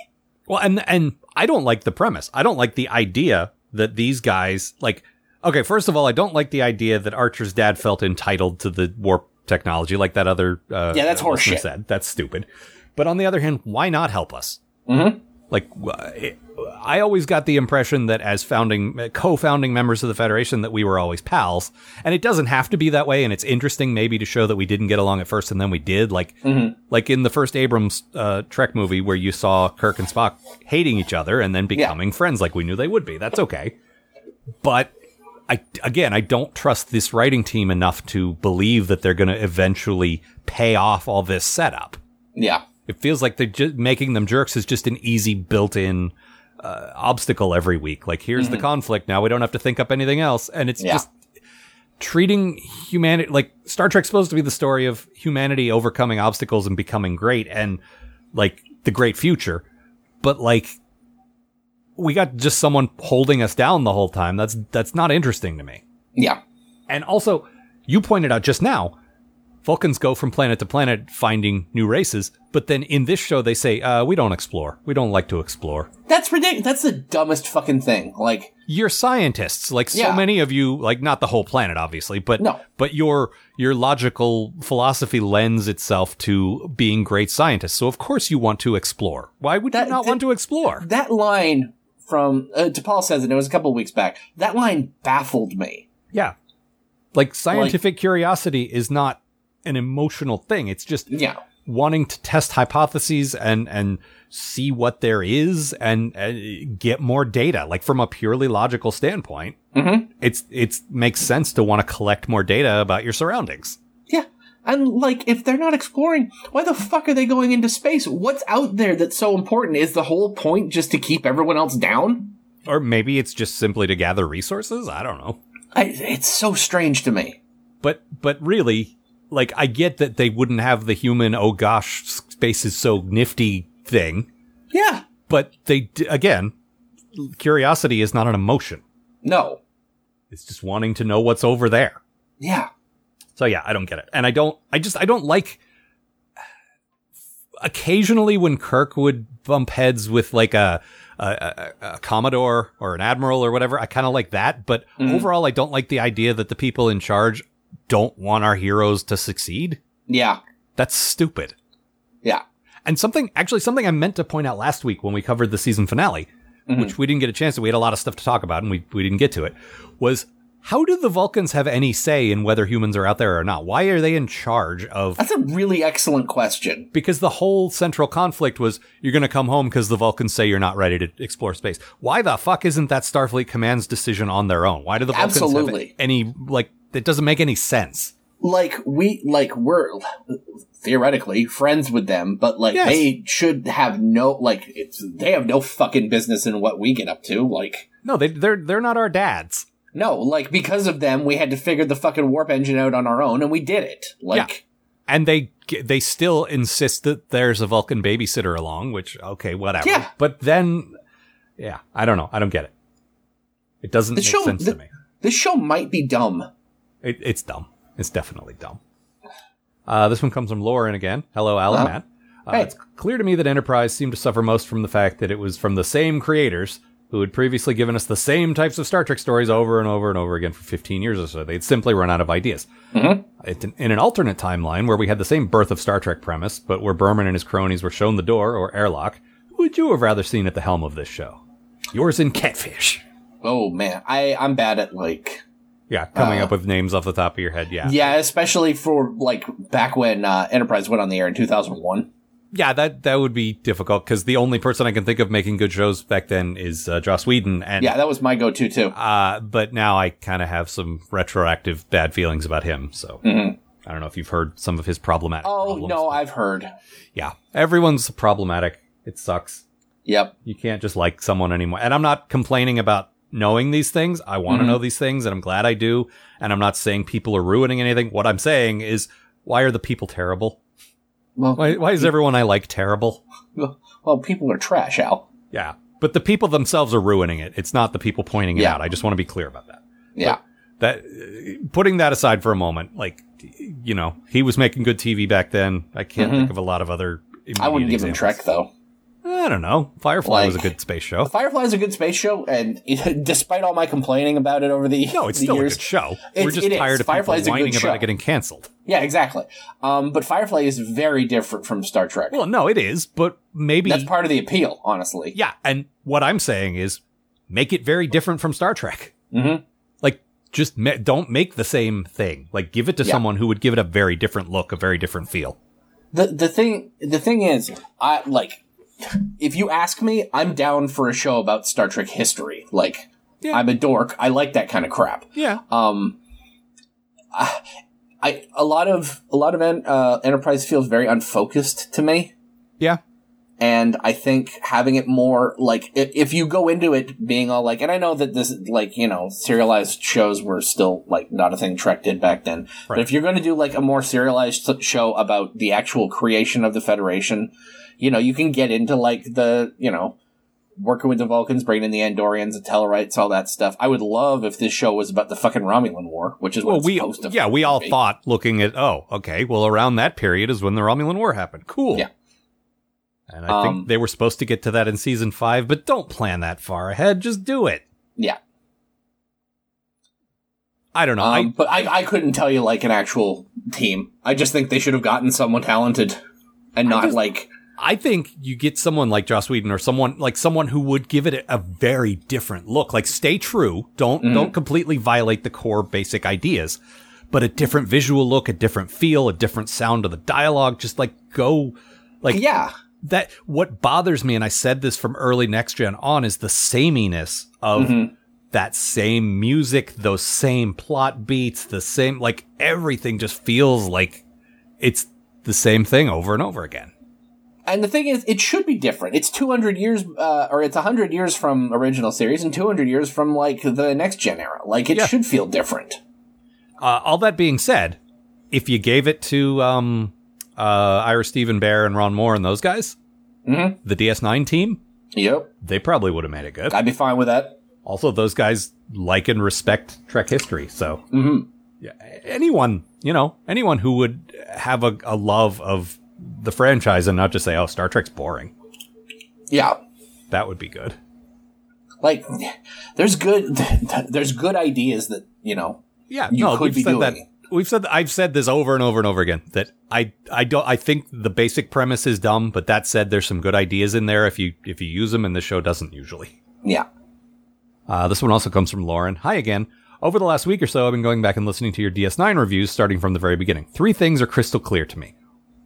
Speaker 3: Well, and and I don't like the premise. I don't like the idea that these guys like okay, first of all, I don't like the idea that Archer's dad felt entitled to the warp technology like that other uh
Speaker 5: Yeah, that's
Speaker 3: uh, listener
Speaker 5: horseshit.
Speaker 3: said. That's stupid. But on the other hand, why not help us?
Speaker 5: Mhm.
Speaker 3: Like wh- it- I always got the impression that as founding co-founding members of the Federation that we were always pals, and it doesn't have to be that way and it's interesting maybe to show that we didn't get along at first and then we did like like in the first Abrams uh, Trek movie where you saw Kirk and Spock hating each other and then becoming friends like we knew they would be. That's okay. But I again, I don't trust this writing team enough to believe that they're going to eventually pay off all this setup.
Speaker 5: Yeah,
Speaker 3: It feels like they're ju- making them jerks is just an easy built-in uh, obstacle every week. Like here's the conflict. Now we don't have to think up anything else, and it's
Speaker 5: Yeah.
Speaker 3: just treating humanity like Star Trek's supposed to be the story of humanity overcoming obstacles and becoming great, and like the great future. But like we got just someone holding us down the whole time. That's that's not interesting to me.
Speaker 5: yeah,
Speaker 3: And also, you pointed out just now, Vulcans go from planet to planet finding new races, but then in this show they say, uh, we don't explore. We don't like to explore.
Speaker 5: that's ridiculous. That's the dumbest fucking thing. Like,
Speaker 3: You're scientists, like so
Speaker 5: Yeah.
Speaker 3: many of you, like not the whole planet, obviously, but
Speaker 5: No.
Speaker 3: but your your logical philosophy lends itself to being great scientists. So of course you want to explore. Why would
Speaker 5: That-
Speaker 3: you not
Speaker 5: that-
Speaker 3: want to explore?
Speaker 5: that line from uh, DePaul says it. It was a couple of weeks back. That line baffled me.
Speaker 3: Yeah. Like scientific curiosity is not an emotional thing. It's just
Speaker 5: Yeah,
Speaker 3: wanting to test hypotheses and and see what there is and, and get more data like from a purely logical standpoint
Speaker 5: Mhm.
Speaker 3: it's it's makes sense to want to collect more data about your surroundings
Speaker 5: yeah. And like, if they're not exploring, why the fuck are they going into space? What's out there that's so important? Is the whole point just to keep everyone else down?
Speaker 3: or maybe it's just simply to gather resources i don't know
Speaker 5: I, it's so strange to me.
Speaker 3: but but really like i get that they wouldn't have the human oh gosh space is so nifty thing
Speaker 5: Yeah,
Speaker 3: but they d- again curiosity is not an emotion
Speaker 5: no,
Speaker 3: it's just wanting to know what's over there
Speaker 5: yeah.
Speaker 3: So yeah, I don't get it. And I don't I just I don't like occasionally when Kirk would bump heads with like a a, a, a commodore or an admiral or whatever, I kind of like that, but overall I don't like the idea that the people in charge don't want our heroes to succeed.
Speaker 5: Yeah.
Speaker 3: That's stupid.
Speaker 5: Yeah.
Speaker 3: And something, actually, something I meant to point out last week when we covered Mm-hmm. the season finale, which we didn't get a chance to, we had a lot of stuff to talk about and we, we didn't get to it, was How do the Vulcans have any say in whether humans are out there or not? Why are they in charge of
Speaker 5: That's a really excellent question.
Speaker 3: because the whole central conflict was you're going to come home because the Vulcans say you're not ready to explore space. Why the fuck isn't that Starfleet command's decision on their own? Why do the Vulcans
Speaker 5: Absolutely.
Speaker 3: have any like it doesn't make any sense?
Speaker 5: Like we like we're theoretically friends with them, but like
Speaker 3: Yes.
Speaker 5: they should have no like it's they have no fucking business in what we get up to. Like
Speaker 3: No, they they're they're not our dads.
Speaker 5: no, like because of them we had to figure the fucking warp engine out on our own and we did it. Like
Speaker 3: And they g- they still insist that there's a Vulcan babysitter along, which okay, whatever.
Speaker 5: Yeah.
Speaker 3: But then yeah, I don't know. I don't get it. It doesn't
Speaker 5: The
Speaker 3: make
Speaker 5: show-
Speaker 3: sense
Speaker 5: the-
Speaker 3: to me.
Speaker 5: this show might be dumb.
Speaker 3: It, it's dumb. It's definitely dumb. Uh, this one comes from Lauren again. Hello, Al and
Speaker 5: Hello.
Speaker 3: Matt. Uh,
Speaker 5: Hey.
Speaker 3: It's clear to me that Enterprise seemed to suffer most from the fact that it was from the same creators who had previously given us the same types of Star Trek stories over and over and over again for 15 years or so. They'd simply run out of ideas.
Speaker 5: Mm-hmm.
Speaker 3: It's in, in an alternate timeline where we had the same birth of Star Trek premise, but where Berman and his cronies were shown the door or airlock, who would you have rather seen at the helm of this show? Yours in Catfish.
Speaker 5: Oh man, I I'm bad at like
Speaker 3: Yeah, coming
Speaker 5: Uh,
Speaker 3: up with names off the top of your head. Yeah.
Speaker 5: yeah, especially for like back when uh, Enterprise went on the air in 2001.
Speaker 3: yeah, that that would be difficult because the only person I can think of making good shows back then is uh, Joss Whedon, and
Speaker 5: Yeah, that was my go-to too.
Speaker 3: uh, but now I kind of have some retroactive bad feelings about him. So I don't know if you've heard some of his problematic.
Speaker 5: Mm-hmm. Oh
Speaker 3: problems.
Speaker 5: no, I've heard.
Speaker 3: yeah, everyone's problematic. It sucks.
Speaker 5: Yep.
Speaker 3: You can't just like someone anymore. And I'm not complaining about knowing these things. I want to
Speaker 5: Mm-hmm.
Speaker 3: know these things, and I'm glad I do. And I'm not saying people are ruining anything. What I'm saying is, why are the people terrible?
Speaker 5: Well,
Speaker 3: Why, why is everyone I like terrible?
Speaker 5: well, people are trash, Al.
Speaker 3: Yeah. But the people themselves are ruining it. It's not the people pointing it
Speaker 5: Yeah.
Speaker 3: out. I just want to be clear about that.
Speaker 5: Yeah.
Speaker 3: That uh, putting that aside for a moment, like you know, he was making good TV back then. I can't think of a lot of other.
Speaker 5: Mm-hmm. I wouldn't
Speaker 3: immediate
Speaker 5: give him Trek
Speaker 3: examples.
Speaker 5: though.
Speaker 3: I don't know. Firefly was a
Speaker 5: Like-
Speaker 3: good space show.
Speaker 5: Firefly is a good space show, and despite all my complaining about it over the
Speaker 3: No, it's
Speaker 5: the
Speaker 3: still
Speaker 5: years,
Speaker 3: a good show. We're
Speaker 5: It's-
Speaker 3: just
Speaker 5: it is.
Speaker 3: tired of
Speaker 5: Firefly's a
Speaker 3: people
Speaker 5: good
Speaker 3: whining about
Speaker 5: show.
Speaker 3: it getting canceled.
Speaker 5: yeah, exactly. Um, but Firefly is very different from Star Trek.
Speaker 3: Well, no, it is, but maybe
Speaker 5: That's part of the appeal, honestly.
Speaker 3: Yeah, and what I'm saying is make it very different from Star Trek.
Speaker 5: Mhm.
Speaker 3: Like, just ma- don't make the same thing. Like, give it to
Speaker 5: Yeah.
Speaker 3: someone who would give it a very different look, a very different feel.
Speaker 5: the the thing the thing is i like if you ask me i'm down for a show about star trek history like
Speaker 3: Yeah.
Speaker 5: i'm a dork i like that kind of crap
Speaker 3: Yeah.
Speaker 5: um i, I a lot of a lot of en- uh, enterprise feels very unfocused to me
Speaker 3: Yeah.
Speaker 5: and I think having it more like if, if you go into it being all like, and I know that this like you know serialized shows were still like not a thing Trek did back then, but
Speaker 3: Right.
Speaker 5: if you're going to do like a more serialized s- show about the actual creation of the Federation, you know you can get into like the you know working with the Vulcans, bringing in the Andorians, the Tellarites, all that stuff. I would love if this show was about the fucking Romulan War, which is what
Speaker 3: Well,
Speaker 5: it's
Speaker 3: we
Speaker 5: supposed to
Speaker 3: yeah we all
Speaker 5: be.
Speaker 3: thought looking at oh okay well around that period is when the Romulan War happened. Cool.
Speaker 5: Yeah.
Speaker 3: And I
Speaker 5: Um,
Speaker 3: think they were supposed to get to that in season five, but don't plan that far ahead. Just do it.
Speaker 5: Yeah.
Speaker 3: I don't know.
Speaker 5: Um,
Speaker 3: I,
Speaker 5: but I, I couldn't tell you like an actual team. I just think they should have gotten someone talented and not like
Speaker 3: I think you get someone like Joss Whedon or someone like someone who would give it a very different look. Like stay true. Don't don't completely violate the core basic ideas, but a different visual look, a different feel, a different sound to the dialogue. Just like go like
Speaker 5: yeah,
Speaker 3: that what bothers me, and I said this from early next gen on, is the sameness of that same music, those same plot beats, the same like everything just feels like it's the same thing over and over again.
Speaker 5: and the thing is, it should be different. It's two hundred years, uh, or it's hundred years from original series, and two hundred years from like the next gen era. Like it
Speaker 3: Yeah.
Speaker 5: should feel different.
Speaker 3: Uh, all that being said, if you gave it to um, uh, Ira Stephen Bear and Ron Moore and those guys, the DS9 team,
Speaker 5: Yep,
Speaker 3: they probably would have made it good.
Speaker 5: I'd be fine with that.
Speaker 3: Also, those guys like and respect Trek history, so yeah, anyone you know, anyone who would have a, a love of the franchise and not just say, "Oh, Star Trek's boring,"
Speaker 5: Yeah,
Speaker 3: that would be good.
Speaker 5: like there's good, there's good ideas that you know.
Speaker 3: Yeah,
Speaker 5: you
Speaker 3: no,
Speaker 5: could
Speaker 3: we've
Speaker 5: be
Speaker 3: said
Speaker 5: doing
Speaker 3: that.
Speaker 5: it.
Speaker 3: We've said I've said this over and over and over again that I I don't I think the basic premise is dumb, but that said, there's some good ideas in there if you if you use them, and the show doesn't usually.
Speaker 5: Yeah,
Speaker 3: Uh, this one also comes from Lauren. Hi again. Over the last week or so, I've been going back and listening to your DS9 reviews starting from the very beginning. Three things are crystal clear to me.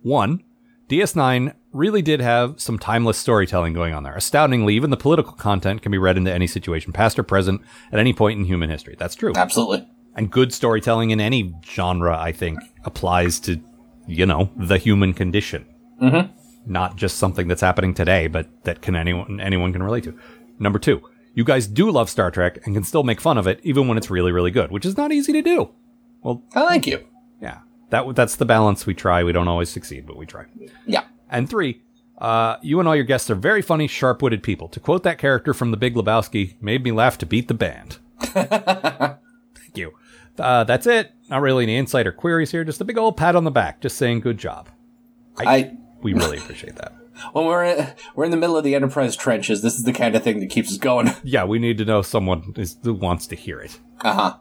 Speaker 3: One, DS9 really did have some timeless storytelling going on there. Astoundingly, even the political content can be read into any situation, past or present, at any point in human history. That's true.
Speaker 5: Absolutely.
Speaker 3: And good storytelling in any genre, I think, applies to, you know, the human condition. Not just something that's happening today, but that can anyone anyone can relate to. Number two, you guys do love Star Trek and can still make fun of it even when it's really, really good, which is not easy to do.
Speaker 5: Oh, thank you.
Speaker 3: Yeah, that that's the balance we try. We don't always succeed, but we try.
Speaker 5: Yeah.
Speaker 3: And three, uh, you and all your guests are very funny, sharp witted people. To quote that character from The Big Lebowski, made me laugh to beat the band. Thank you. Uh, that's it. Not really any insight or queries here, just a big old pat on the back, just saying good job.
Speaker 5: I
Speaker 3: We really appreciate that.
Speaker 5: when we're in, we're in the middle of the Enterprise trenches, this is the kind of thing that keeps us going.
Speaker 3: Yeah, we need to know someone is, who wants to hear it.
Speaker 5: Uh huh.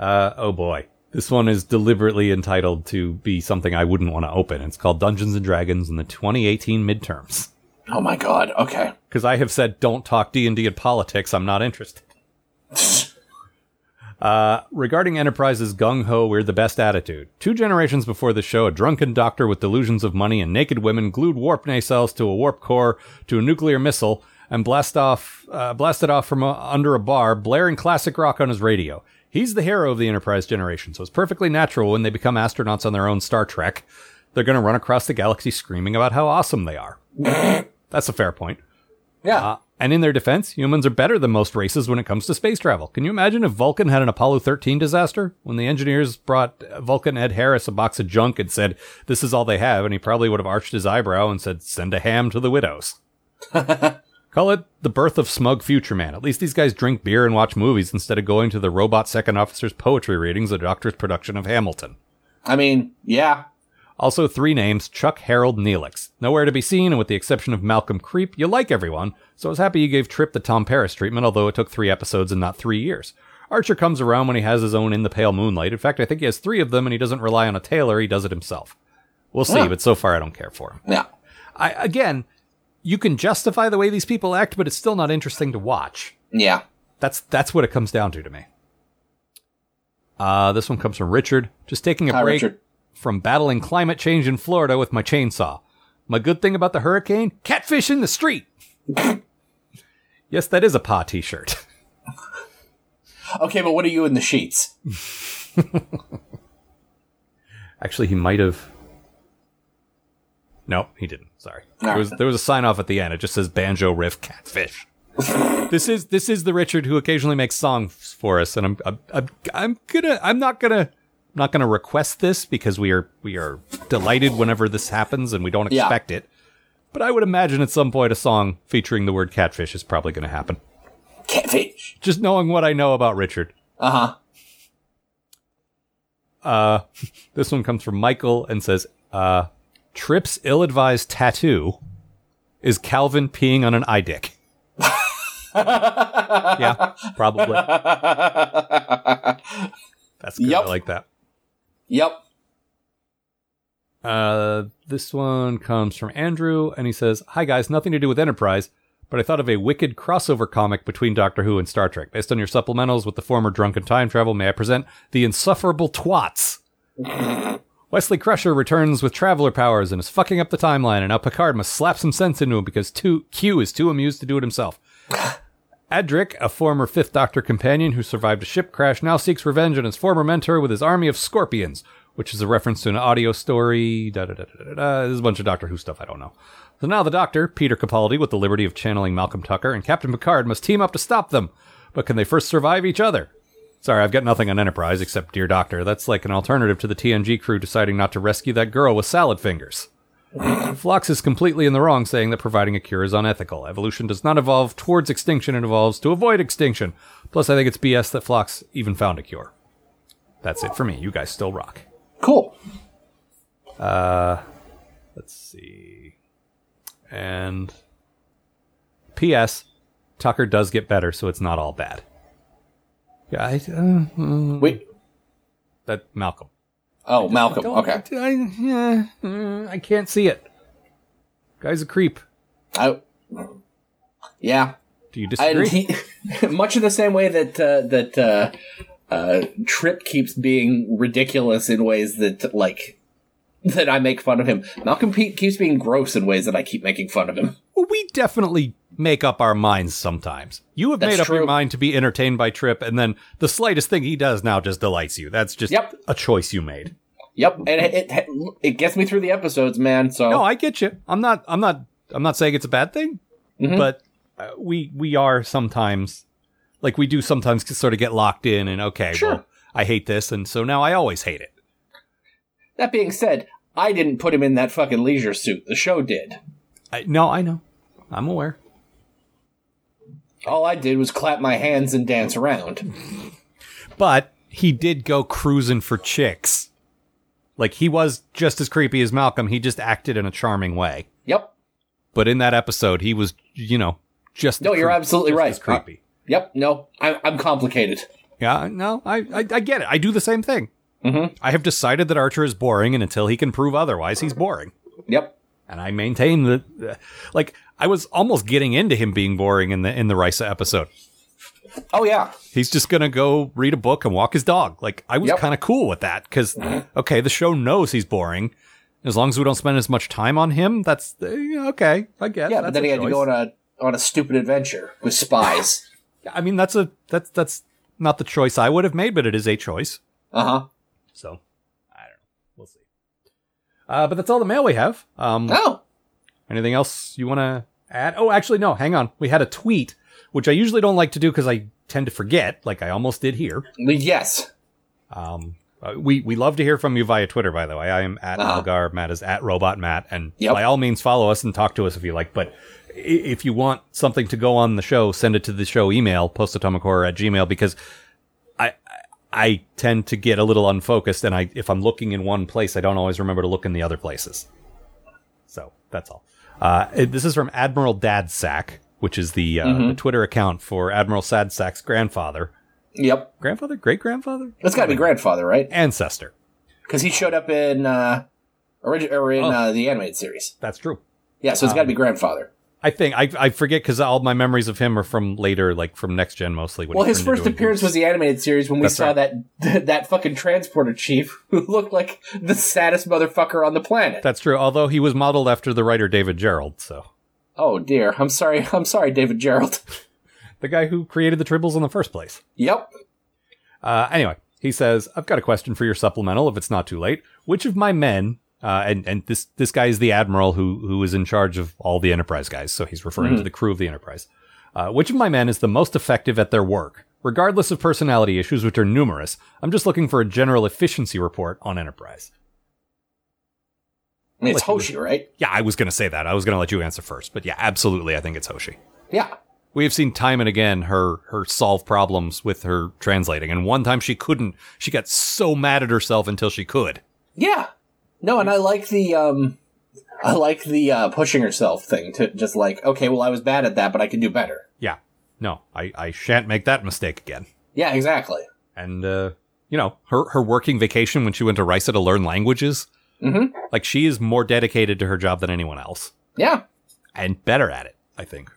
Speaker 3: Uh, oh boy. This one is deliberately entitled to be something I wouldn't want to open. It's called Dungeons and Dragons in the 2018 midterms.
Speaker 5: Oh my god. Okay.
Speaker 3: because I have said don't talk D and D and politics. I'm not interested. Uh, regarding Enterprise's gung ho, we're the best attitude. Two generations before the show, a drunken doctor with delusions of money and naked women glued warp nacelles to a warp core to a nuclear missile and blast off, uh, blasted off from uh under a bar, blaring classic rock on his radio. He's the hero of the Enterprise generation, so it's perfectly natural when they become astronauts on their own Star Trek. They're going to run across the galaxy screaming about how awesome they are. That's a fair point.
Speaker 5: Yeah.
Speaker 3: Uh, and in their defense, humans are better than most races when it comes to space travel. Can you imagine if Vulcan had an Apollo 13 disaster? When the engineers brought uh, Vulcan Ed Harris a box of junk and said, This is all they have, and he probably would have arched his eyebrow and said, Send a ham to the widows. Call it the birth of smug future man. At least these guys drink beer and watch movies instead of going to the robot second officer's poetry readings or doctor's production of Hamilton.
Speaker 5: I mean, yeah.
Speaker 3: Also, three names Chuck, Harold, Neelix. Nowhere to be seen, and with the exception of Malcolm Creep, you like everyone, so I was happy you gave Trip the Tom Paris treatment, although it took three episodes and not three years. Archer comes around when he has his own in the pale moonlight. In fact, I think he has three of them, and he doesn't rely on a tailor, he does it himself. We'll see,
Speaker 5: Yeah.
Speaker 3: but so far I don't care for him.
Speaker 5: Yeah.
Speaker 3: I, again, you can justify the way these people act, but it's still not interesting to watch.
Speaker 5: Yeah.
Speaker 3: That's that's what it comes down to to me. Uh, this one comes from Richard. Just taking a
Speaker 5: Hi,
Speaker 3: break
Speaker 5: Richard.
Speaker 3: from battling climate change in Florida with my chainsaw. My good thing about the hurricane: catfish in the street. yes, that is a pa T-shirt.
Speaker 5: Okay, but what are you in the sheets?
Speaker 3: Actually, he might have. No, he didn't. Sorry. There was there was a sign off at the end. It just says banjo riff catfish. this is this is the Richard who occasionally makes songs for us, and I'm I'm I'm, I'm gonna I'm not gonna I'm not gonna request this because we are we are delighted whenever this happens, and we don't
Speaker 5: Yeah.
Speaker 3: expect it. But I would imagine at some point a song featuring the word catfish is probably going to happen.
Speaker 5: Catfish.
Speaker 3: Just knowing what I know about Richard,
Speaker 5: Uh huh.
Speaker 3: Uh, this one comes from Michael and says, uh, Tripp's ill advised tattoo is Calvin peeing on an eye dick. yeah, probably. That's good.
Speaker 5: Yep.
Speaker 3: I like that.
Speaker 5: Yep.
Speaker 3: Uh, this one comes from Andrew and he says, Hi guys, nothing to do with Enterprise, but I thought of a wicked crossover comic between Doctor Who and Star Trek. Based on your supplementals with the former drunken time travel, may I present The Insufferable Twats? Wesley Crusher returns with traveler powers and is fucking up the timeline, and now Picard must slap some sense into him because two, Q is too amused to do it himself. Adric, a former Fifth Doctor companion who survived a ship crash, now seeks revenge on his former mentor with his army of scorpions, which is a reference to an audio story. Da, da, da, da, da, da. There's a bunch of Doctor Who stuff I don't know. So now the Doctor, Peter Capaldi, with the liberty of channeling Malcolm Tucker, and Captain Picard must team up to stop them. But can they first survive each other? Sorry, I've got nothing on Enterprise except Dear Doctor. That's like an alternative to the TNG crew deciding not to rescue that girl with salad fingers. Flox is completely in the wrong saying that providing a cure is unethical. Evolution does not evolve towards extinction, it evolves to avoid extinction. Plus, I think it's BS that Flox even found a cure. That's it for me. You guys still rock.
Speaker 5: Cool.
Speaker 3: Let's see. And P.S. Tucker does get better, so it's not all bad. Yeah, I, uh,
Speaker 5: Wait.
Speaker 3: that Malcolm.
Speaker 5: Oh, Malcolm.
Speaker 3: Don't-
Speaker 5: Okay.
Speaker 3: I, yeah, mm, I can't see it. Guy's a creep.
Speaker 5: I. Yeah.
Speaker 3: Do you
Speaker 5: I,
Speaker 3: disagree?
Speaker 5: he, much in the same way that uh, that uh, uh, Trip keeps being ridiculous in ways that like that I make fun of him. Malcolm Pe- keeps being gross in ways that I keep making fun of him.
Speaker 3: Well, we definitely make up our minds sometimes. You have
Speaker 5: That's
Speaker 3: made up your
Speaker 5: true.
Speaker 3: mind to be entertained by Trip, and then the slightest thing he does now just delights you. That's just
Speaker 5: Yep.
Speaker 3: a choice you made.
Speaker 5: Yep, and it, it it gets me through the episodes, man. So
Speaker 3: No, I get you. I'm not. I'm not. I'm not saying it's a bad thing,
Speaker 5: Mm-hmm.
Speaker 3: but uh, we we are sometimes like we do sometimes sort of get locked in and okay,
Speaker 5: Sure.
Speaker 3: well, I hate this, and so now I always hate it.
Speaker 5: that being said, I didn't put him in that fucking leisure suit. The show did.
Speaker 3: I, no, I know. I'm aware.
Speaker 5: All I did was clap my hands and dance around.
Speaker 3: But he did go cruising for chicks. Like he was just as creepy as Malcolm. He just acted in a charming way.
Speaker 5: Yep.
Speaker 3: But in that episode, he was, you know, just
Speaker 5: No, you're
Speaker 3: cre-
Speaker 5: absolutely
Speaker 3: just
Speaker 5: right.
Speaker 3: as creepy.
Speaker 5: Yep. No, I'm, I'm complicated.
Speaker 3: yeah, no, I, I I get it. I do the same thing. Mm-hmm. I have decided that Archer is boring, and until he can prove otherwise, he's boring.
Speaker 5: Yep.
Speaker 3: And I maintain that, uh, like, I was almost getting into him being boring in the in the Risa episode.
Speaker 5: Oh yeah.
Speaker 3: He's just gonna go read a book and walk his dog. Like I was
Speaker 5: Yep.
Speaker 3: kind of cool with that because okay, the show knows he's boring. As long as we don't spend as much time on him, that's uh, yeah, okay. I guess.
Speaker 5: Yeah,
Speaker 3: that's
Speaker 5: but then
Speaker 3: a
Speaker 5: he had to go
Speaker 3: choice.
Speaker 5: on a on a stupid adventure with spies.
Speaker 3: I mean, that's a that's that's not the choice I would have made, but it is a choice.
Speaker 5: uh huh.
Speaker 3: So I don't know. We'll see. Uh, but that's all the mail we have. Um,
Speaker 5: Oh.
Speaker 3: Anything else you want to add? Oh, actually, no. Hang on. We had a tweet, which I usually don't like to do because I tend to forget, like I almost did here.
Speaker 5: Yes.
Speaker 3: Um, uh, we we love to hear from you via Twitter, by the way. I am at
Speaker 5: Uh-huh.
Speaker 3: Algar, Matt is at Robot Matt, and
Speaker 5: Yep.
Speaker 3: by all means, follow us and talk to us if you like. But i- if you want something to go on the show, send it to the show email postatomichorror at gmail because I. I- I tend to get a little unfocused, and I if I'm looking in one place, I don't always remember to look in the other places. So that's all. Uh, it- this is from Admiral Dadsack, which is the, uh,
Speaker 5: Mm-hmm.
Speaker 3: the Twitter account for Admiral Sadsack's grandfather,
Speaker 5: Yep.
Speaker 3: grandfather, great grandfather,
Speaker 5: That's got to be grandfather, right?
Speaker 3: ancestor.
Speaker 5: Because he showed up in uh, origi- or in uh, the animated series.
Speaker 3: That's true.
Speaker 5: Yeah, so it's got to be grandfather.
Speaker 3: I think I I forget because all my memories of him are from later, like from next gen mostly. when
Speaker 5: Well,
Speaker 3: he
Speaker 5: his first
Speaker 3: turned into a
Speaker 5: appearance
Speaker 3: goose.
Speaker 5: was the animated series when we
Speaker 3: That's
Speaker 5: saw
Speaker 3: right.
Speaker 5: that that fucking transporter chief who looked like the saddest motherfucker on the planet.
Speaker 3: That's true. Although he was modeled after the writer David Gerald, so
Speaker 5: oh dear, I'm sorry, I'm sorry, David Gerald.
Speaker 3: the guy who created the Tribbles in the first place.
Speaker 5: Yep.
Speaker 3: Uh, anyway, he says, "I've got a question for your supplemental. If it's not too late, which of my men?" Uh, and and this this guy is the admiral who who is in charge of all the Enterprise guys, so he's referring to the crew of the Enterprise. Uh, which of my men is the most effective at their work, regardless of personality issues, which are numerous? I'm just looking for a general efficiency report on Enterprise.
Speaker 5: It's
Speaker 3: Like he was-
Speaker 5: Hoshi, right?
Speaker 3: Yeah, I was going to say that. I was going to let you answer first, but yeah, absolutely, I think it's Hoshi.
Speaker 5: Yeah.
Speaker 3: We have seen time and again her her solve problems with her translating, and one time she couldn't. She got so mad at herself until she could.
Speaker 5: Yeah. No, and I like the um I like the uh pushing herself thing to just like, okay, well I was bad at that, but I can do better.
Speaker 3: Yeah, no, I I shan't make that mistake again.
Speaker 5: Yeah, exactly.
Speaker 3: And uh, you know her her working vacation when she went to Risa to learn languages, mm-hmm. like she is more dedicated to her job than anyone else.
Speaker 5: Yeah.
Speaker 3: and better at it, I think.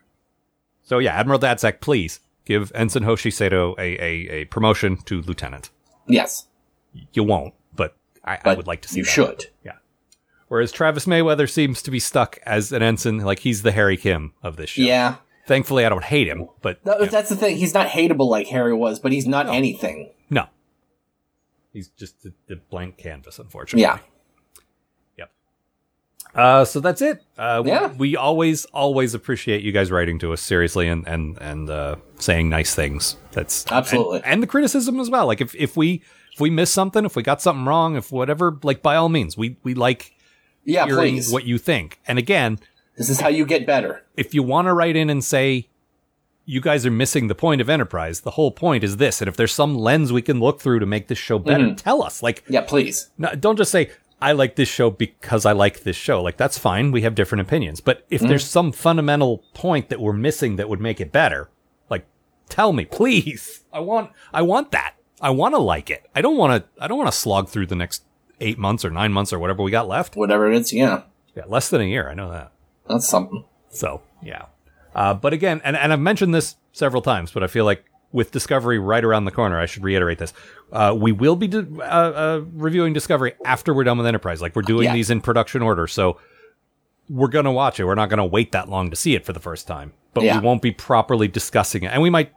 Speaker 3: So yeah, Admiral Datzak, please give Ensign Hoshi Sato a, a, a promotion to lieutenant.
Speaker 5: Yes.
Speaker 3: You won't, but I, I
Speaker 5: But
Speaker 3: would like to see
Speaker 5: you
Speaker 3: that.
Speaker 5: should.
Speaker 3: Whereas Travis Mayweather seems to be stuck as an ensign, like he's the Harry Kim of this show.
Speaker 5: Yeah.
Speaker 3: Thankfully, I don't hate him, but
Speaker 5: No,
Speaker 3: you know,
Speaker 5: That's the thing. He's not hateable like Harry was, but he's not anything.
Speaker 3: no, he's just the, the blank canvas, unfortunately.
Speaker 5: Yeah.
Speaker 3: Uh, so that's it. Uh, we,
Speaker 5: Yeah.
Speaker 3: we always, always appreciate you guys writing to us seriously and and and uh, saying nice things. That's
Speaker 5: Absolutely.
Speaker 3: and, and the criticism as well. Like if if we if we miss something, if we got something wrong, if whatever, like by all means, we we like
Speaker 5: Yeah,
Speaker 3: hearing
Speaker 5: please.
Speaker 3: what you think. And again,
Speaker 5: This is how you get better.
Speaker 3: if you want to write in and say you guys are missing the point of Enterprise, the whole point is this. And if there's some lens we can look through to make this show
Speaker 5: Mm-hmm.
Speaker 3: better, tell us. Like
Speaker 5: Yeah, please.
Speaker 3: no, don't just say I like this show because I like this show. Like that's fine. We have different opinions, but if there's some fundamental point that we're missing that would make it better, like tell me, please. I want, I want that. I want to like it. I don't want to. I don't want to slog through the next eight months or nine months or whatever we got left.
Speaker 5: Whatever it is, yeah.
Speaker 3: Yeah, less than a year. I know that.
Speaker 5: That's something.
Speaker 3: So yeah. Uh, but again, and, and I've mentioned this several times, but I feel like with Discovery right around the corner. I should reiterate this. Uh, we will be di- uh, uh, reviewing Discovery after we're done with Enterprise. Like we're doing
Speaker 5: Yeah.
Speaker 3: these in production order, so we're gonna watch it. We're not gonna wait that long to see it for the first time, but
Speaker 5: Yeah.
Speaker 3: we won't be properly discussing it, and we might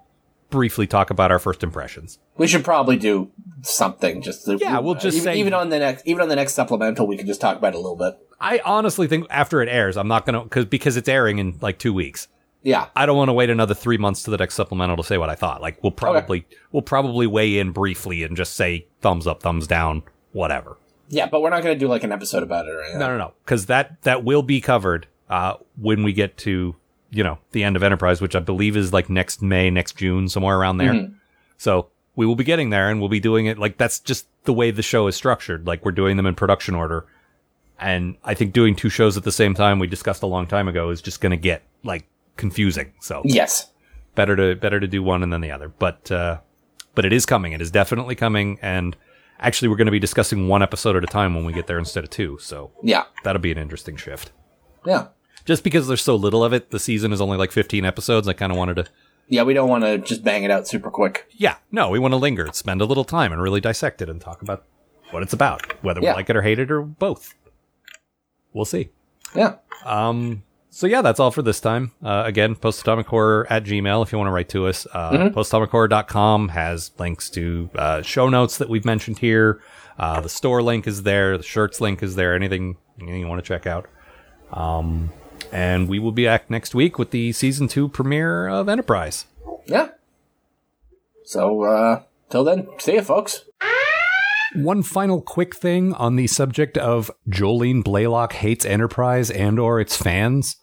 Speaker 3: briefly talk about our first impressions.
Speaker 5: We should probably do something. Just to-
Speaker 3: Yeah, we'll just
Speaker 5: even,
Speaker 3: say-
Speaker 5: even on the next even on the next supplemental, we can just talk about it a little bit.
Speaker 3: I honestly think after it airs, I'm not gonna cause, because it's airing in like two weeks.
Speaker 5: Yeah,
Speaker 3: I don't want to wait another three months to the next supplemental to say what I thought. Like we'll probably we'll probably weigh in briefly and just say thumbs up, thumbs down, whatever.
Speaker 5: yeah, but we're not going to do like an episode about it or anything.
Speaker 3: No, no, no, because that that will be covered uh, when we get to you know the end of Enterprise, which I believe is like next May, next June, somewhere around there. So we will be getting there, and we'll be doing it like that's just the way the show is structured. Like we're doing them in production order, and I think doing two shows at the same time we discussed a long time ago is just going to get like confusing. So
Speaker 5: Yes,
Speaker 3: better to better to do one and then the other. But uh, but it is coming. It is definitely coming, and actually we're going to be discussing one episode at a time when we get there instead of two. So
Speaker 5: yeah,
Speaker 3: that'll be an interesting shift.
Speaker 5: yeah,
Speaker 3: Just because there's so little of it, the season is only like 15 episodes. I kind of wanted to,
Speaker 5: yeah. We don't want to just bang it out super quick.
Speaker 3: yeah, no, we want to linger, and spend a little time, and really dissect it and talk about what it's about, whether
Speaker 5: Yeah.
Speaker 3: we like it or hate it or both. We'll see.
Speaker 5: Yeah,
Speaker 3: Um, so yeah, that's all for this time. Uh, again, postatomic horror at Gmail if you want to write to us. Uh, postatomichorror.com has links to uh, show notes that we've mentioned here. Uh, the store link is there. The shirts link is there. Anything, anything you want to check out. Um, and we will be back next week with the season two premiere of Enterprise.
Speaker 5: yeah. So uh till then, see you, folks.
Speaker 3: One final quick thing on the subject of Jolene Blaylock hates Enterprise and or its fans.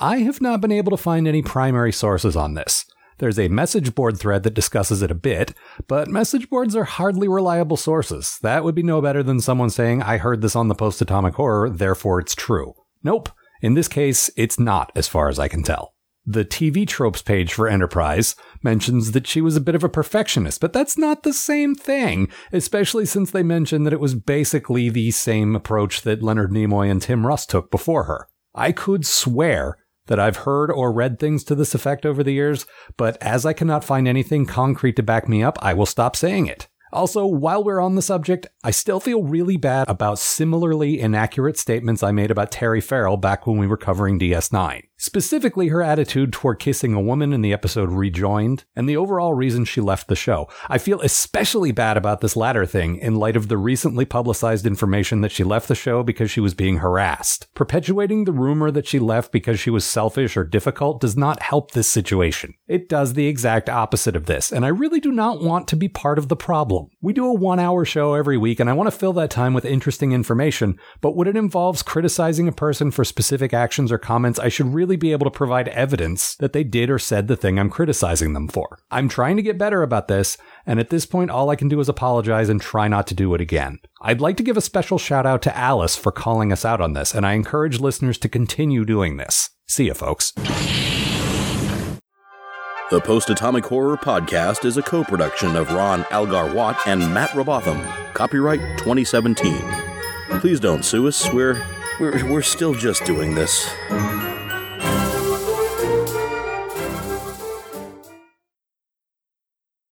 Speaker 3: I have not been able to find any primary sources on this. There's a message board thread that discusses it a bit, but message boards are hardly reliable sources. That would be no better than someone saying, I heard this on the post atomic horror, therefore it's true. Nope. In this case, it's not, as far as I can tell. The TV tropes page for Enterprise mentions that she was a bit of a perfectionist, but that's not the same thing, especially since they mention that it was basically the same approach that Leonard Nimoy and Tim Russ took before her. I could swear that I've heard or read things to this effect over the years, but as I cannot find anything concrete to back me up, I will stop saying it. Also, while we're on the subject, I still feel really bad about similarly inaccurate statements I made about Terry Farrell back when we were covering DS9. Specifically, her attitude toward kissing a woman in the episode Rejoined, and the overall reason she left the show. I feel especially bad about this latter thing in light of the recently publicized information that she left the show because she was being harassed. Perpetuating the rumor that she left because she was selfish or difficult does not help this situation. It does the exact opposite of this, and I really do not want to be part of the problem. We do a one hour show every week, and I want to fill that time with interesting information, but when it involves criticizing a person for specific actions or comments, I should really be able to provide evidence that they did or said the thing I'm criticizing them for. I'm trying to get better about this, and at this point, all I can do is apologize and try not to do it again. I'd like to give a special shout out to Alice for calling us out on this, and I encourage listeners to continue doing this. See ya, folks.
Speaker 4: The Post Atomic Horror Podcast is a co production of Ron Algar Watt and Matt Robotham. Copyright 2017. Please don't sue us. We're, we're, we're still just doing this.